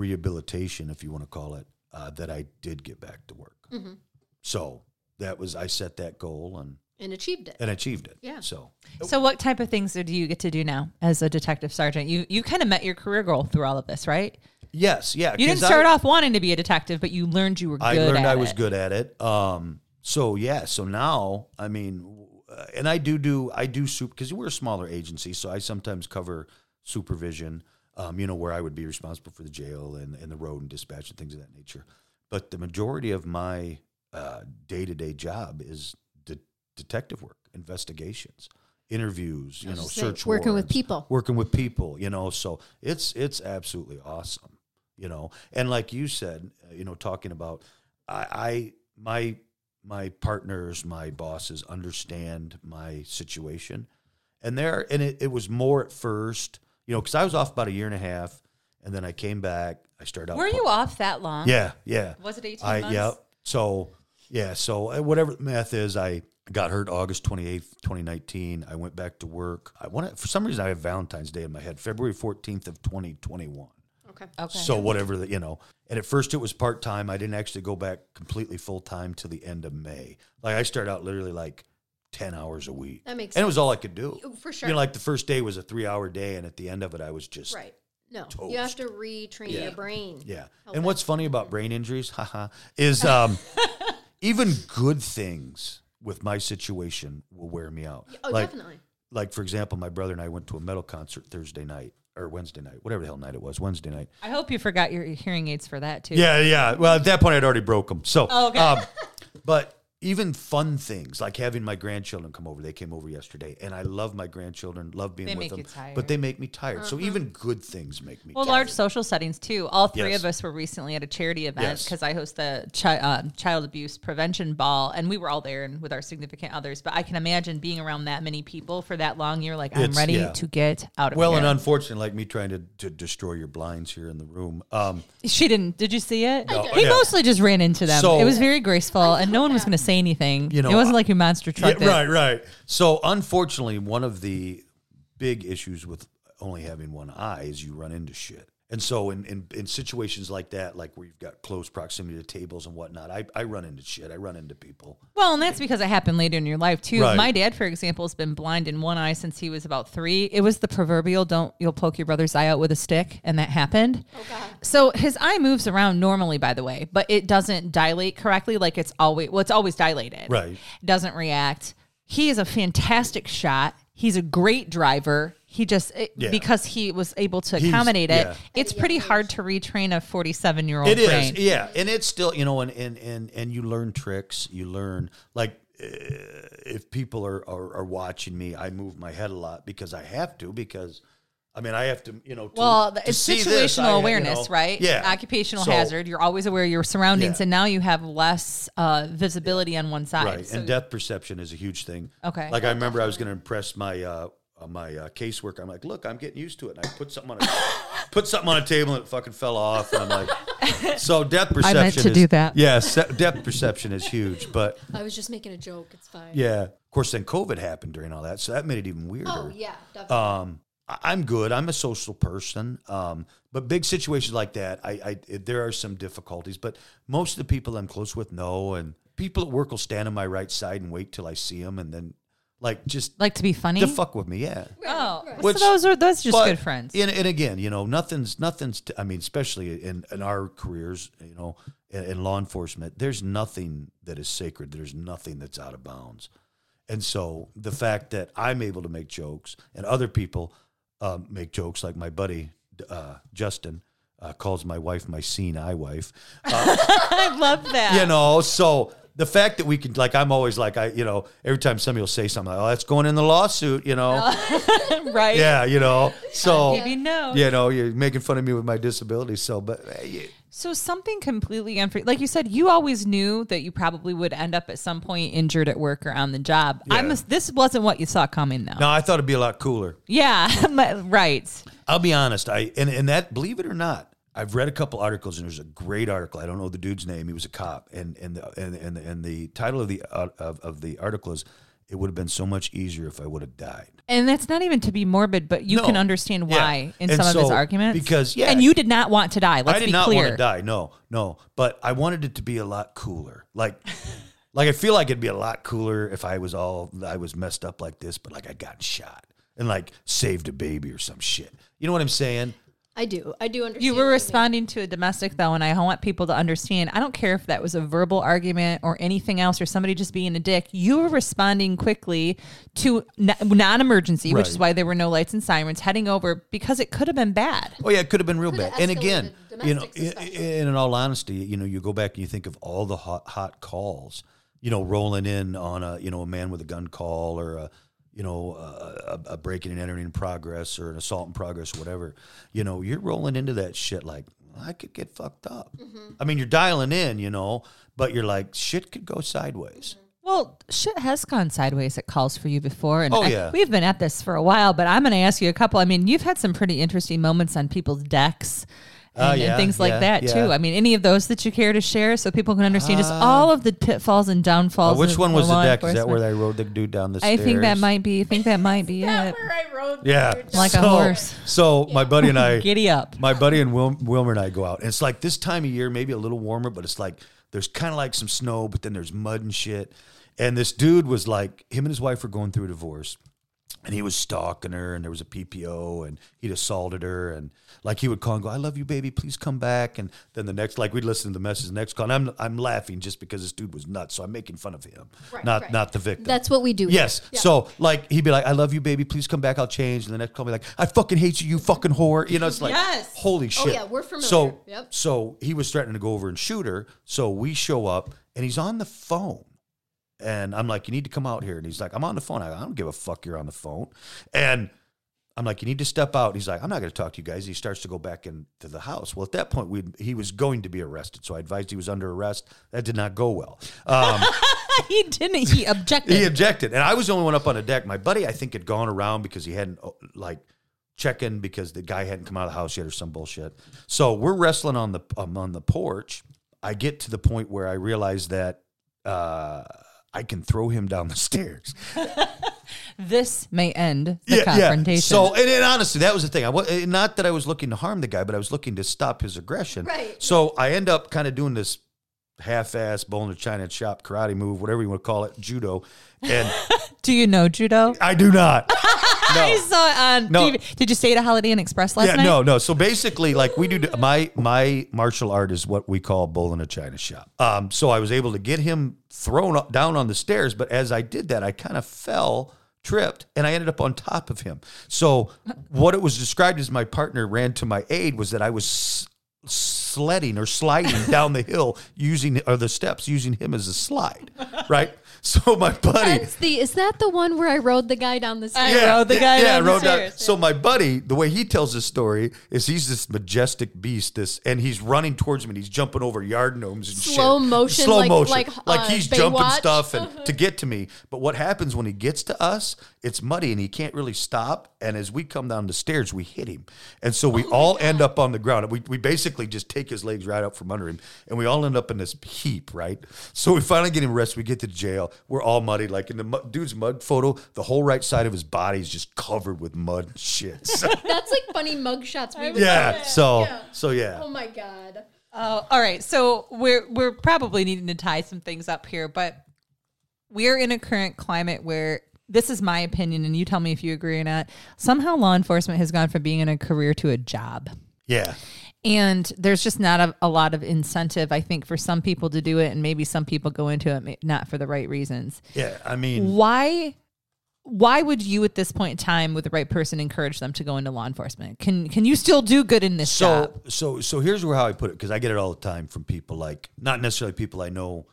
S3: rehabilitation, if you want to call it, uh, that I did get back to work. So that was, I set that goal and,
S1: and achieved it.
S3: and achieved it.
S1: Yeah.
S3: So
S2: So, what type of things do you get to do now as a detective sergeant? You you kind of met your career goal through all of this, right?
S3: Yes, yeah.
S2: You didn't
S3: 'cause
S2: start
S3: I,
S2: off wanting to be a detective, but you learned you were good.
S3: I learned
S2: at
S3: I was
S2: it.
S3: good at it. Um. So yeah. So now, I mean, w- uh, and I do do I do super because we're a smaller agency, so I sometimes cover supervision. Um, you know, where I would be responsible for the jail and and the road and dispatch and things of that nature. But the majority of my day to day job is de- detective work, investigations, interviews. You know,
S1: just saying,
S3: search
S1: working with
S3: warrants,
S1: people.
S3: working with people you know so it's it's absolutely awesome you know and like you said uh, you know talking about i i my my partners my bosses understand my situation and there and it, it was more at first you know because i was off about a year and a half and then i came back i started out
S2: Were you off that long?
S3: yeah yeah
S2: Was it 18
S3: I
S2: months?
S3: yeah. So yeah, so uh, whatever the math is, I got hurt August twenty eighth, twenty nineteen. I went back to work. I want to for some reason I have Valentine's Day in my head, February fourteenth of twenty twenty one.
S1: Okay.
S2: Okay.
S3: So whatever the you know. And at first it was part time. I didn't actually go back completely full time till the end of May. Like I started out literally like ten hours a week.
S1: That makes Oh,
S3: and it was all I could do.
S1: For
S3: You
S1: sure.
S3: know, like the first day was a three hour day and at the end of it I was just
S1: Right. No. You have to retrain
S3: Yeah.
S1: your brain.
S3: Yeah. And what's funny about brain injuries, haha, is um, even good things with my situation will wear me out.
S1: Oh,
S3: like,
S1: definitely.
S3: like for example, my brother and I went to a metal concert Thursday night or Wednesday night, whatever the hell night it was, Wednesday night.
S2: I hope you forgot your hearing aids for that too.
S3: Yeah, yeah. Well, at that point, I'd already broke them. So,
S2: Oh, okay.
S3: um, but even fun things like having my grandchildren come over. They came over yesterday, and I love my grandchildren. Love being
S2: They
S3: with
S2: make
S3: them,
S2: you tired. Uh-huh.
S3: but they make me tired. So even good things make me.
S2: Well,
S3: tired.
S2: large social settings too. All three
S3: Yes.
S2: of us were recently at a charity event
S3: Yes.
S2: because I host the chi- um, child abuse prevention ball, and we were all there and with our significant others. But I can imagine being around that many people for that long. You're like, I'm
S3: It's-
S2: ready
S3: yeah.
S2: to get out of
S3: Well,
S2: here.
S3: and unfortunately, like me trying to, to destroy your blinds here in the room. Um,
S2: she didn't. Did you see it?
S3: did.
S2: He
S3: Yeah.
S2: mostly just ran into them.
S3: So-
S2: it was very graceful, and no one was going to say anything.
S3: You know,
S2: it wasn't
S3: I-
S2: like you monster trucked
S3: yeah,
S2: it.
S3: right, right. So, unfortunately, one of the big issues with only having one eye is you run into shit. And so, in, in, in situations like that, like where you've got close proximity to tables and whatnot, I, I run into shit. I run into people.
S2: Well, and that's because it happened later in your life too.
S3: Right.
S2: My dad, for example, has been blind in one eye since he was about three. It was the proverbial "don't you'll poke your brother's eye out with a stick," and that happened. Oh God! So his eye moves around normally, by the way, but it doesn't dilate correctly. Like it's always well, it's always dilated.
S3: Right.
S2: It doesn't react. He is a fantastic shot. He's a great driver. He just it-
S3: Yeah.
S2: because he was able to accommodate it.
S3: yeah.
S2: It's pretty hard to retrain a forty-seven-year-old
S3: It is,
S2: brain.
S3: yeah, and it's still you know, and and and and you learn tricks. You learn like uh, if people are, are are watching me, I move my head a lot because I have to because. I mean, I have to, you know. To,
S2: Well,
S3: to
S2: it's
S3: see
S2: situational
S3: this, I ha- you
S2: awareness,
S3: know,
S2: right?
S3: Yeah,
S2: Occupational
S3: So-
S2: hazard. You're always aware of your surroundings,
S3: Yeah.
S2: and now you have less uh, visibility on one side.
S3: right?
S2: So-
S3: and depth perception is a huge thing.
S2: Okay.
S3: Like I remember, I was going to impress my uh, uh, uh, my uh, casework. I'm like, look, I'm getting used to it, and I put something on a put something on a table, and it fucking fell off. And I'm like, so depth perception.
S2: to
S3: is,
S2: do that.
S3: Yeah, se- depth perception is huge, but
S1: I was just making a joke. It's fine.
S3: yeah, of course, then COVID happened during all that, so that made it even weirder.
S1: Oh yeah, definitely.
S3: Um, I- I'm good. I'm a social person. Um, but big situations like that, I, I it- there are some difficulties. But most of the people I'm close with know, and people at work will stand on my right side and wait till I see them, and then like just
S2: Like to be funny.
S3: to fuck with me, yeah.
S2: oh,
S3: Which-
S2: so those are those are just
S3: But-
S2: good friends.
S3: And, and again, you know, nothing's nothing's. T- I mean, especially in in our careers, you know, in, in law enforcement, there's nothing that is sacred. There's nothing that's out of bounds. And so the fact that I'm able to make jokes and other people um, make jokes, like my buddy uh, Justin uh, calls my wife my seeing eye wife
S2: I love that.
S3: you know so the fact that we can like i'm always like i you know every time somebody will say something like oh that's going in the lawsuit you know
S2: right.
S3: yeah you know so
S2: Maybe no.
S3: you know you're making fun of me with my disability so but eh, you-
S2: So something completely unfair. Like you said, you always knew that you probably would end up at some point injured at work or on the job. I
S3: Yeah.
S2: must. This wasn't what you saw coming, though.
S3: no i thought it'd be a lot cooler
S2: Yeah. my- right.
S3: i'll be honest i and, and that believe it or not i've read a couple articles and there's a great article i don't know the dude's name he was a cop and and the, and, and, and the title of the uh, of, of the article is it would have been so much easier if i would have died
S2: And that's not even to be morbid, but you
S3: No.
S2: can understand
S3: Yeah.
S2: why in
S3: And
S2: some of his
S3: so,
S2: arguments.
S3: because, yeah.
S2: and you did not want to die. Let's
S3: I did
S2: be
S3: not
S2: clear.
S3: want to die. No, no. But I wanted it to be a lot cooler. Like, like I feel like it'd be a lot cooler if I was all I was messed up like this, but like I got shot and like saved a baby or some shit. You know what I'm saying?
S1: I do. I do understand.
S2: You
S1: what
S2: were
S1: mean.
S2: responding to a domestic though, and I want people to understand. I don't care if that was a verbal argument or anything else, or somebody just being a dick. You were responding quickly to n- non-emergency, which is
S3: Right.
S2: why there were no lights and sirens heading over because it could have been bad.
S3: Oh yeah, it could have been real
S1: Coulda
S3: bad. And again,
S1: escalated
S3: you know,
S1: domestics
S3: in, in, in all honesty, you know, you go back and you think of all the hot, hot calls, you know, rolling in on a you know a man with a gun call or a you know a, a, a breaking and entering in progress or an assault in progress, whatever. You know, you're rolling into that shit like I could get fucked up.
S1: Mm-hmm.
S3: I mean, you're dialing in, you know, but you're like shit could go sideways.
S1: Mm-hmm.
S2: Well, shit has gone sideways at calls for you before, and
S3: Oh,
S2: I-
S3: yeah.
S2: we've been at this for a while. But I'm going to ask you a couple. I mean, you've had some pretty interesting moments on people's decks. And,
S3: Oh,
S2: and
S3: yeah,
S2: things like
S3: yeah,
S2: that
S3: yeah.
S2: too. I mean, any of those that you care to share, so people can understand just all of the pitfalls and downfalls.
S3: Uh, which
S2: of
S3: one was the
S2: law
S3: deck? Is that
S2: enforcement.
S3: where they rode the dude down the
S2: I
S3: stairs?
S2: think that might be. I think that might be it.
S1: Where I rode.
S3: Yeah,
S2: Like a
S3: So-
S2: horse.
S3: So my buddy and I
S2: Giddy up.
S3: my buddy and Wil- Wilmer and I go out, and it's like this time of year, maybe a little warmer, but it's like there's kind of like some snow, but then there's mud and shit. And this dude was like, him and his wife were going through a divorce, and he was stalking her, and there was a PPO, and he'd assaulted her, and like he would call and go, "I love you, baby, please come back." And then the next, like we'd listen to the message, the next call, and I'm I'm laughing just because this dude was nuts, so I'm making fun of him,
S1: Right,
S3: not
S1: right.
S3: not the victim.
S1: That's what we do. here.
S3: Yes. So like he'd be like, "I love you, baby. Please come back. I'll change." And the next call, be like, "I fucking hate you, you fucking whore." You know, it's like,
S2: Yes.
S3: holy shit.
S1: Oh, yeah, we're familiar.
S3: So,
S1: Yep.
S3: so he was threatening to go over and shoot her. So we show up, and he's on the phone, and I'm like, "You need to come out here." And he's like, "I'm on the phone. I, I don't give a fuck. You're on the phone." And I'm like, "You need to step out." He's like, "I'm not going to talk to you guys." He starts to go back into the house. Well, at that point, we he was going to be arrested, so I advised he was under arrest. That did not go well. Um,
S2: he didn't. He objected.
S3: he objected, and I was the only one up on the deck. My buddy, I think, had gone around because he hadn't oh, like check in because the guy hadn't come out of the house yet or some bullshit. So we're wrestling on the um, on the porch. I get to the point where I realize that uh, I can throw him down the stairs.
S2: this may end the confrontation.
S3: So, and, and honestly, that was the thing. I was not that I was looking to harm the guy, but I was looking to stop his aggression.
S1: Right.
S3: So I end up kind of doing this half-ass bone to china chop karate move, whatever you want to call it, judo, and
S2: do you know judo?
S3: I do not.
S2: I
S3: No.
S2: saw it on
S3: No.
S2: TV. Did you stay at a Holiday Inn Express last
S3: yeah,
S2: night?
S3: no, no. So basically, like we do, my my martial art is what we call bowl in a china shop. Um, so I was able to get him thrown up, down on the stairs, but as I did that, I kind of fell, tripped, and I ended up on top of him. So what it was described as my partner ran to my aid was that I was. s- Sledding or sliding down the hill using or the steps using him as a slide, right? So my buddy,
S1: That's the, is that the one where I rode the guy down the stairs?
S2: I rode the guy
S3: yeah,
S2: down the
S3: rode down-
S2: stairs.
S3: So my buddy, the way he tells this story is he's this majestic beast, this, and he's running towards him and he's jumping over yard gnomes and
S1: Slow
S3: shit.
S1: motion,
S3: slow
S1: like-
S3: motion,
S1: like, uh,
S3: he's jumping
S1: Baywatch.
S3: stuff and to get to me. But what happens when he gets to us? It's muddy and he can't really stop. And as we come down the stairs, we hit him, and so
S1: Oh
S3: we all end up on the ground. We we basically just take his legs right out from under him, and we all end up in this heap, right? So we finally get him arrested. We get to jail. We're all muddy, like in the mud, dude's mud photo. The whole right side of his body is just covered with mud and shit. So-
S1: That's like funny mug shots. We would
S3: yeah.
S1: get.
S3: So
S1: Yeah.
S3: so yeah.
S1: Oh my god.
S2: Oh, all right. So we're we're probably needing to tie some things up here, but we're in a current climate where this is my opinion, and you tell me if you agree or not. Somehow, law enforcement has gone from being in a career to a job,
S3: Yeah.
S2: and there's just not a, a lot of incentive, I think, for some people to do it, and maybe some people go into it ma- not for the right reasons.
S3: Yeah. I mean,
S2: Why? Why would you, at this point in time, with the right person, encourage them to go into law enforcement? Can Can you still do good in this job?
S3: so so so here's where how I put it because I get it all the time from people like not necessarily people I know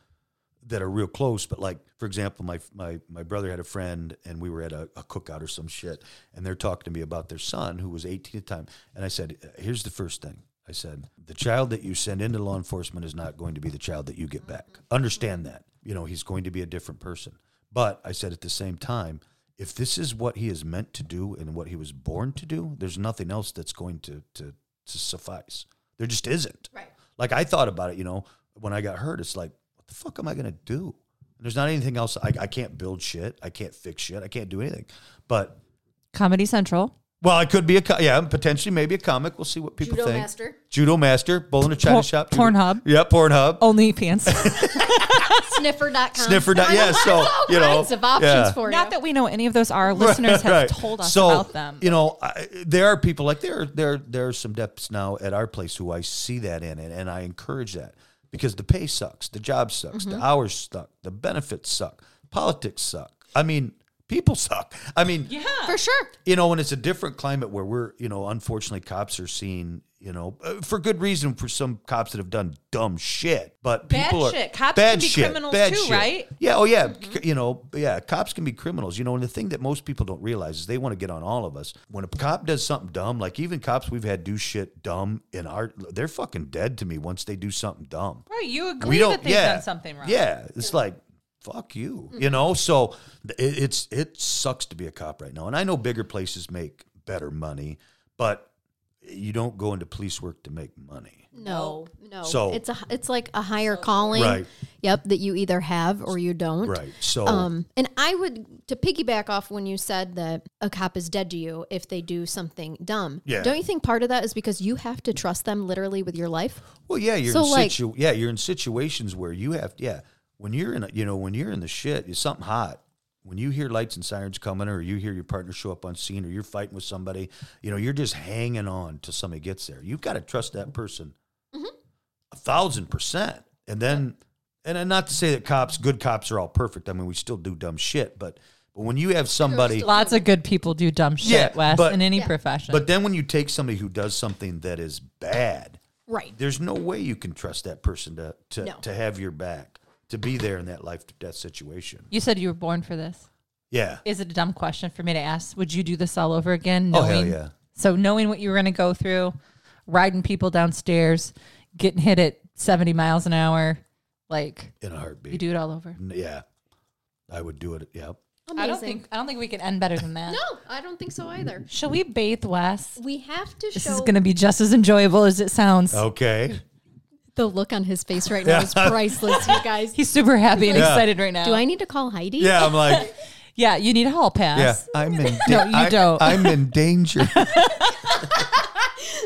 S3: that are real close, but like for example, my my my brother had a friend and we were at a, a cookout or some shit, and they're talking to me about their son who was 18 at the time, and I said, "Uh, here's the first thing. I said, the child that you send into law enforcement is not going to be the child that you get back. Understand that. You know, he's going to be a different person. But I said at the same time, if this is what he is meant to do and what he was born to do, there's nothing else that's going to to, to suffice. There just isn't.
S1: Right.
S3: Like I thought about it, you know, when I got hurt, it's like, what the fuck am I gonna do? There's not anything else. I, I can't build shit. I can't fix shit. I can't do anything. But
S2: Comedy Central.
S3: well, I could be a co- yeah, I'm potentially maybe a comic. We'll see what people
S1: Judo
S3: think.
S1: master.
S3: Judo master, bull in a China
S2: Por-
S3: shop.
S2: Pornhub.
S3: Yeah, Pornhub.
S2: Only pants.
S1: Sniffer.com.
S3: Sniffer. dot- Yeah, so you know,
S1: Kinds of options
S3: yeah.
S1: for
S2: Not
S1: you.
S2: that we know any of those are. Our listeners have
S3: Right.
S2: told us
S3: so,
S2: about them.
S3: You know, I, there are people like there. There, there are some depths now at our place who I see that in, and, and I encourage that because the pay sucks, the job sucks,
S2: Mm-hmm.
S3: the hours suck, the benefits suck, politics suck. I mean, people suck. I mean,
S1: for sure.
S3: you know, and it's a different climate where we're, you know, unfortunately, cops are seen, you know, uh, for good reason for some cops that have done dumb shit, but
S2: Bad
S3: people are
S2: shit. Cops
S3: bad
S2: can be
S3: shit,
S2: criminals
S3: bad
S2: too,
S3: shit.
S2: right? Mm-hmm.
S3: Yeah. Oh, yeah. C- You know, yeah. Cops can be criminals. You know, and the thing that most people don't realize is they want to get on all of us. When a cop does something dumb, like even cops we've had do shit dumb in our, they're fucking dead to me once they do something dumb
S2: Right, you agree that they've done something wrong. Mm-hmm.
S3: yeah it's like fuck you you know so th- it, it's it sucks to be a cop right now and i know bigger places make better money but you don't go into police work to make money
S1: No, no.
S3: So-
S1: it's a it's like a higher calling.
S3: Right.
S1: Yep, that you either have or you don't.
S3: right so
S1: Um, and I would to piggyback off when you said that a cop is dead to you if they do something dumb.
S3: Yeah.
S1: Don't you think part of that is because you have to trust them literally with your life?
S3: well yeah you're
S1: so,
S3: in
S1: like-
S3: situ- yeah you're in situations where you have yeah when you're in a, you know when you're in the shit it's something hot when you hear lights and sirens coming or you hear your partner show up on scene or you're fighting with somebody you know you're just hanging on till somebody gets there you've got to trust that person
S1: Mm-hmm.
S3: a thousand percent. And then, and then not to say that cops, good cops, are all perfect. I mean, we still do dumb shit, but but when you have somebody,
S2: Lots of good people do dumb shit,
S3: Yeah,
S2: Wes,
S3: but-
S2: in any
S1: Yeah.
S2: profession.
S3: but then when you take somebody who does something that is bad,
S1: Right.
S3: there's no way you can trust that person to to
S1: No.
S3: to have your back, to be there in that life to death situation.
S2: you said you were born for this.
S3: Yeah,
S2: Is it a dumb question for me to ask? Would you do this all over again?
S3: Oh, hell yeah.
S2: So knowing what you were going to go through, riding people downstairs, getting hit at 70 miles an hour, like
S3: in a
S2: you
S3: heartbeat.
S2: do it all over.
S3: Yeah, I would do it. Yeah.
S1: Amazing.
S2: I don't think I don't think we can end better than that.
S1: No, I don't think so either.
S2: Shall we bathe Wes?
S1: We have to
S2: This
S1: show
S2: is going to be just as enjoyable as it
S3: Oh,
S2: sounds.
S3: Okay.
S1: the look on his face right now is priceless, you guys.
S2: He's super happy and
S3: Yeah.
S2: excited right now.
S1: Do I need to call Heidi?
S3: Yeah, I'm like,
S2: Yeah, you need a hall
S3: yeah,
S2: pass.
S3: I'm in. Da-
S2: No, you
S3: I-
S2: don't.
S3: I'm in danger.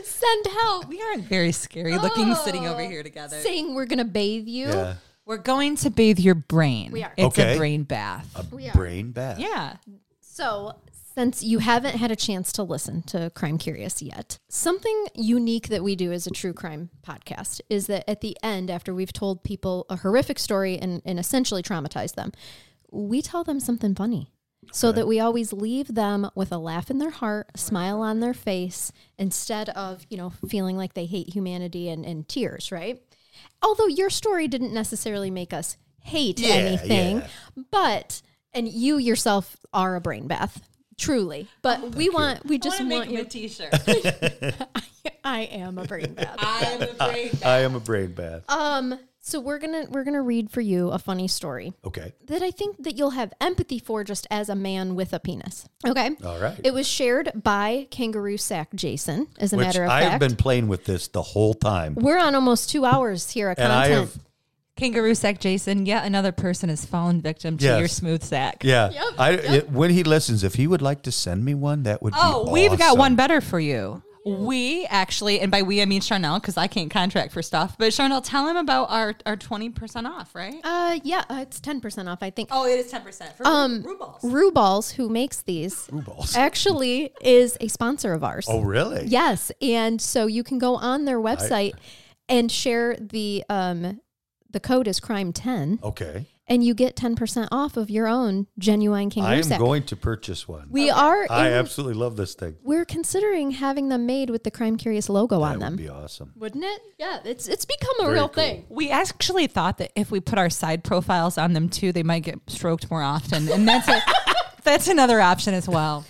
S1: Send help.
S2: We aren't very scary looking sitting over here together.
S1: Saying we're gonna bathe you.
S3: Yeah,
S2: Oh. We're going to bathe your brain.
S1: We are.
S2: It's
S3: Okay.
S2: a brain bath.
S1: We are.
S3: brain bad.
S2: yeah.
S1: So, since you haven't had a chance to listen to Crime Curious yet, something unique that we do as a true crime podcast is that at the end, after we've told people a horrific story and, and essentially traumatized them, we tell them something funny. So that we always leave them with a laugh in their heart, a smile on their face, instead of, you know, feeling like they hate humanity and, and tears, right? Although your story didn't necessarily make us hate
S3: Yeah,
S1: anything,
S3: yeah.
S1: but and you yourself are a brain bath, truly. But
S3: Oh,
S1: we want we just want you.
S2: T-shirt.
S1: I am a brain bath.
S2: I am afraid.
S3: I am a brain bath.
S1: Um, so we're gonna we're gonna read for you a funny story
S3: Okay.
S1: that I think that you'll have empathy for just as a man with a penis. Okay.
S3: All right.
S1: It was shared by Kangaroo Sack Jason, as a
S3: Which
S1: matter of
S3: I have
S1: fact.
S3: been playing with this the whole time.
S1: we're on almost two hours here at
S3: And I
S1: content.
S3: have,
S2: Kangaroo sack, Jason. Yet another person has fallen victim to
S3: Yes.
S2: your smooth sack.
S3: yeah.
S1: Yep,
S3: I, It, when he listens, if he would like to send me one, that would be
S2: Oh, we've got
S3: awesome.
S2: one better for you. We actually, and by we I mean Charnel, because I can't contract for stuff. But Charnel, tell him about our our twenty percent off, right?
S1: Uh, yeah, uh, it's ten percent off. I think
S2: Oh, it is ten percent for um, Rubal's.
S1: Rue Balls, who makes these,
S3: Balls.
S1: actually is a sponsor of ours.
S3: Oh, really?
S1: Yes, and so you can go on their website and share the um the code is crime ten,
S3: Okay.
S1: and you get ten percent off of your own genuine King
S3: I am
S1: Rusak.
S3: going to purchase one.
S1: we are.
S3: I
S1: in-
S3: absolutely love this thing.
S1: we're considering having them made with the Crime Curious logo on
S3: that
S1: them.
S3: would be awesome.
S1: Wouldn't it? Yeah, it's it's become a
S3: Very
S1: real
S3: cool.
S1: thing.
S2: We actually thought that if we put our side profiles on them too, they might get stroked more often, and that's a, that's another option as well.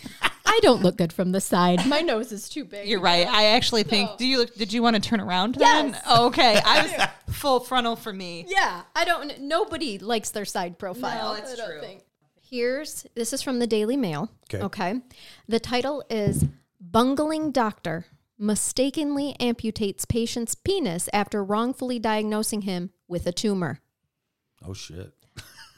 S1: I don't look good from the side. My nose is too big.
S2: You're right. I actually think. Do you look? Did you want to turn around? Then?
S1: Yes.
S2: Oh, okay. I was full frontal for me.
S1: Yeah, I don't. Nobody likes their side profile.
S2: No, it's
S1: I don't
S2: true.
S1: Here's this is from the Daily Mail.
S3: 'Kay.
S1: Okay. The title is "Bungling Doctor Mistakenly Amputates Patient's Penis After Wrongfully Diagnosing Him with a Tumor."
S3: Oh, shit.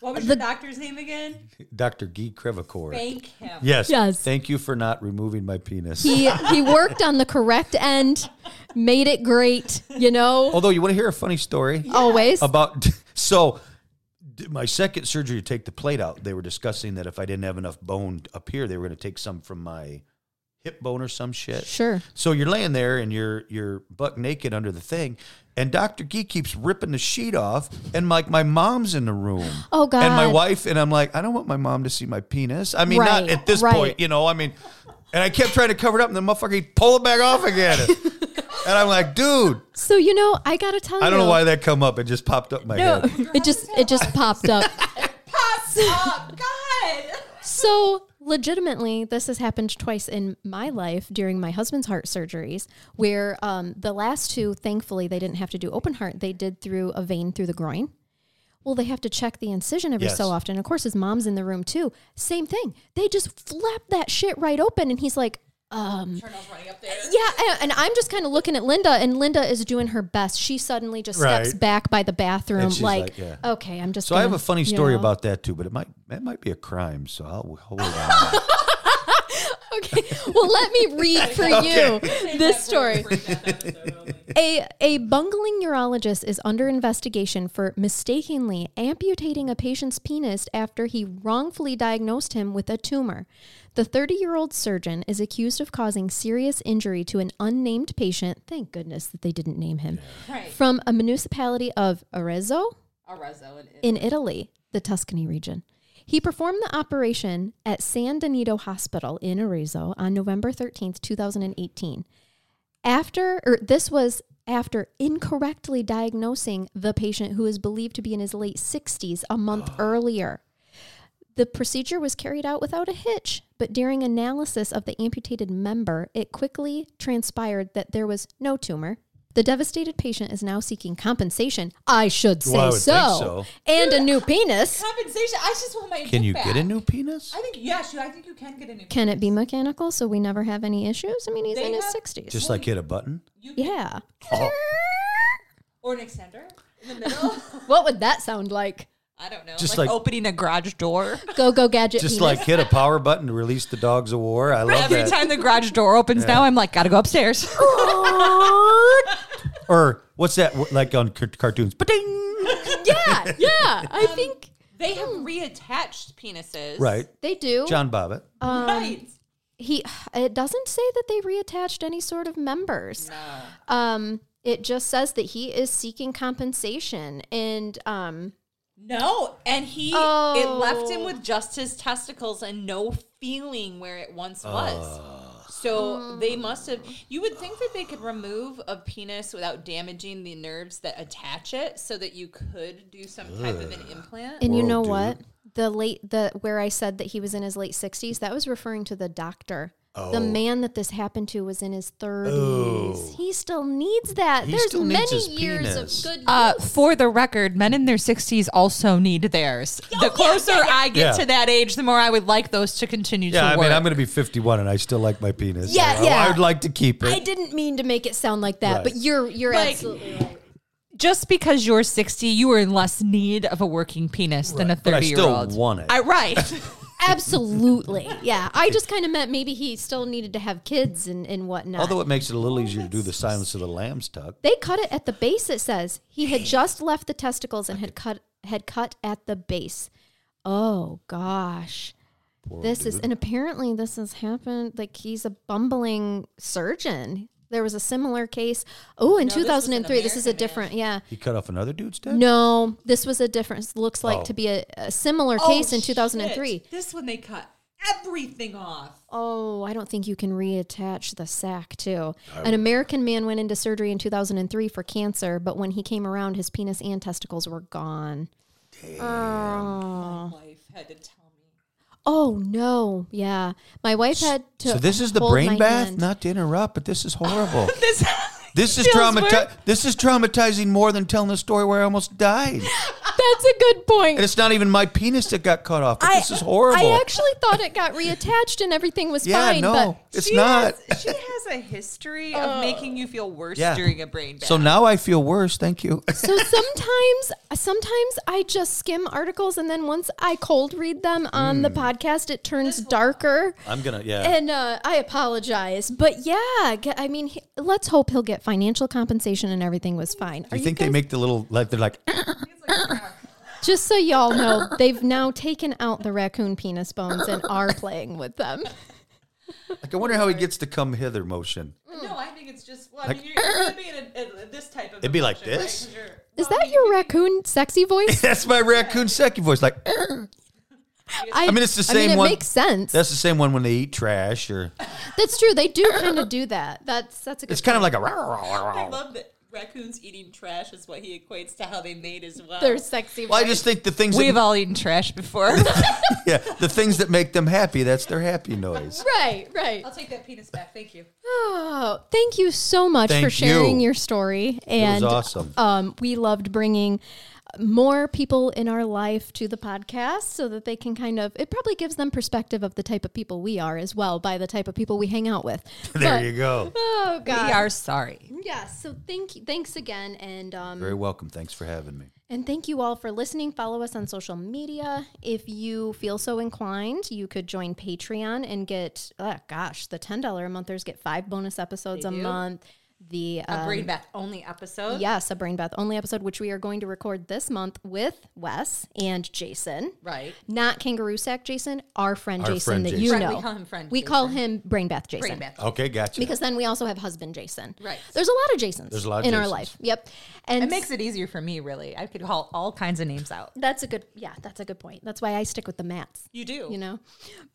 S2: What was the your doctor's name again?
S3: Dr. Guy Crevacore.
S2: Thank him.
S3: Yes.
S1: Yes.
S3: Thank you for not removing my penis.
S1: He he worked on the correct end, made it great. You know,
S3: Although, you want to hear a funny story?
S1: always.
S3: About so d- my second surgery to take the plate out, they were discussing that if I didn't have enough bone up here, they were going to take some from my hip bone or some shit.
S1: Sure.
S3: So you're laying there and you're you're buck naked under the thing, and Doctor Gee keeps ripping the sheet off, and like my mom's in the room.
S1: Oh,
S3: And my
S1: God.
S3: wife and I'm like, I don't want my mom to see my penis. I mean,
S1: Right,
S3: not at this
S1: right.
S3: point, you know. I mean, and I kept trying to cover it up, and the motherfucker he'd pull it back off again, and I'm like, dude,
S1: So you know, I gotta tell you.
S3: I don't know why that come up. It just popped up in my
S1: No,
S3: head.
S1: it just it just popped up.
S2: Pass up, Oh, God.
S1: So, legitimately, this has happened twice in my life during my husband's heart surgeries, where um, the last two, thankfully, they didn't have to do open heart. They did through a vein through the groin. Well, they have to check the incision every
S3: Yes.
S1: so often. Of course, his mom's in the room too. Same thing. They just flap that shit right open, and he's like, um, yeah, a- and I'm just kind of looking at Linda, and Linda is doing her best. She suddenly just steps
S3: Right.
S1: back by the bathroom,
S3: And she's
S1: like,
S3: like, yeah.
S1: okay, I'm just.
S3: So I have
S1: gonna,
S3: a funny
S1: you
S3: story
S1: know.
S3: about that too, but it might that might be a crime. So I'll hold on.
S1: Okay. Well, let me read for you this story. A a bungling urologist is under investigation for mistakenly amputating a patient's penis after he wrongfully diagnosed him with a tumor. The 30-year-old surgeon is accused of causing serious injury to an unnamed patient. Thank goodness that they didn't name him.
S2: Right.
S1: From a municipality of Arezzo, in Italy, the Tuscany region. He performed the operation at San Donito Hospital in Arezzo on November 13th, 2018. After, or this was after incorrectly diagnosing the patient who is believed to be in his late 60s a month
S3: Ah.
S1: earlier. The procedure was carried out without a hitch, but during analysis of the amputated member, it quickly transpired that there was no tumor. The devastated patient is now seeking compensation. I should say
S3: Well, I would
S1: so,
S3: think so.
S1: And a new penis.
S2: Compensation. I just want my.
S3: Can you get a new penis?
S2: I think yes. You, I think you can get a new.
S1: Can it be mechanical so we never have any issues? I mean, he's
S2: They
S1: in his
S2: have-
S1: 60s.
S3: Just like hit a button.
S1: yeah.
S3: Oh,
S2: or an extender in the middle.
S1: What would that sound like?
S2: I don't know.
S3: Just like-
S2: opening a garage door.
S1: Go, go, gadget.
S3: just
S1: penis.
S3: like hit a power button to release the dogs of war. I love
S2: Every
S3: that.
S2: time the garage door opens now, I'm like, gotta go upstairs.
S3: Or what's that w- like on c- cartoons? But
S1: yeah, yeah.
S2: Um,
S1: I think
S2: they have reattached penises.
S3: right,
S1: they do.
S3: John Bobbitt.
S2: right.
S1: he it doesn't say that they reattached any sort of members um it just says that he is seeking compensation and um
S2: No. And he,
S3: Uh.
S2: it left him with just his testicles and no feeling where it once was. So they must have. You would think that they could remove a penis without damaging the nerves that attach it, so that you could do some type of an implant.
S1: And you
S3: World,
S1: know
S3: dude.
S1: what? The late the where I said that he was in his late sixties, that was referring to the doctor.
S3: Oh.
S1: The man that this happened to was in his thirties. He still needs that.
S3: He
S1: There's
S3: still needs his
S1: many years of
S3: penis.
S1: good.
S2: Uh, for the record, men in their 60s also need theirs. the closer I get
S3: Oh, yeah.
S2: to that age, the more I would like those to continue
S3: Yeah,
S2: to
S3: I
S2: work.
S3: mean, I'm going to be 51 and I still like my penis.
S1: Yeah,
S3: So I-
S1: yeah.
S3: I would like to keep it.
S1: I didn't mean to make it sound like that,
S3: Right.
S1: but you're you're
S2: Like-
S1: absolutely right.
S2: Just because you're 60, you are in less need of a working penis than a
S3: but I
S2: 30 year
S3: still
S2: old.
S3: want it.
S2: I, right.
S1: Absolutely. Yeah. I just kind of meant maybe he still needed to have kids and, and whatnot.
S3: Although it makes it a little easier to do the Silence of the Lambs tuck.
S1: they cut it at the base, it says. He had just left the testicles and had cut had cut at the base. Oh gosh. this is and apparently this has happened like he's a bumbling surgeon. There was a similar case. Oh, in 2003. This is a different, yeah.
S3: He cut off another dude's dick?
S1: No, this was a difference. Looks like
S3: Oh.
S1: to be a, a similar
S2: Oh,
S1: case in 2003.
S2: This one they cut everything off.
S1: Oh, I don't think you can reattach the sac, too. An American man went into surgery in 2003 for cancer, but when he came around, his penis and testicles were gone.
S3: Uh.
S2: Life had to tell me.
S1: Oh, no. Yeah. My wife had to.
S3: So this is the
S1: hold my
S3: brain bath?
S1: hand.
S3: Not to interrupt, but this is horrible.
S2: This,
S3: this is
S2: Feels
S3: traumati-
S2: weird.
S3: This is traumatizing more than telling the story where I almost died.
S1: That's a good point.
S3: And it's not even my penis that got cut off. But this is horrible.
S1: I actually thought it got reattached and everything was
S3: yeah,
S1: fine,
S3: no,
S1: but
S3: it's not.
S2: Has, she has a history
S3: Oh.
S2: of making you feel worse
S3: Yeah.
S2: during a brain bath.
S3: So now I feel worse. Thank you.
S1: So sometimes, sometimes I just skim articles, and then once I cold read them on
S3: Hmm.
S1: the podcast, it turns darker.
S3: I'm gonna. Yeah.
S1: And uh, I apologize, but yeah, g- I mean, he, let's hope he'll get financial compensation and everything was fine. Are
S3: you think they
S1: guys-
S3: make the little like they're like
S1: just so y'all know, they've now taken out the raccoon penis bones and are playing with them.
S3: like I wonder how he gets to come hither motion.
S2: No, I think it's just. Well, I mean, you're, you're gonna be in a, a, this type of.
S3: It'd be like
S2: emotion, right?
S3: this?
S2: 'Cause you're-
S1: Is that your raccoon sexy voice?
S3: That's my raccoon second voice. Like
S1: I,
S3: mean, it's the
S1: I
S3: same
S1: mean, it
S3: one-
S1: makes sense. That's,
S3: that's the same one when they eat trash or
S1: true. They do kind of do that. That's that's a good.
S3: it's kind of like a.
S2: I
S3: Well,
S2: love that raccoons eating trash is what he equates to how they made as well.
S1: They're sexy.
S3: I
S1: voice.
S3: just think the things
S2: We've
S3: that,
S2: all eaten trash before.
S3: yeah the things that make them happy. That's their happy noise.
S1: right, right.
S2: I'll take that penis back. Thank you.
S1: Oh, thank you so much
S3: Thank
S1: for sharing
S3: you.
S1: your story.
S3: was
S1: And
S3: awesome.
S1: um, we loved bringing more people in our life to the podcast so that they can kind of it probably gives them perspective of the type of people we are as well by the type of people we hang out with.
S3: There
S1: But-
S3: you go.
S1: Oh god.
S2: We are sorry.
S1: Yeah, so thank you thanks again and um
S3: Very welcome. Thanks for having me.
S1: and thank you all for listening. Follow us on social media. If you feel so inclined, you could join Patreon and get, oh gosh, the $10 a monthers get five bonus episodes a
S2: do?
S1: month. The
S2: A
S1: um,
S2: brain bath only episode.
S1: Yes, a brain bath only episode, which we are going to record this month with Wes and Jason.
S2: Right.
S1: Not kangaroo sack Jason, our friend
S3: Our
S1: Jason
S3: friend
S1: that
S3: Jason.
S1: you
S2: Friend-
S1: know.
S2: we call him friend
S1: We call him brain bath Jason.
S2: Brain bath.
S3: Okay, gotcha.
S1: Because then we also have husband Jason.
S2: Right.
S1: There's a lot of Jasons
S3: There's a lot of
S1: in our
S3: Jasons.
S1: life. Yep. And
S2: It makes it easier for me, really. I could call all kinds of names out.
S1: that's a good yeah, that's a good point. That's why I stick with the mats.
S2: You do.
S1: You know?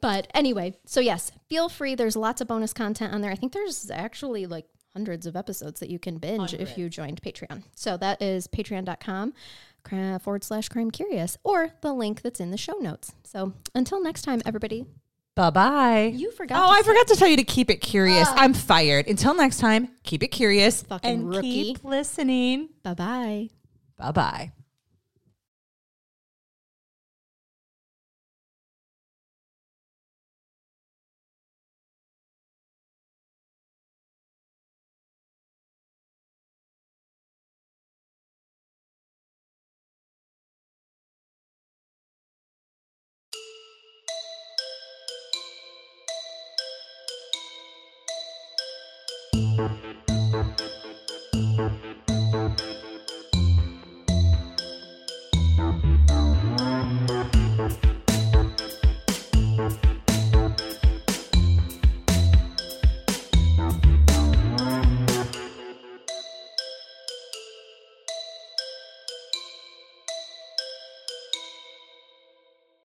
S1: But anyway, so yes, feel free. There's lots of bonus content on there. I think there's actually like hundreds of episodes that you can binge if you joined Patreon. So that is patreon.com cra- forward slash crime curious or the link that's in the show notes. So until next time, everybody,
S2: Bye bye.
S1: you forgot.
S2: Oh,
S1: to
S2: I
S1: say-
S2: forgot to Ah. tell you to keep it curious. I'm fired. Until next time, keep it curious
S1: Fucking
S2: and
S1: rookie.
S2: keep listening.
S1: Bye bye.
S2: Bye bye.